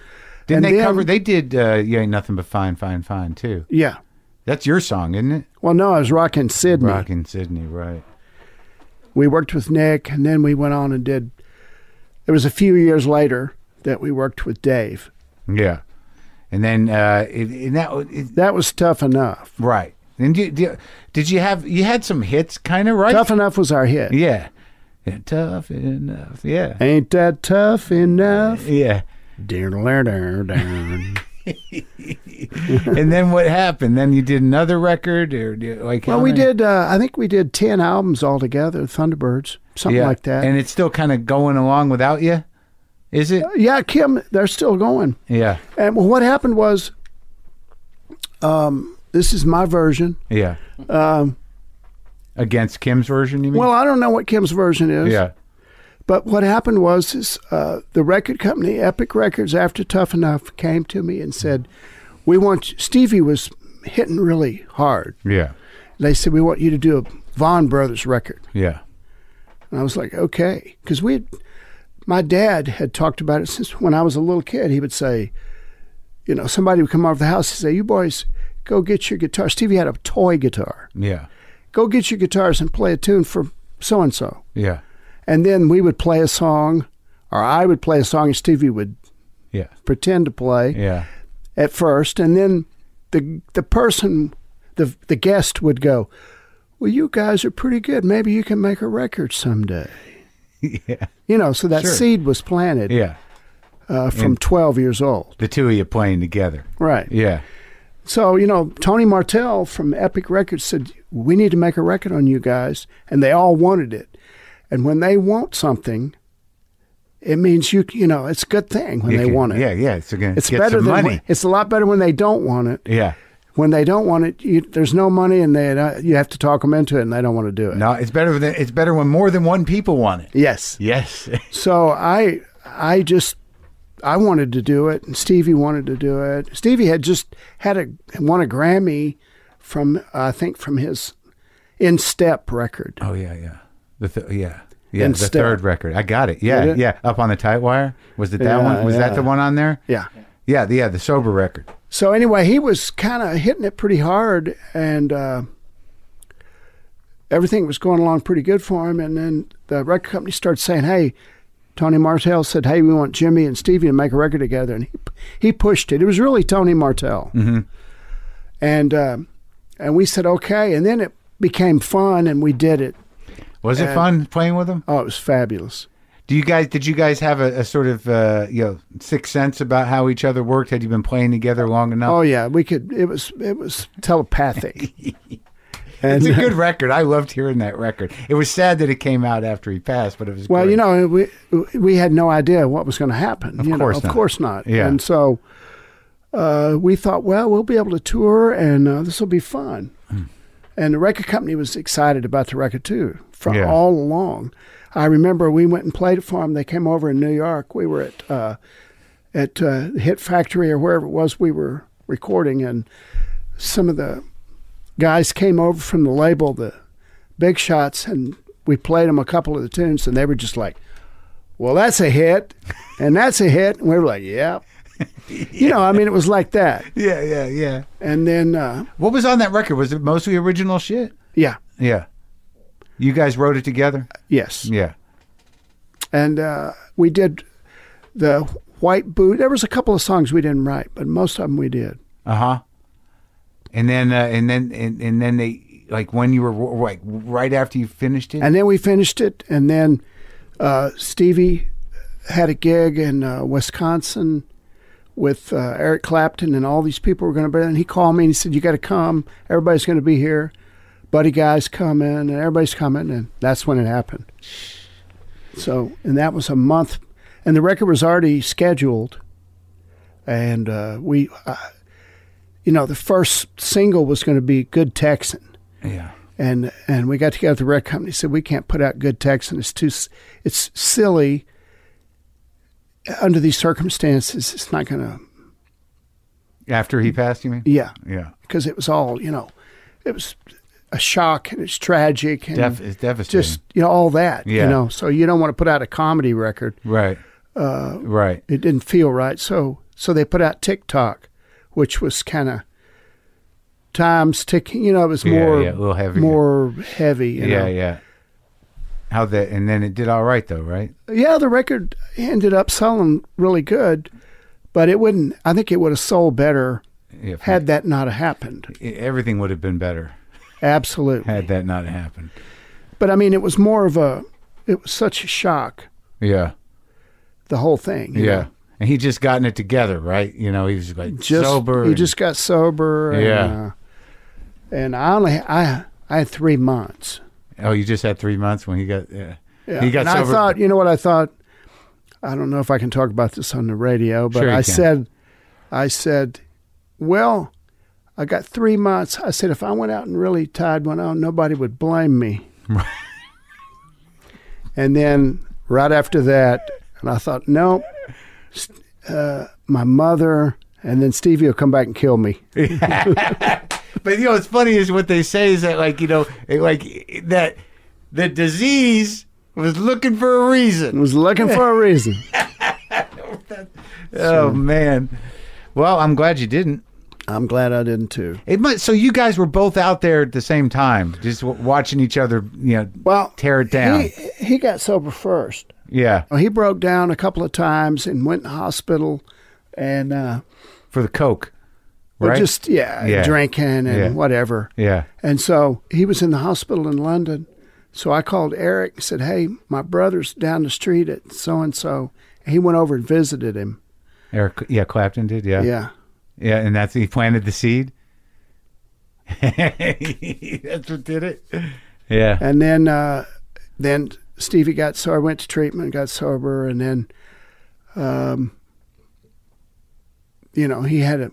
Speaker 1: Didn't
Speaker 4: And
Speaker 1: they
Speaker 4: then-
Speaker 1: cover they did uh you ain't nothing but fine, fine, fine too.
Speaker 4: Yeah.
Speaker 1: That's your song, isn't it?
Speaker 4: Well, no, I was rocking Sydney.
Speaker 1: Rockin' Sydney, right.
Speaker 4: we worked with Nick, and then we went on and did. It was a few years later that we worked with Dave.
Speaker 1: Yeah. And then uh it, and that it,
Speaker 4: That was tough enough.
Speaker 1: right. And did, did, did you have you had some hits kind of right?
Speaker 4: Tough Enough was our hit.
Speaker 1: Yeah. yeah. Tough enough. Yeah.
Speaker 4: Ain't that
Speaker 1: <laughs>
Speaker 4: tough enough?
Speaker 1: Yeah.
Speaker 4: Dun-dun-dun-dun.
Speaker 1: and then what happened? Then you did another record, or did- like how
Speaker 4: well, we
Speaker 1: many-
Speaker 4: did, uh, I think we did 10 albums altogether, Thunderbirds, something like that.
Speaker 1: And it's still kind of going along without you, is it?
Speaker 4: yeah, Kim, they're still going.
Speaker 1: Yeah,
Speaker 4: And well, what happened was, um, this is my version.
Speaker 1: yeah.
Speaker 4: Um,
Speaker 1: Against Kim's version, you mean?
Speaker 4: well, I don't know what Kim's version is.
Speaker 1: yeah,
Speaker 4: But what happened was is, uh, the record company, Epic Records, after Tough Enough, came to me and said, "We want Stevie was hitting really hard.
Speaker 1: yeah,
Speaker 4: They said we want you to do a Vaughn Brothers record."
Speaker 1: yeah,
Speaker 4: And I was like, "Okay," because we, had, my dad had talked about it since when I was a little kid. He would say, you know, somebody would come over the house and say, "You boys, go get your guitar." Stevie had a toy guitar.
Speaker 1: yeah,
Speaker 4: Go get your guitars and play a tune for so and so.
Speaker 1: yeah,
Speaker 4: And then we would play a song, or I would play a song, and Stevie would
Speaker 1: yeah,
Speaker 4: pretend to play
Speaker 1: yeah,
Speaker 4: <laughs> at first, and then the the person, the the guest would go, "Well, you guys are pretty good. Maybe you can make a record someday."
Speaker 1: yeah,
Speaker 4: You know, so that
Speaker 1: Sure.
Speaker 4: seed was planted
Speaker 1: yeah.
Speaker 4: uh, from 12 years old.
Speaker 1: The two of you playing together.
Speaker 4: Right.
Speaker 1: Yeah,
Speaker 4: So, you know, Tony Martell from Epic Records said, We need to make a record on you guys. And they all wanted it. And when they want something, it means you, you know, it's a good thing when
Speaker 1: You
Speaker 4: they
Speaker 1: can-
Speaker 4: want it.
Speaker 1: Yeah, yeah. It's gonna
Speaker 4: It's
Speaker 1: get
Speaker 4: better
Speaker 1: some
Speaker 4: than
Speaker 1: money.
Speaker 4: when- it's a lot better when they don't want it.
Speaker 1: yeah.
Speaker 4: When they don't want it, you, there's no money, and they uh, you have to talk them into it, and they don't want to do it.
Speaker 1: No, it's better than it's better when more than one people want it.
Speaker 4: Yes.
Speaker 1: Yes. <laughs>
Speaker 4: So I I just I wanted to do it, and Stevie wanted to do it. Stevie had just had a won a Grammy from I think from his In Step record.
Speaker 1: oh yeah, yeah. The th- yeah. Yeah,
Speaker 4: And
Speaker 1: the
Speaker 4: still-
Speaker 1: third record. I got it. Yeah,
Speaker 4: Did it?
Speaker 1: yeah. Up on the tight wire. Was it that
Speaker 4: Yeah,
Speaker 1: one? Was that
Speaker 4: yeah.
Speaker 1: the one on there?
Speaker 4: Yeah.
Speaker 1: Yeah, the, yeah, the sober record.
Speaker 4: So anyway, he was kind of hitting it pretty hard, and uh, everything was going along pretty good for him. And then the record company started saying, "Hey." Tony Martell said, "Hey, we want Jimmy and Stevie to make a record together," and he he pushed it. It was really Tony Martell. and um, and we said okay, and then it became fun, and we did it.
Speaker 1: Was it
Speaker 4: And-
Speaker 1: fun playing with them?
Speaker 4: Oh, it was fabulous.
Speaker 1: Do you guys did you guys have a, a sort of uh, you know sixth sense about how each other worked? Had you been playing together long enough?
Speaker 4: Oh yeah, we could. It was it was telepathic. and
Speaker 1: It's a good record. I loved hearing that record. It was sad that it came out after he passed, but it was
Speaker 4: well,
Speaker 1: great.
Speaker 4: you know, we we had no idea what was going to happen. Of
Speaker 1: course
Speaker 4: of
Speaker 1: not.
Speaker 4: course not.
Speaker 1: Yeah.
Speaker 4: and so. Uh, we thought, well, we'll be able to tour, and uh, this will be fun. And the record company was excited about the record too, from
Speaker 1: Yeah.
Speaker 4: all along. I remember we went and played it for them. They came over in New York. We were at uh, at uh, Hit Factory or wherever it was we were recording, and some of the guys came over from the label, the Big Shots, and we played them a couple of the tunes, and they were just like, well, that's a hit, and that's a hit. And we were like, yeah. You know, I mean, it was like that.
Speaker 1: Yeah, yeah, yeah.
Speaker 4: And then, uh,
Speaker 1: What was on that record? Was it mostly original shit?
Speaker 4: yeah,
Speaker 1: Yeah. You guys wrote it together?
Speaker 4: yes.
Speaker 1: Yeah.
Speaker 4: And uh, we did the White Boot. There was a couple of songs we didn't write, but most of them we did.
Speaker 1: Uh huh. And then, uh, and then, and, and then they like when you were like right after you finished it.
Speaker 4: And then we finished it, and then uh, Stevie had a gig in uh, Wisconsin with uh, Eric Clapton, and all these people were going to be there. And he called me and he said, "You got to come. Everybody's going to be here. Buddy Guy's coming, and everybody's coming." And that's when it happened. So, and that was a month, and the record was already scheduled, and uh, we. Uh, you know, the first single was going to be "Good Texan,"
Speaker 1: yeah.
Speaker 4: and and we got together with the record company. Said we can't put out good text, and it's too, s- it's silly. Under these circumstances, it's not gonna.
Speaker 1: After he passed, you mean?
Speaker 4: Yeah,
Speaker 1: Yeah.
Speaker 4: because it was all you know, it was a shock and it's tragic and
Speaker 1: Def- it's devastating.
Speaker 4: just you know all that.
Speaker 1: Yeah.
Speaker 4: You know, so you don't want to put out a comedy record.
Speaker 1: right. Uh, right.
Speaker 4: It didn't feel right, so so they put out TikTok, which was kind of times ticking. You know, it was
Speaker 1: Yeah,
Speaker 4: more
Speaker 1: yeah, a little heavier.
Speaker 4: more heavy. You
Speaker 1: yeah.
Speaker 4: know?
Speaker 1: Yeah. How that? And then it did all right though, right?
Speaker 4: yeah, the record ended up selling really good, but it wouldn't. I think it would have sold better
Speaker 1: If
Speaker 4: had that not happened.
Speaker 1: everything would have been better
Speaker 4: Absolutely.
Speaker 1: had that not happened.
Speaker 4: But I mean, it was more of a. It was such a shock,
Speaker 1: Yeah.
Speaker 4: the whole thing.
Speaker 1: Yeah.
Speaker 4: you know.
Speaker 1: And he just gotten it together, right? You know, he was like
Speaker 4: Just
Speaker 1: sober.
Speaker 4: You
Speaker 1: and-
Speaker 4: just got sober.
Speaker 1: Yeah.
Speaker 4: And, uh, and I only I I had three months.
Speaker 1: oh, you just had three months when he got. Yeah.
Speaker 4: Yeah.
Speaker 1: He got
Speaker 4: and
Speaker 1: sober.
Speaker 4: I thought, you know what I thought? I don't know if I can talk about this on the radio, but
Speaker 1: Sure you
Speaker 4: I
Speaker 1: can.
Speaker 4: said, I said, well, I got three months. I said, if I went out and really tied one on, nobody would
Speaker 1: <laughs>
Speaker 4: blame me. and then right after that, and I thought, no, s- uh, my mother, and then Stevie will come back and kill me.
Speaker 1: But you know, what's funny is what they say is that like you know, it, like it- that the disease was looking for a
Speaker 4: I
Speaker 1: reason.
Speaker 4: was looking for a reason.
Speaker 1: <laughs> Oh man. Well, I'm glad you didn't.
Speaker 4: I'm glad I didn't too.
Speaker 1: It must, so you guys were both out there at the same time, just w- watching each other, you know,
Speaker 4: Well,
Speaker 1: tear it down.
Speaker 4: He, he got sober first.
Speaker 1: yeah,
Speaker 4: Well, he broke down a couple of times and went in the hospital and uh,
Speaker 1: for the coke,
Speaker 4: well,
Speaker 1: right?
Speaker 4: just, yeah,
Speaker 1: Yeah.
Speaker 4: drinking and
Speaker 1: Yeah.
Speaker 4: whatever.
Speaker 1: yeah,
Speaker 4: And so he was in the hospital in London. So I called Eric and said, Hey, my brother's down the street at so and so. He went over and visited him.
Speaker 1: Eric, yeah, Clapton did, yeah,
Speaker 4: Yeah.
Speaker 1: yeah, and that's he planted the seed. <laughs> that's what did it. Yeah,
Speaker 4: And then uh, then Stevie got so I went to treatment, got sober, and then um, you know, he had a,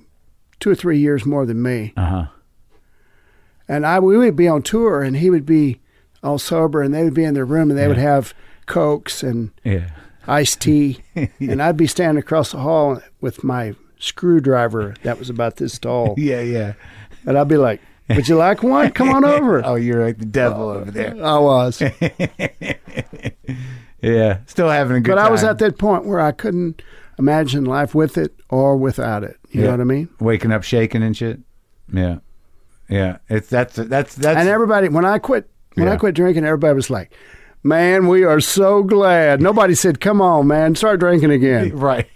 Speaker 4: two or three years more than me.
Speaker 1: uh huh.
Speaker 4: and I we would be on tour, and he would be all sober, and they would be in their room, and they would have cokes and
Speaker 1: Yeah, <laughs>
Speaker 4: iced tea, and I'd be standing across the hall with my screwdriver that was about this
Speaker 1: <laughs>
Speaker 4: tall,
Speaker 1: yeah, yeah.
Speaker 4: and I'd be like, "Would you like one? Come
Speaker 1: <laughs>
Speaker 4: on over."
Speaker 1: Oh, you're like the devil over there.
Speaker 4: I
Speaker 1: <laughs>
Speaker 4: was,
Speaker 1: Yeah, still having a good
Speaker 4: but
Speaker 1: time.
Speaker 4: I was at that point where I couldn't imagine life with it or without it. You
Speaker 1: Yeah.
Speaker 4: know what I mean?
Speaker 1: waking up shaking and shit. Yeah, yeah. It's that's that's that's.
Speaker 4: And everybody, when I quit, when
Speaker 1: Yeah.
Speaker 4: I quit drinking, everybody was like. Man, we are so glad. Nobody said, "Come on, man, start
Speaker 1: <laughs>
Speaker 4: drinking again."
Speaker 1: <laughs> Right.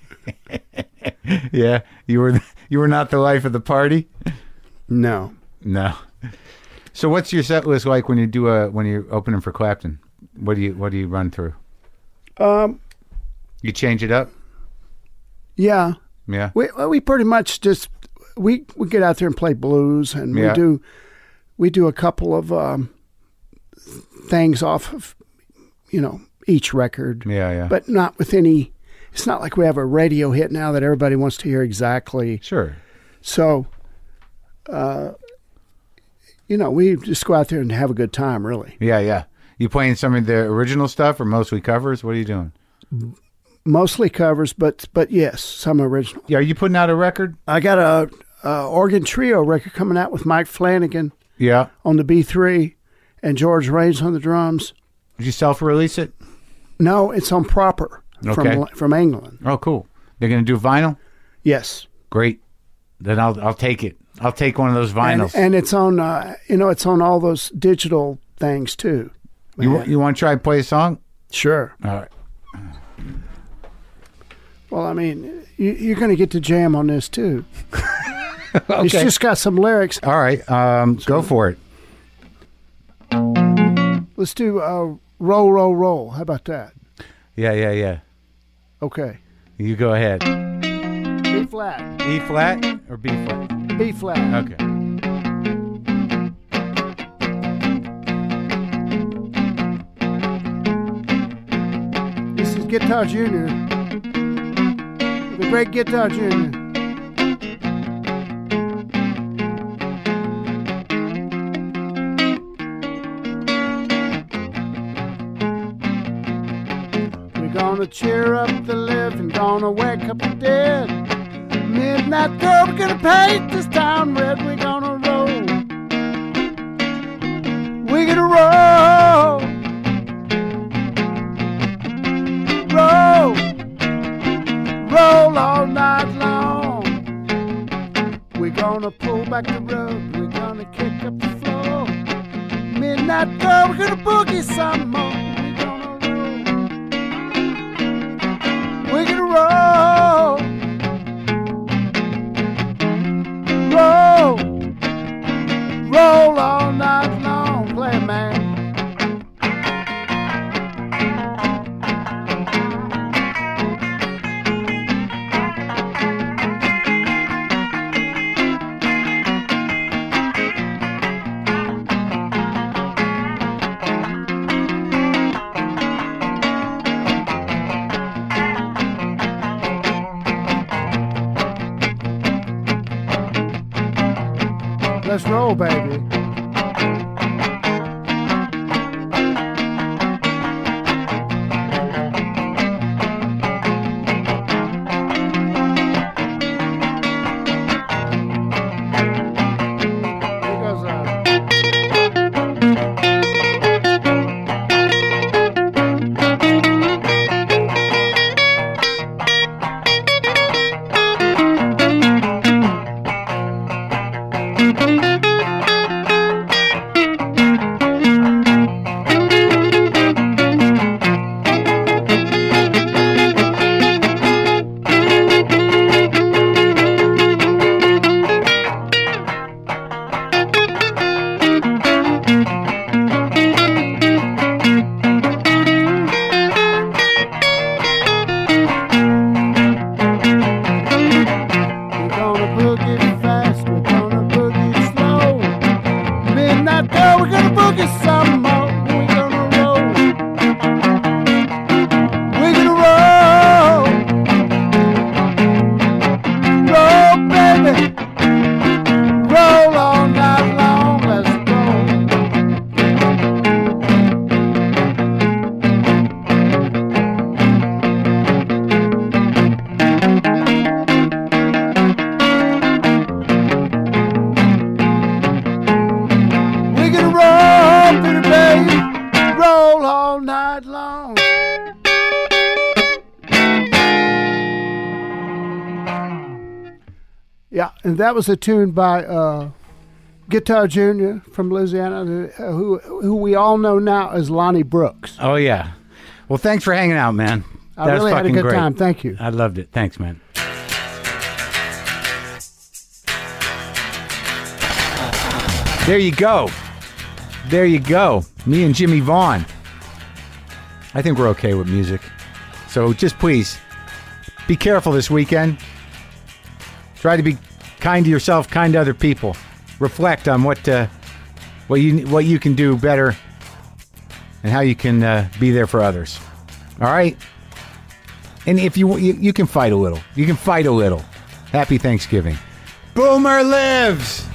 Speaker 1: yeah, you were you were not the life of the party.
Speaker 4: No,
Speaker 1: No. So what's your set list like when you do a when you're opening for Clapton? What do you what do you run through?
Speaker 4: um,
Speaker 1: You change it up?
Speaker 4: yeah,
Speaker 1: Yeah.
Speaker 4: We well, we pretty much just we we get out there and play blues, and
Speaker 1: Yeah.
Speaker 4: we do we do a couple of um, things off of you know each record,
Speaker 1: Yeah, yeah.
Speaker 4: but not with any. It's not like we have a radio hit now that everybody wants to hear exactly.
Speaker 1: sure.
Speaker 4: So, uh, you know, we just go out there and have a good time, really.
Speaker 1: Yeah, yeah. You playing some of the original stuff or mostly covers? What are you doing?
Speaker 4: Mostly covers, but but yes, some original.
Speaker 1: Yeah, are you putting out a record?
Speaker 4: I got a, a organ trio record coming out with Mike Flanagan.
Speaker 1: Yeah.
Speaker 4: on the B3 and George Reigns on the drums.
Speaker 1: Did you self release it?
Speaker 4: No, it's on proper
Speaker 1: Okay.
Speaker 4: from from England.
Speaker 1: Oh, cool. They're going to do vinyl?
Speaker 4: Yes,
Speaker 1: Great. Then I'll, I'll take it. I'll take one of those
Speaker 4: and,
Speaker 1: vinyls.
Speaker 4: and it's on. Uh, you know, it's on all those digital things too.
Speaker 1: you
Speaker 4: man.
Speaker 1: you want to try and play a song?
Speaker 4: Sure.
Speaker 1: All right.
Speaker 4: Well, I mean, you, you're going to get to jam on this too. It's just got some lyrics.
Speaker 1: All right. Um, go for it.
Speaker 4: Let's do uh, roll, roll, roll. How about that?
Speaker 1: Yeah, yeah, yeah.
Speaker 4: Okay.
Speaker 1: You go ahead.
Speaker 4: B flat,
Speaker 1: E flat or B flat?
Speaker 4: B flat.
Speaker 1: Okay.
Speaker 4: This is Guitar Junior, the great Guitar Junior. We're gonna cheer up the living, gonna wake up the dead. Midnight girl, we're gonna paint this town red. We're gonna roll. We're gonna roll. roll, roll all night long. We're gonna pull back the road, we're gonna kick up the floor. Midnight girl, we're gonna boogie some more. We're gonna roll, we're gonna roll, roll, roll all night long. Play, man. Let's roll, baby. Here uh, We're gonna boogie fast, we're gonna boogie slow. Midnight girl, we're gonna boogie some more. We're gonna roll. We're gonna roll. Roll, baby. Roll all night long, let's roll. We're gonna roll, baby, baby. Roll all night long. Yeah, and that was a tune by uh, Guitar Junior from Louisiana, who who we all know now as Lonnie Brooks.
Speaker 1: Oh, yeah. Well, thanks for hanging out, man.
Speaker 4: I
Speaker 1: That was
Speaker 4: really had a
Speaker 1: fucking
Speaker 4: good
Speaker 1: great.
Speaker 4: time. Thank you.
Speaker 1: I loved it. Thanks, man. There you go. There you go. Me and Jimmy Vaughn. I think we're okay with music. So just please be careful this weekend. Try to be kind to yourself, kind to other people. Reflect on what uh, what you what you can do better and how you can uh, be there for others. All right. And if you, you you can fight a little, you can fight a little. Happy Thanksgiving. Boomer lives.